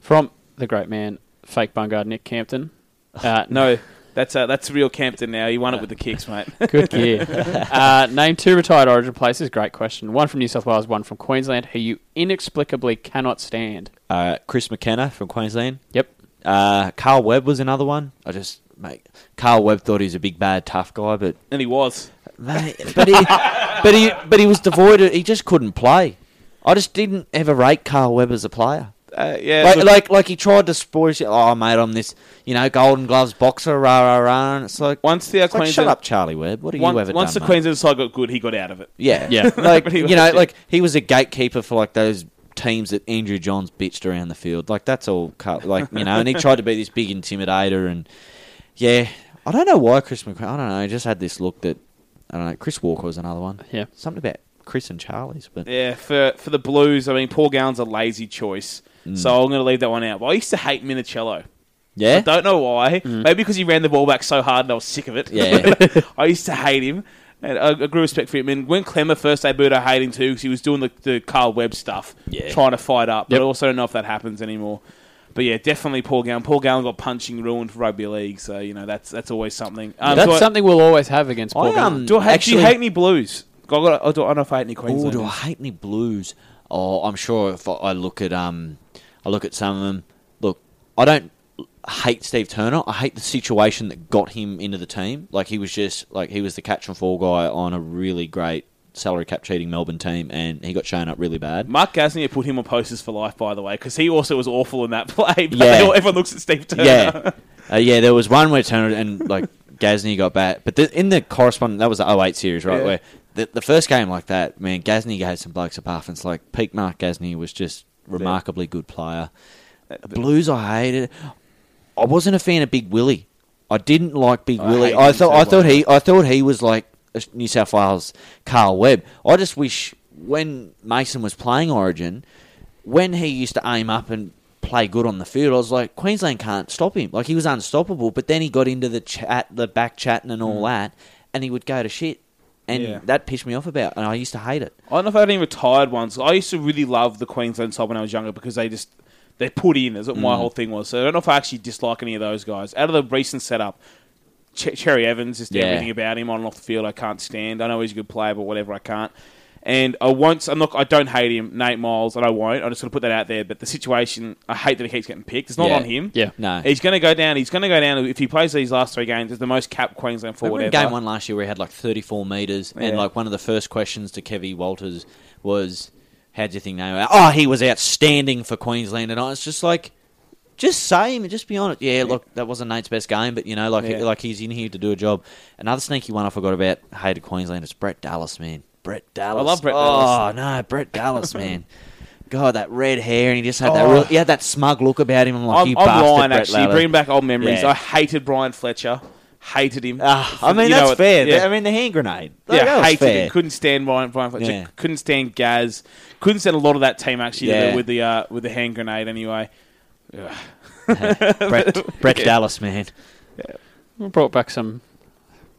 From the great man, fake bungard Nick Campton. Uh, No, that's uh, that's real Campton now. You won it with the kicks, mate. good gear. Uh, name two retired Origin places. Great question. One from New South Wales, one from Queensland, who you inexplicably cannot stand. Uh, Chris McKenna from Queensland. Yep. Uh, Carl Webb was another one. I just mate. Carl Webb thought he was a big bad tough guy, but and he was. Mate, but he, but he, but he was devoid. Of, he just couldn't play. I just didn't ever rate Carl Webb as a player. Uh, yeah, Like, look- like, like he tried to spoil. shit, Oh, mate, I'm this, you know, Golden Gloves boxer, rah rah rah. And it's like, once the uh, it's like, shut Queensland- up, Charlie Webb. What have Once, you ever once done? the mate? Queensland side got good, he got out of it. yeah, Yeah. like Pretty you know, much, yeah. like he was a gatekeeper for like those teams that Andrew Johns bitched around the field. Like that's all, Carl- like you know, and he tried to be this big intimidator, and yeah, I don't know why Chris McCra- I don't know. He just had this look that I don't know. Chris Walker was another one. Yeah. something about Chris and Charlie's, but Yeah, for for the Blues, I mean, Paul Gowan's a lazy choice, so I'm going to leave that one out. But I used to hate Minicello. Mm. yeah, I Mm. don't know why. Maybe because he ran the ball back so hard and I was sick of it. Yeah. I used to hate him. And I, I grew respect for him. And when Clemmer first debuted, I hated him too because he was doing the, the Carl Webb stuff, Yeah. trying to fight up. But Yep. I also don't know if that happens anymore. But yeah, definitely Paul Gowan. Paul Gowan got punching ruined for rugby league, so you know that's that's always something. Um, That's do I, something we'll always have against Paul. I, um, Gunn. Do I hate, do actually- you hate any Blues? I, got, I don't know if I hate any Oh, Queensland. do I hate any blues? Oh, I'm sure if I- I look at um, I look at some of them. Look, I don't hate Steve Turner. I hate the situation that got him into the team. Like he was just like he was the catch and fall guy on a really great salary cap cheating Melbourne team, and he got shown up really bad. Mark Gasnier put him on posters for life, by the way, because he also was awful in that play. But Yeah. they all- everyone looks at Steve Turner. Yeah, uh, yeah. There was one where Turner and like Gasny got bat, but the, in the corresponding that was the 08 series, right? Yeah. Where the, the first game like that, man, Gasny had some blokes apart, and it's like peak Mark Gasny was just remarkably good player. Uh, Blues, I hated. I wasn't a fan of Big Willie. I didn't like Big I Willie. hate I him so thought I thought much. he I thought he was like a New South Wales Carl Webb. I just wish when Mason was playing Origin, when he used to aim up and play good on the field, I was like Queensland can't stop him. Like he was unstoppable. But then he got into the chat, the back chatting and all that, and he would go to shit, and Yeah. that pissed me off about. And I used to hate it. I don't know if I had any retired ones. I used to really love the Queensland side when I was younger because they just they put in. That's what Mm. my whole thing was. So I don't know if I actually dislike any of those guys. Out of the recent setup, Ch- Cherry Evans, just Yeah. everything about him on and off the field, I can't stand. I know he's a good player, but whatever, I can't. And I won't. I'm not. I don't hate him, Nate Miles, and I won't. I just want to put that out there. But the situation, I hate that he keeps getting picked. It's not Yeah. on him. Yeah. No. He's going to go down. He's going to go down if he plays these last three games as the most capped Queensland forward Remember ever. in game one last year where he had like 34 metres, and Yeah. like one of the first questions to Kevy Walters was, How do you think they were? Oh, he was outstanding for Queensland. And I was just like, Just say him, just be honest. Yeah, look, that wasn't Nate's best game, but you know, like, Yeah. like he's in here to do a job. Another sneaky one I forgot about, hated Queensland, is Brett Dallas, man. Brett Dallas. love Brett Oh, Dallas. no, Brett Dallas, man. God, that red hair, and he just had that Oh. real, he had that smug look about him. I'm like, I'm, you I'm bastard, lying, Brett actually. Dallas." Bringing back old memories. Yeah. I hated Brian Fletcher. Hated him. Ah, I You mean, know that's it- fair. yeah. I mean, the hand grenade. Like, yeah, that was hated fair. him. Couldn't stand Brian, Brian Fletcher. Yeah. Couldn't stand Gaz. Couldn't stand a lot of that team actually Yeah. with the uh, with the hand grenade. Anyway, Brett, Brett Dallas, man. We brought back some.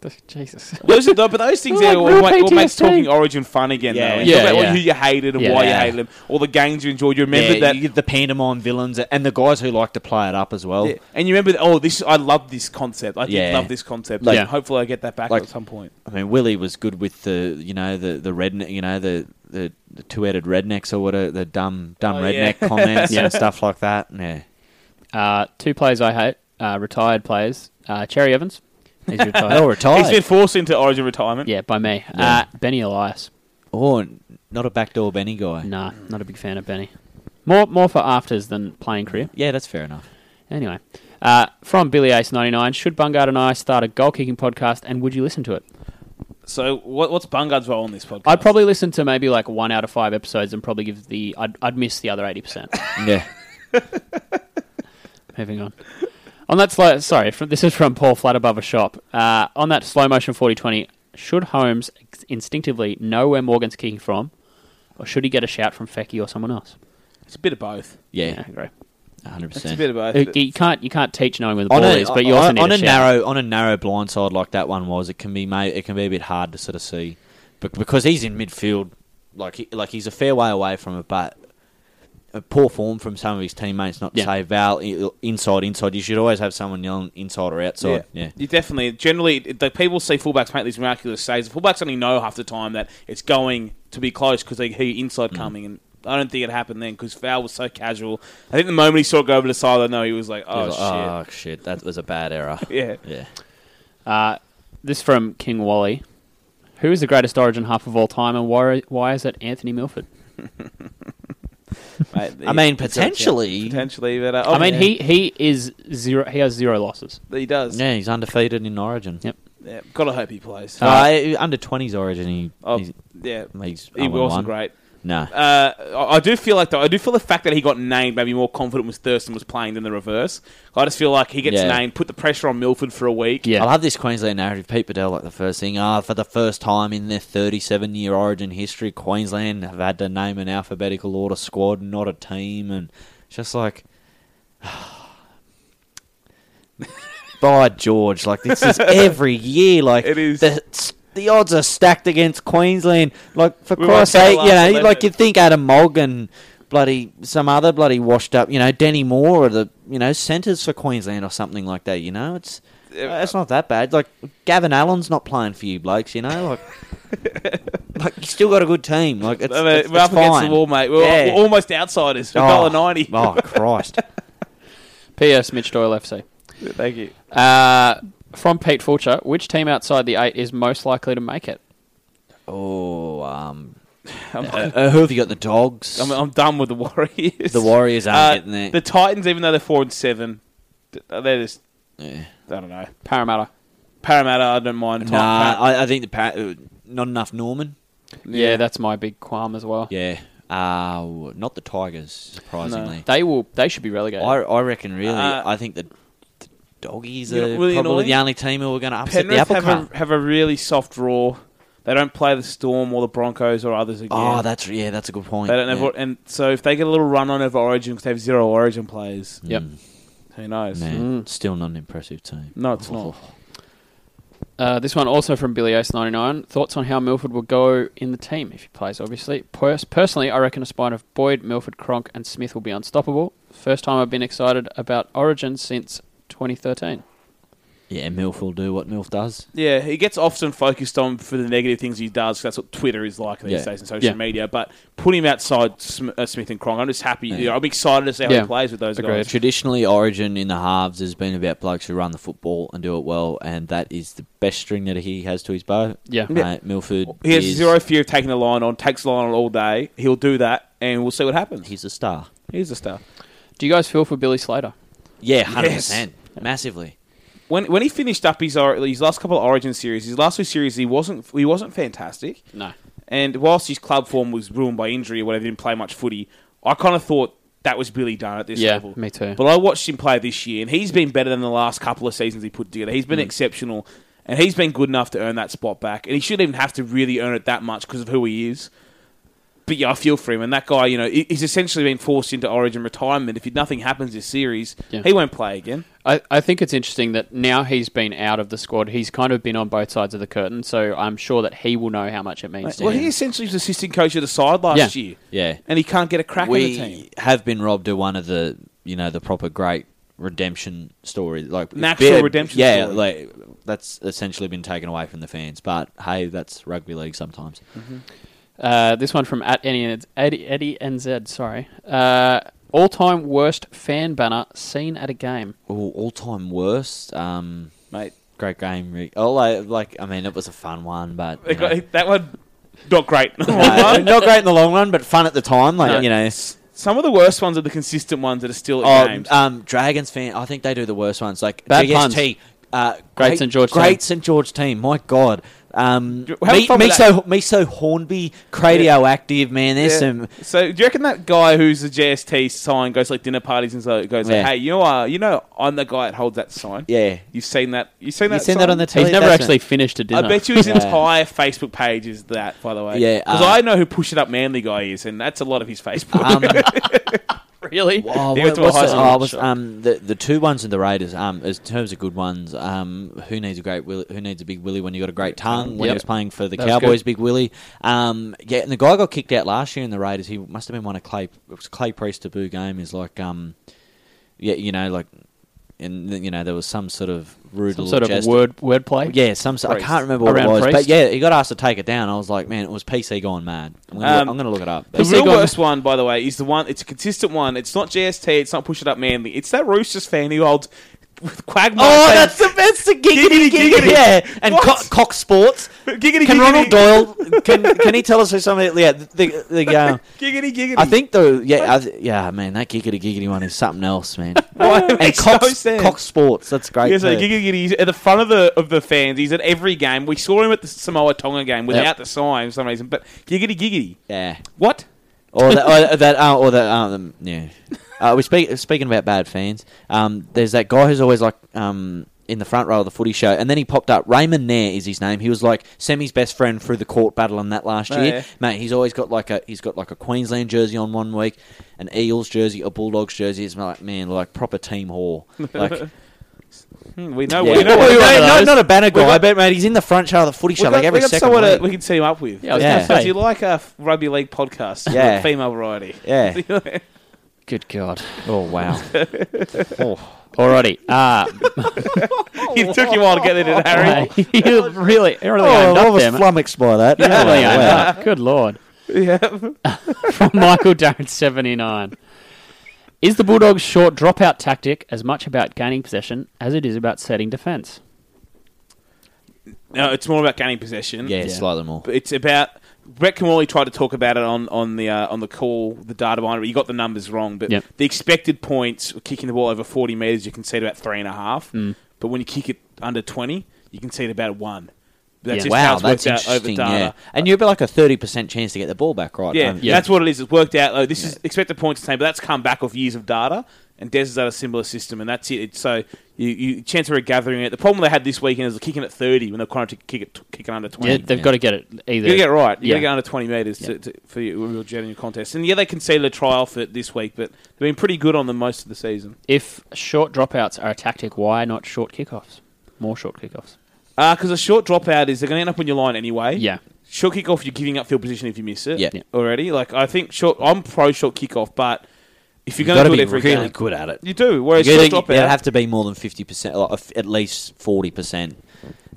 Jesus. those are, but those things Like there will real make, will make PTSD. talking Origin fun again. Yeah. though. Yeah, yeah, about yeah. Who you hated and Yeah. why you Yeah. hated them, all the games you enjoyed. You remember yeah, that. you get the pantomime villains and the guys who like to play it up as well. Yeah. And you remember, oh, this I love this concept. I did Yeah. love this concept. Like- And hopefully, I get that back Like- at some point. I mean, Willie was good with the you know the the redneck, you know the the, the two-headed rednecks or whatever the dumb dumb Oh, yeah. redneck comments and stuff like that. Yeah, Uh, two players I hate, uh, retired players. Uh, Cherry Evans. He's they all retired. He's been retired. forced into Origin retirement. yeah, by me. Yeah. Uh, Benny Elias. Oh, not a backdoor Benny guy. Nah, not a big fan of Benny. More more for afters than playing career. Yeah, that's fair enough. Anyway, uh, from Billy Ace ninety nine. Should Bungard and I start a goal kicking podcast? And would you listen to it? So, what, what's Bungard's role in this podcast? I'd probably listen to maybe like one out of five episodes and probably give the I'd, I'd miss the other eighty percent. Yeah, Moving on. On that slow, sorry, from, this is from Paul Flat above a shop. Uh, on that slow motion 40-20, should Holmes ex- instinctively know where Morgan's kicking from, or should he get a shout from Fecky or someone else? it's a bit of both. Yeah, yeah, I agree. hundred It's a percent. bit of both. You, you can't you can't teach knowing where the ball is, but you also on, need on a, a shout. narrow on a narrow blind side like that one was, it can be made, it can be a bit hard to sort of see, but because he's in midfield, like he, like he's a fair way away from it, but a poor form from some of his teammates not to Yeah. say Val i- inside inside. You should always have someone yelling inside or outside. Yeah, You definitely. Generally, it- the people see fullbacks make these miraculous saves. The fullbacks only know half the time that it's going to be close because they hear inside Mm. coming, and I don't think it happened then because foul was so casual. I think the moment he saw it go over to Silo, no, he was like, "Oh He's shit." like, oh shit, that was a bad error. yeah. yeah. Uh, this from King Wally. Who is the greatest Origin half of all time, and why why is it Anthony Milford? Mate, I mean, it's a- potentially- potentially, but uh, I mean, obviously- he, he is zero. He has zero losses. he does. Yeah. Yeah, he's undefeated in Origin. Yep. gotta hope he plays. Uh, uh, under twenties Origin, he, oh, he's, yeah, he's he 0-1. wasn't great. Nah, Uh, I I do feel like though, I do feel the fact that he got named maybe more confident was Thurston was playing than the reverse. I just feel like he gets Yeah. named, put the pressure on Milford for a week. Yeah. I love this Queensland narrative. Pete Bedell, like the first thing, ah, for the first time in their 37 year origin history, Queensland have had to name an alphabetical order squad, not a team. And it's just like, by George, like this is every year. Like, It is. The, the odds are stacked against Queensland. Like, for We Christ's won't sake, tell you know, us, you- like Leonard. you'd think Adam Morgan. Bloody some other bloody washed up, you know, Denny Moore or the you know centres for Queensland or something like that. You know, it's uh, It's not that bad. Like Gavin Allen's not playing for you, blokes. You know, like, like you still got a good team. Like it's, I mean, it's- we're up it's against fine. the wall, mate. We're, Yeah. we're almost outsiders. We're Oh, dollar ninety. Oh Christ! P.S. Mitch Doyle FC. Thank you. Uh, from Pete Fulcher, which team outside the eight is most likely to make it? Oh, um, I'm, uh, uh, who have you got? The dogs. I'm, I'm done with the Warriors. the Warriors aren't Uh, getting there. The Titans, even though they're four and seven, th- they're just Yeah. I don't know. Parramatta. Parramatta, I don't mind. nah, Titan- I, I think the Par- uh, not enough Norman. Yeah. that's my big qualm as well. Yeah, uh, not the Tigers. Surprisingly, They will. They should be relegated. I, I reckon really. Uh, I think the, the doggies You are know, really probably annoying? the only team who are going to upset the Penrith apple have cart. a, have a really soft draw. They don't play the Storm or the Broncos or others again. Oh, that's yeah, that's a good point. they don't yeah. have, and so if they get a little run on over Origin because they have zero Origin players, Yep. who knows? Man, still Oh, not an impressive team. Mm. No, it's not. Uh, this one also from Billy Ace ninety nine. Thoughts on how Milford will go in the team if he plays? Obviously, Pers- personally, I reckon a spine of Boyd, Milford, Cronk, and Smith will be unstoppable. First time I've been excited about Origin since twenty thirteen. Yeah, Milf will do what Milf does. Yeah, he gets often focused on for the negative things he does. 'cause that's what Twitter is like these Yeah. days and social Yeah. media. But put him outside Sm- uh, Smith and Cronk. I'm just happy. you know, I'm excited to see how Yeah. he plays with those Agreed. guys. Traditionally, Origin in the halves has been about blokes who run the football and do it well, and that is the best string that he has to his bow. Yeah. Mate, Milford. He has is, zero fear of taking the line on. Takes the line on all day. He'll do that, and we'll see what happens. He's a star. He's the star. Do you guys feel for Billy Slater? Yeah, hundred percent, massively. when when he finished up his or- his last couple of Origin series, his last two series, he wasn't he wasn't fantastic. No. And whilst his club form was ruined by injury or whatever, he didn't play much footy. I kind of thought that was Billy Dunn at this Yeah, level. me too. But I watched him play this year, and he's been better than the last couple of seasons he put together. He's been Hmm. exceptional, and he's been good enough to earn that spot back. And he shouldn't even have to really earn it that much because of who he is. But yeah, I feel for him. And that guy, you know, he- he's essentially been forced into Origin retirement. If nothing happens this series, Yeah. he won't play again. I, I think it's interesting that now he's been out of the squad, he's kind of been on both sides of the curtain, so I'm sure that he will know how much it means to Well, him. he essentially was assistant coach of the side last Yeah. year. Yeah. And he can't get a crack we in the team. have been robbed of one of the you know the proper great redemption stories, like An actual yeah, redemption Yeah, story. like that's essentially been taken away from the fans. But hey, that's rugby league sometimes. Mm-hmm. Uh, this one from at Eddie, Eddie, Eddie NZ, sorry. Uh, all time worst fan banner seen at a game. Ooh, all time worst, um, Mate, great game. Rick. Oh, like, like I mean, it was a fun one, but you They got- know. that one, not great. Uh, not great in the long run, but fun at the time. Like No. you know, Some of the worst ones are the consistent ones that are still at oh, games. um, Dragons fan. I think they do the worst ones. Like Bad GST, uh, Great St. George Great team. St George team. My God. Um, Have me, fun me with so me so Hornby, Cradio active man. There's Yeah. some So do you reckon that guy who's the JST sign goes like dinner parties and so goes like, Yeah. "Hey, you know, uh, you know, I'm the guy that holds that sign." yeah. you've seen that. You've seen You that. seen sign? that on the He's telly? never That's actually it. finished a I dinner. bet you his Yeah. entire Facebook page is that. By the way, Yeah, because uh, I know who Push It Up Manly guy is, and that's a lot of his Facebook. Um, really? oh, He what- went to a what's high the, school oh, what's- shop. um, the the two ones in the Raiders. Um, in terms of good ones, um, who needs a great willy, who needs a big willy when you got a great tongue? When Yep. he was playing for the That was Cowboys, good. big willy. Um, yeah, and the guy got kicked out last year in the Raiders. He must have been one of Clay. It was Clay Priest debut game. Is like um, yeah, you know, like, and you know, there was some sort of rude Some little sort of jest- word wordplay? Yeah, some. sort I Priest. can't remember what Around it was, Priest? but yeah, he got asked to take it down. I was like, man, it was PC going mad. I'm gonna, Um, look, I'm gonna look it up. The But Who's he real going- worst one, by the way, is the one. It's a consistent one. It's not GST. It's not Push It Up Manly. It's that Roosters fan who holds with Quagmire. Oh, saying, that's the best. The giggity, giggity, giggity. yeah, and What? co- Cock Sports. giggity Can giggity, Ronald Doyle? Can can he tell us who some of the yeah the the uh, giggity giggity. I think the yeah I, th- yeah man that giggity giggity one is something else man. Why am I and Cock so sad? Cock Sports that's great. Yeah, so too. giggity giggity. He's at the front of the of the fans. He's at every game. We saw him at the Samoa Tonga game without Yep. the sign for some reason. But giggity giggity. yeah, What? or that or that uh, or that um, yeah. Uh, we speak speaking about bad fans. Um, there's that guy who's always like um. In the front row of the footy show, and then he popped up. Raymond Nair is his name. He was like Semi's best friend through the court battle and that last Oh, year. yeah. Mate, he's always got like a he's got like a Queensland jersey on one week, an Eels jersey, a Bulldogs jersey. It's like man, like proper team whore. Like Hmm, we know. yeah. We know. No, we know- no, not a banner guy, got- but mate, he's in the front show of the footy We show got, like every we got second someone that week. we can team up with. Yeah, I was Yeah. going So to do say. you like a rugby league podcast? Yeah. female variety. Yeah. Yeah. Good God. Oh wow. Alrighty. Uh, it took you a while to get there, did it, Harry? you Oh, really, really owned up there, mate. flummoxed by that. You really owned up. Good Lord. Yeah. From Michael Darren 79. Is the Bulldogs' short dropout tactic as much about gaining possession as it is about setting defence? No, it's more about gaining possession. Yeah, slightly more. But it's about Brett Kamali tried to talk about it on on the uh, on the call, the data behind it. You got the numbers wrong, but Yep. the expected points were kicking the ball over forty meters, you can see it about three and a half. But when you kick it under twenty, you can see it about one. That's Yeah. just how Wow, it's that's worked out over interesting. data. Yeah, and you're about like a thirty percent chance to get the ball back, right? Yeah, Um, that's what it is. It's worked out. Like, this is expected points the same, but that's come back off years of data. And Des has had a similar system, and that's it. It's so you, you chance of gathering it. The problem they had this weekend is kicking at thirty when they're trying to kick it, kicking under twenty. Yeah, they've got to get it either. You gotta get it right. You yeah. gotta get under twenty meters to, to, for your, your genuine contest. And yeah, they conceded a trial for it this week, but they've been pretty good on them most of the season. If short dropouts are a tactic, why not short kickoffs? More short kickoffs. Because Uh, a short dropout is they're going to end up on your line Eh. anyway. Yeah. Short kickoff, you're giving up field position if you miss it. Yeah. Yeah. Already, like I think short. I'm pro short kickoff, but if you're You've going got to to do it be every really game, good at it. you do. Whereas You're short gonna- dropout, It'd have to be more than fifty percent, like of- at least forty percent,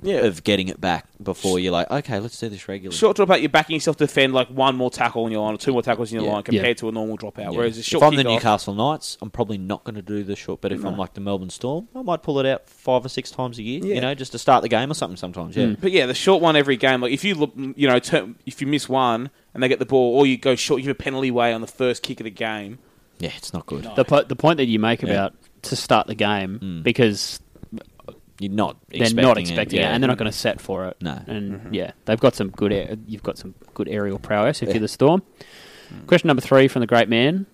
of getting it back before you're like, okay, let's do this regularly. short dropout, you're backing yourself to defend like one more tackle in your line or two more tackles in your Yeah. line compared Yeah. to a normal dropout. Yeah. Whereas a if short I'm the kickoff, Newcastle Knights, I'm probably not going to do the short. But if I'm like the Melbourne Storm, I might pull it out five or six times a year, Yeah. you know, just to start the game or something. Sometimes, Hmm. yeah. Mm. But yeah, the short one every game. Like if you look, you know, turn, if you miss one and they get the ball, or you go short, you have a penalty way on the first kick of the game. Oh, Yeah, Hmm. it's not good. The, po- the point that you make about to start the game because You're not. they're not expecting it, yeah. and they're not going to set for it. No. and Mm-hmm. yeah, they've got some good. Air, you've got some good aerial prowess if you're the Storm. Hmm. Question number three from the great man: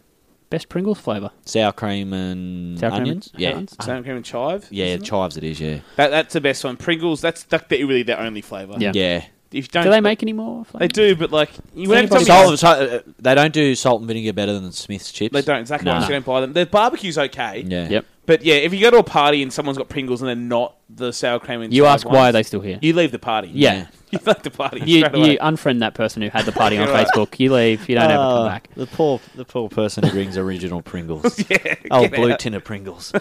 best Pringles flavor. sour cream and Sour cream Mm, onions. and yeah, onions? Sour cream and chive. yeah, isn't it? chives. It is. Yeah, That, that's the best one. Pringles. That's that, that really their only flavour. Yeah. yeah. If you don't, Do they make any more? They Flavors? do, but like you Does whenever anybody- somebody- Salt, and- salt- uh, they don't do salt and vinegar better than Smith's chips. They don't exactly. Nah. They don't buy them. Their barbecue's okay. Yeah. Yep. But yeah, if you go to a party and someone's got Pringles and they're not the sour cream and You chive ask why are ones, they still here. You leave the party. yeah. You leave the party. You, straight away. you unfriend that person who had the party on You're right. Oh. Facebook. You leave. You don't ever come Ah, back. The poor, the poor person who brings original Pringles. yeah, Oh, get blue out. tin of Pringles.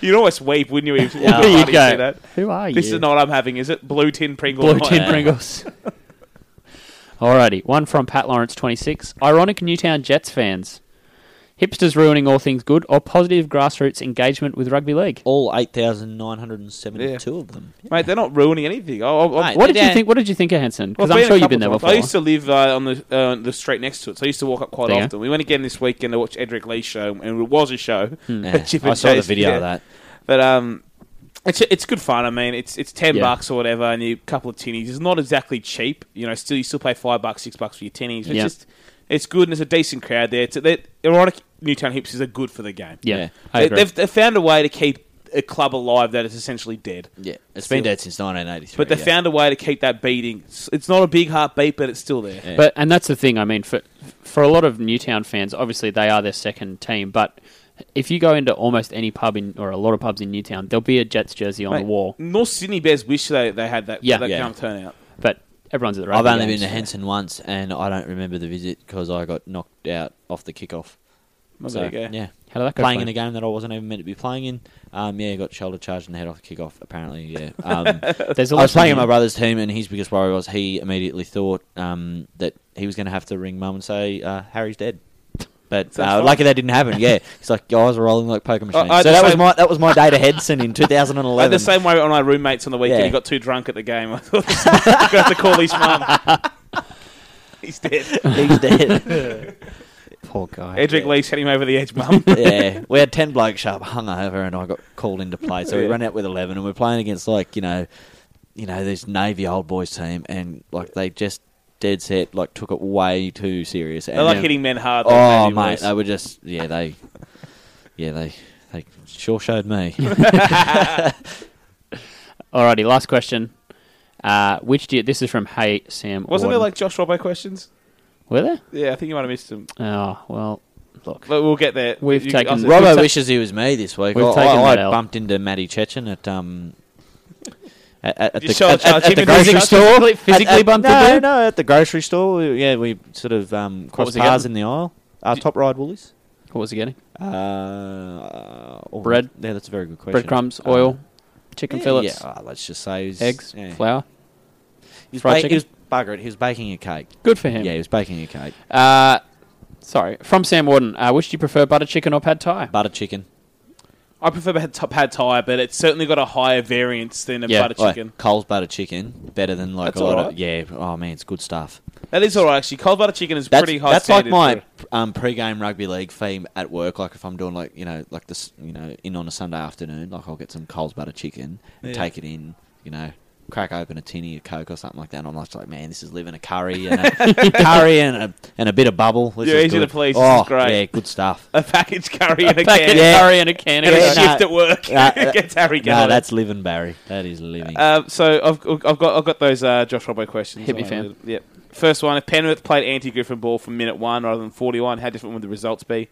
You'd almost weep, wouldn't you? If you You'd walked to a party and see Oh, go, that. Who are you? This is not what I'm having, is it? Blue tin Pringle. Blue night. tin Yeah. Pringles. Alrighty, one from Pat Lawrence, 26. Ironic Newtown Jets fans. Hipsters ruining all things good or positive grassroots engagement with rugby league? All eight thousand nine hundred and seventy-two of them. Mate, they're not ruining anything. I, I, I, Mate, What did Yeah. you think? What did you think of Hanson? Because I've I'm been sure a you've been there couple of before. Oh, times. I used to live uh, on the uh, the street next to it, so I used to walk up quite There you go. often. We went again this weekend to watch Edric Lee's show, and it was a show. Hmm. Yeah, Chip I and saw the Chase, video yeah. of that. But um, it's it's good fun. I mean, it's it's ten Yeah. bucks or whatever, and you a couple of tinnies. It's not exactly cheap. You know, still you still pay five bucks, six bucks for your tinnies. It's Yeah. just it's good, and it's a decent crowd there. It's, they're- ironic Newtown Hipsters are good for the game. yeah, Yeah. I they, agree. they've, they've found a way to keep a club alive that is essentially dead. Yeah, it's been dead since nineteen eighty-three. But they yeah. found a way to keep that beating. It's, it's not a big heartbeat, but it's still there. Yeah. But and that's the thing. I mean, for for a lot of Newtown fans, obviously they are their second team. But if you go into almost any pub in or a lot of pubs in Newtown, there'll be a Jets jersey on Mate, the wall. North Sydney Bears wish they, they had that, Yeah. that Yeah. kind of turnout. But everyone's at the rugby. I've only games. been to Henson once, and I don't remember the visit because I got knocked out off the kickoff. Well, So, Oh, there you go. Yeah, How did that go? playing for in you? a game that I wasn't even meant to be playing in. Um, yeah, got shoulder charged and head off the kickoff. Apparently, yeah. Um, There's a I was lesson playing in my here. brother's team, and his biggest worry was he immediately thought um, that he was going to have to ring mum and say uh, Harry's dead. But Sounds uh, fine. lucky that didn't happen. Yeah, he's like guys are rolling like poker machines. I- so the that was same- my that was my day to Hedson in I had 2011. the same way on my roommates on the weekend. Yeah. He got too drunk at the game. I thought, I'm going to have to call his mum. He's dead. He's dead. Poor guy. Edric Lee sent him over the edge, mum. yeah, we had ten blokes sharp hungover, and I got called into play. So we Yeah. ran out with eleven, and we're playing against like you know, you know this navy old boys team, and like they just dead set like took it way too serious. And They're like then- hitting men hard. those Oh Navy mate, boys. they were just yeah they, yeah they they sure showed me. Alrighty, last question. Uh, which do you, this is from Hey Sam? Wasn't there Warden. like Josh Robbo questions? were there? Yeah, I think you might have missed them. Oh well, look. But we'll get there. We've You- taken- I'll see- Robbo ta- wishes he was me this week. We've I, taken I, that I out. bumped into Matty Chechen at um. At, at, at You the, shall at, charge at, at him the in grocery discussion. store, Physically- At- physically at- bumped no, into him? No, at the grocery store. we- Yeah, we sort of um, was crossed he paths in getting? the aisle. Uh, top ride Woolies. What was he getting? Uh, oh, Bread. Yeah, that's a very good question. Breadcrumbs, Uh, oil, chicken yeah, fillets, Yeah, oh, let's just say he was- eggs, yeah. flour. He was, fried ba- he chicken. was bugger it. He was baking a cake. Good for him. Yeah, he was baking a cake. Uh, sorry, from Sam Warden. Uh, which do you prefer, butter chicken or pad thai? Butter chicken. I prefer pad t- pad thai, but it's certainly got a higher variance than a butter like, chicken. Coles butter chicken, better than like That's a lot alright. of yeah. Oh man, it's good stuff. That is all right, actually. Cold butter chicken is That's, pretty high. that's like standard my for- um, pre-game rugby league theme at work. Like if I'm doing like you know like this you know in on a Sunday afternoon, like I'll get some Coles butter chicken, and Yeah. take it in, you know. Crack open a tinny of Coke or something like that. And I'm just like, man, this is living a curry and a curry and a, and a bit of bubble. This Yeah, is easy to good. please. This is Oh, great. yeah, good stuff. a package curry and a Packet can Yeah. curry and a can of and a Yeah. Coke. shift at work. Nah, Gets Harry No, going. that's living, Barry. That is living. Um, so I've, I've got I've got those uh, Josh Robbo questions. Hit me, I fam. wanted- Yep. First one: If Penrith played anti-Griffin ball from minute one rather than forty-one, how different would the results be?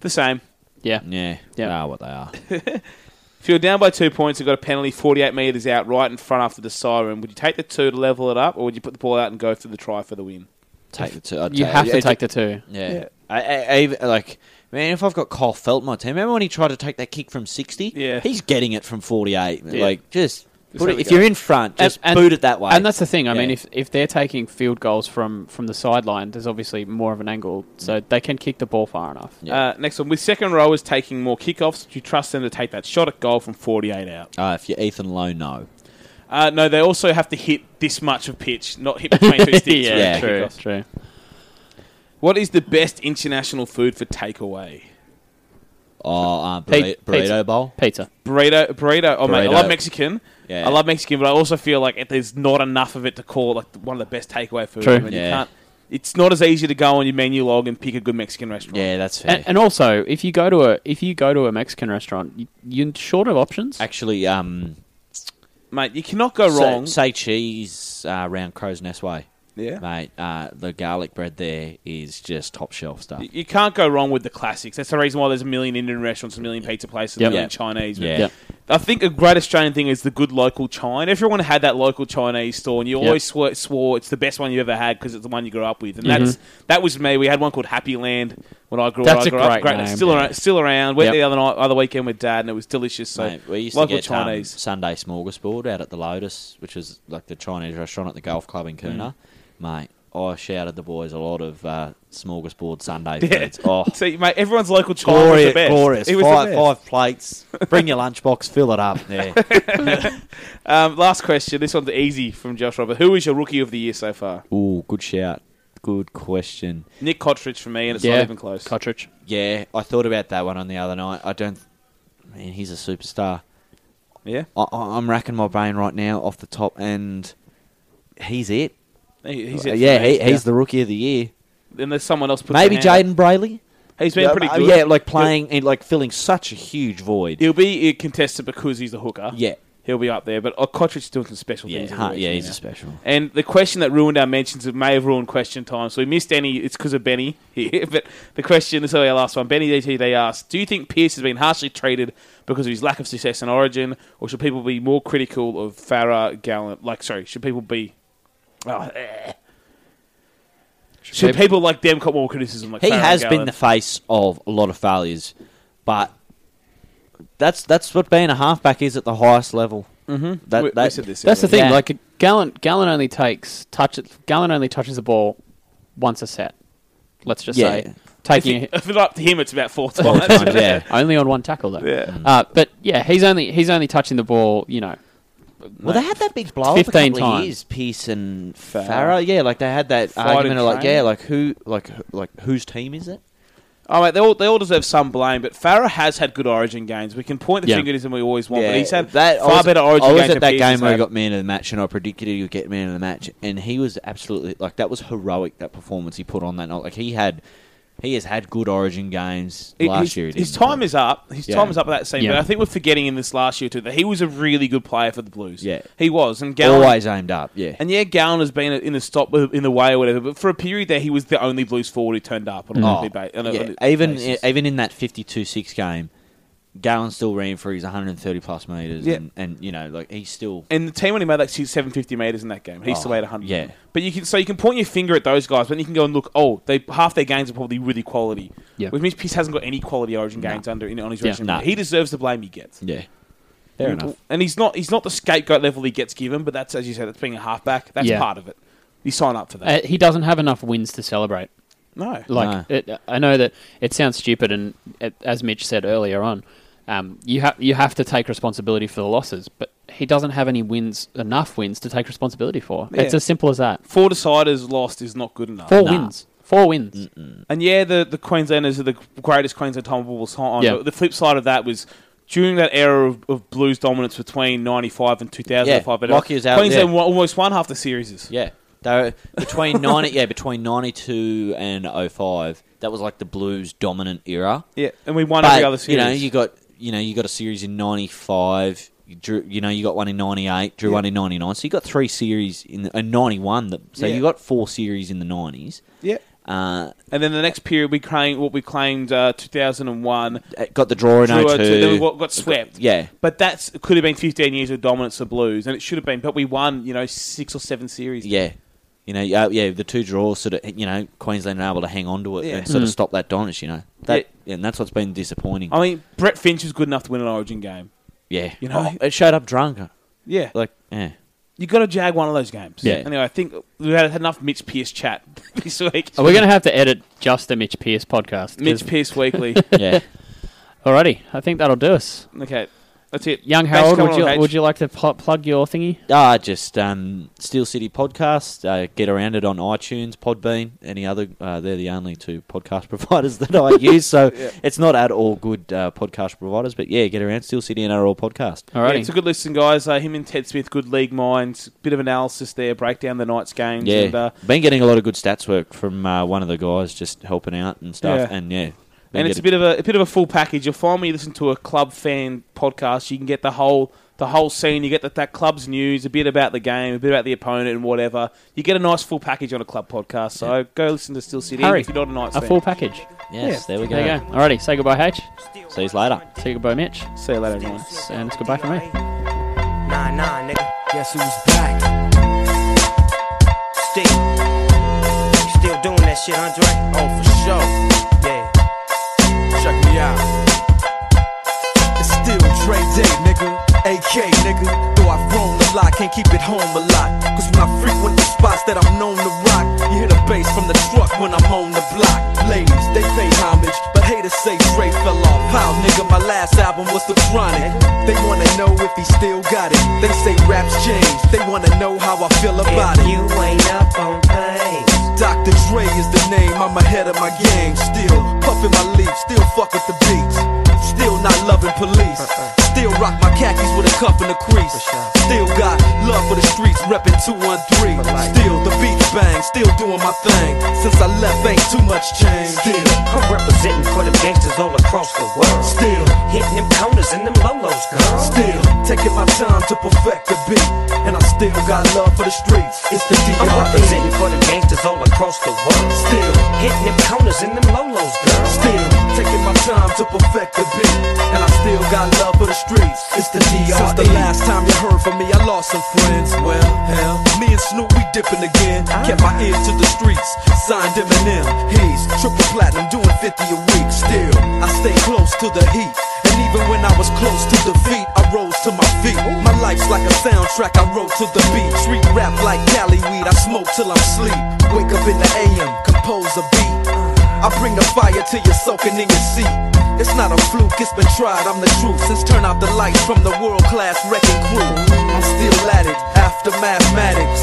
The same. Yeah. yeah, Yeah. they are what they are. If you were down by two points and got a penalty forty-eight metres out right in front after the siren, would you take the two to level it up, or would you put the ball out and go for the try for the win? Take the two. I'd You take- have to it- take the two. Yeah. I, I, I even, like, man, if I've got Kyle Felt in my team, remember when he tried to take that kick from 60? Yeah. He's getting it from 48. Yeah. Like, just. Put have it, a if go. you're in front, just And- and- boot it that way. And that's the thing. I mean, Yeah. if if they're taking field goals from from the sideline, there's obviously more of an angle, so Mm. they can kick the ball far enough. Yeah. Uh, next one: With second rowers taking more kickoffs, do you trust them to take that shot at goal from forty-eight out? uh, if you're Ethan Lowe, no. Uh, no, they also have to hit this much of pitch, not hit between two sticks. for Yeah. the true, kickoffs. true. What is the best international food for takeaway? Oh, uh, burri- Pete- pizza. burrito bowl. Pizza. Burrito, burrito. Oh mate, I Burrito. love Mexican. Yeah. I love Mexican, but I also feel like it, there's not enough of it to call like one of the best takeaway food. True. I mean, you Yeah. can't- it's not as easy to go on your menu log and pick a good Mexican restaurant. Yeah, that's fair. And, and also, if you go to a if you go to a Mexican restaurant, you, you're short of options. Actually, um, Mate, you cannot go say- wrong. Say, cheese uh, round Crow's Nest Way. Yeah. Mate, uh, the garlic bread there is just top shelf stuff. You- You can't go wrong with the classics. That's the reason why there's a million Indian restaurants, a million pizza places, a Yep. million Yeah. Chinese. Yeah. Yep. I think a great Australian thing is the good local chine. Everyone had that local Chinese store, and you Yep. always swore, swore it's the best one you ever had because it's the one you grew up with. And that's Mm-hmm. that was me. We had one called Happy Land when I grew, That's I a grew up. great Great, name. still around, still around. Went Yep. the other night, other weekend with Dad, and it was delicious. So Mate, we used local to get um, Chinese. Sunday smorgasbord out at the Lotus, which is like the Chinese restaurant at the golf club in Mm. Kuna. Mate, I shouted the boys a lot of uh, smorgasbord Sunday Yeah. foods. Oh, See, mate, everyone's local chine was glorious, the best. glorious! It was the Five, best. five plates. Bring your lunchbox, fill it up. There, Um, last question. This one's easy from Josh Robert. Who is your rookie of the year so far? ooh, good shout, good question. Nick Cottridge for me, and it's not even close. Cartridge. Yeah, I thought about that one on the other night. I don't. Man, he's a superstar. yeah, I, I, I'm racking my brain right now off the top, and he's it. He- he's it for Uh, yeah, me. he, he's the rookie of the year. Then there's someone else. put Maybe their hand Jaden Brayley. up. He's been yeah, pretty uh, good. Yeah, like playing and like filling such a huge void. He'll be a contestant because he's the hooker. Yeah. He'll be up there, but uh, Cottridge's doing some special yeah, things. huh, every yeah, week he's now. a special. And the question that ruined our mentions, it may have ruined question time, so we missed any. It's because of Benny here, but the question is our last one. Benny DT, they asked, do you think Pierce has been harshly treated because of his lack of success in Origin, or should people be more critical of Farah Gallant? Like, sorry, should people be? Oh, eh. Should people, people- like them cop more criticism? Like He Farah has been Gallant? the face of a lot of failures, but that's that's what being a halfback is at the highest level. Mm-hmm. That, We- we that- said this That's the earlier. thing. Yeah. Like Gallon, Gallon only takes touch. Gallon only touches the ball once a set. Let's just Yeah. say taking If it's up to him, it's about four times. times, yeah. only on one tackle though. Yeah. Uh, but yeah, he's only he's only touching the ball. You know, Well, they had that big blow up a 15 couple of times. years, Pearce and Farah. Farah. Yeah, like they had that Fight and argument of like, train. yeah, like who, like who- like whose team is it? Oh, mate, they all they all deserve some blame, but Farah has had good Origin games. We can point the Yeah. finger at him we always want, but he's had that, I far was- better Origin I was games. at than that Pearce game has where he had. got man of the match, and I predicted he would get man of the match, and he was absolutely like that was heroic that performance he put on that night. Like he had, he has had good Origin games It- last his, year. he his didn't, time but- is up. His Yeah. time is up at that scene. Yeah. But I think we're forgetting in this last year too that he was a really good player for the Blues. Yeah. he was, and Gallon always aimed up. Yeah, And yeah, Gowan has been in the stop in the way or whatever. But for a period there, he was the only Blues forward who turned up on a Oh, weekly ba- on a- yeah. on a- even basis. even in that fifty-two six game, Gallon still ran for his one hundred and thirty plus meters, Yeah. and, and you know like he's still And the team only made like seven fifty meters in that game. He Oh, still made hundred. yeah. but you can so you can point your finger at those guys, but then you can go and look. Oh, they half their games are probably really quality. Yeah. which means Pierce hasn't got any quality Origin games under in, on his Yeah. resume. Nah. He deserves the blame he gets. yeah. Fair enough. And he's not he's not the scapegoat level he gets given, but that's as you said, that's being a halfback. That's Yeah. part of it. You sign up for that. uh, he doesn't have enough wins to celebrate. no, Like it, I know that it sounds stupid, and it, as Mitch said earlier on, Um, you have you have to take responsibility for the losses, but he doesn't have any wins, enough wins to take responsibility for. It's Yeah. as simple as that. Four deciders lost is not good enough. Four wins, four wins. And yeah, the, the Queenslanders are the greatest Queensland time of all time. Yeah. But the flip side of that was during that era of, of Blues dominance between 95 and 2005, Yeah, but Lockie was out, Queensland yeah. won- almost won half the series. Yeah. They were between 90 yeah, between 92 and 05, that was like the Blues dominant era. Yeah, and we won But, every other series. You know, you got you know, you got a series in 95, you drew you know, you got one in 98, drew one in 99. So you got three series in the, and 91 that so Yeah. you got four series in the 90s. yeah. Uh And then the next period, we claimed what we claimed uh, 2001. got the draw in Drew 02. it to- Then we got, got swept. yeah. But that's could have been 15 years of dominance of Blues, and it should have been. But we won, you know, six or seven series. Yeah. You know, yeah, yeah, the two draws sort of, you know, Queensland are able to hang on to it Yeah. and sort of stop that dominance, you know. That, And that's what's been disappointing. I mean, Brett Finch was good enough to win an Origin game. yeah. you know- Oh, it showed up drunk. Yeah. Like, yeah. you got to jag one of those games. Yeah. Anyway, I think we had had enough Mitch Pearce chat this week. Are we going to have to edit just the Mitch Pierce podcast? 'Cause- Mitch Pearce Weekly. Yeah. Alrighty, I think that'll do us. okay, that's it. Young Thanks for Harold, coming would on, you H. would you like to pl- plug your thingy? Ah, just um, Steel City podcast. Uh, get around it on iTunes, Podbean, any other. Uh, they're the only two podcast providers that I use. So it's not at all good uh, podcast providers, but yeah, get around Steel City and our all podcast. Yeah, Alrighty, it's a good listen, guys. Uh, him and Ted Smith, good league minds. Bit of analysis there, breakdown the night's games. Yeah, and, uh, been getting a lot of good stats work from uh, one of the guys, just helping out and stuff. Yeah. And yeah, been and it's a getting- bit of a, a bit of a full package. You'll find when you listen to a club fan podcast, you can get the whole the whole scene. You get the, that club's news, a bit about the game, a bit about the opponent, and whatever. You get a nice full package on a club podcast. So go listen to Still City Harry, if you're not a Knights a fan. full package. yes. There we go. There you go. Alrighty, say goodbye, H. See you later. Say goodbye, Mitch, See you later, everyone. and it's goodbye from me. Nah, nah, nigga. Guess who's back? Still, still doing that shit, Andre? Oh, for sure. Yeah. Check me out. It's still Dre Day, nigga. AK, nigga. Though I've grown a lot, can't keep it home a lot. Cause when I frequent the spots that I'm known to rock, you hear the bass from the truck when I'm on the block. Ladies, they pay homage, but haters say Dre fell off. How, nigga, my last album was The Chronic. They wanna know if he still got it. They say raps change, they wanna know how I feel about it. You ain't up on things. Dr. Dre is the name, I'm ahead of my game. Still puffin' my leaf, still fuck with the beats. Still not loving police. Still rock my khakis with a cuff and a crease. Still got love for the streets, reppin' 213. Still the beats bang, still doing my thing. Since I left, ain't too much change. Still, I'm representing for them gangsters all across the world. Still. hitting them corners and them lolos, girl. still taking my time to perfect the beat. And I still got love for the streets. It's the I'm DRE. representing for them gangsters all across the world. Still, hitting them corners and them lolos, girl. still taking my time to perfect the beat. And I still got love for the streets. It's the E. DRE. Since the last time you heard from me, I lost some friends. Well, hell, me and Snoop, we dipping again. Kept my ear to the streets. Signed Eminem. He's triple platinum, doing 50 a week. Still, I stay close to the heat. And even when I was close to defeat, I rose to my feet. My life's like a soundtrack I wrote to the beat. Street rap like Cali weed, I smoke till I'm sleep. Wake up in the AM, compose a beat. I bring the fire till you're soaking in your seat. It's not a fluke, it's been tried, I'm the truth. Since turn out the lights from the world class wrecking crew. I'm still at it, after mathematics.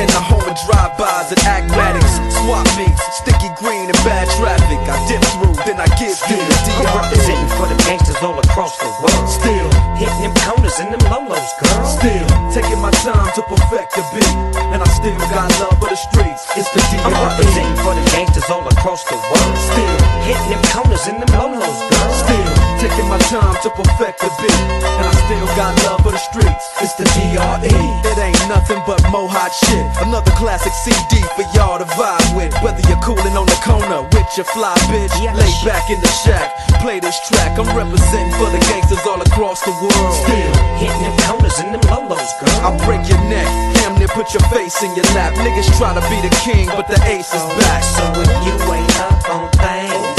In the home of drive-bys and acmatics. Swap meets, sticky green and bad traffic. I dip through, then I give you the I'm DR. representing for them gangsters all across the world. Still, hitting them corners and them lolos, girl. still, taking my time to perfect the beat. And I still got love for the streets, it's the I'm representing DR. for them gangsters all across the world. Still, hitting them corners and them lolos, girl. Still taking my time to perfect the beat, and I still got love for the streets. It's the DRE. It ain't nothing but mohawk shit. Another classic CD for y'all to vibe with. Whether you're cooling on the corner with your fly bitch, lay back in the shack, play this track. I'm representing for the gangsters all across the world. Still. hitting them corners and them lolos, girl. I break your neck, damn near put your face in your lap. Niggas try to be the king, but the ace is back. So if you ain't up on things,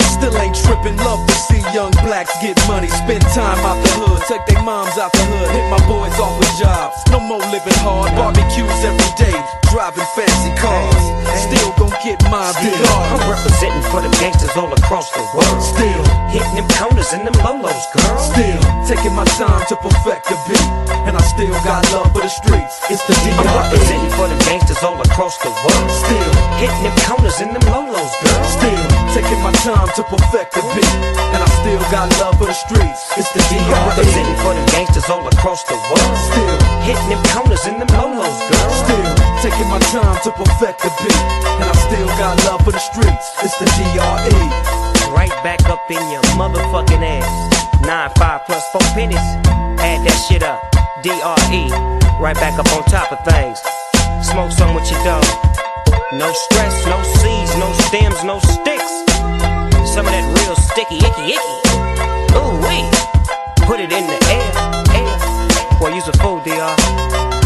Still ain't tripping, love to see young blacks get money. Spend time out the hood, take their moms out the hood, hit my boys off with jobs. No more living hard, barbecues every day, driving fancy cars. Still gon' get mind Still, regardless. I'm representing for them gangsters all across the world. Still, hitting them corners and them lolos, girl. still taking my time to perfect the beat, and I still got love for the streets. It's the E. I'm D.R.E. representing for them gangsters all across the world. Still, hitting them corners and them lolos, girl. still taking my time to perfect the beat, and I still got love for the streets. It's the E. I'm D.R.E. representing for them gangsters all across the world. Still, hitting them corners and them lolos, girl. still taking my time to perfect the beat, and I still got love for the streets. It's the E. D.R.E. Right back up in your motherfucking ass. Nine five plus four pennies. Add that shit up. D R E. Right back up on top of things. Smoke some with your dog. No stress, no seeds, no stems, no sticks. Some of that real sticky, icky, icky. Ooh wee. Put it in the air, air. Boy, you's a fool, E. Dr.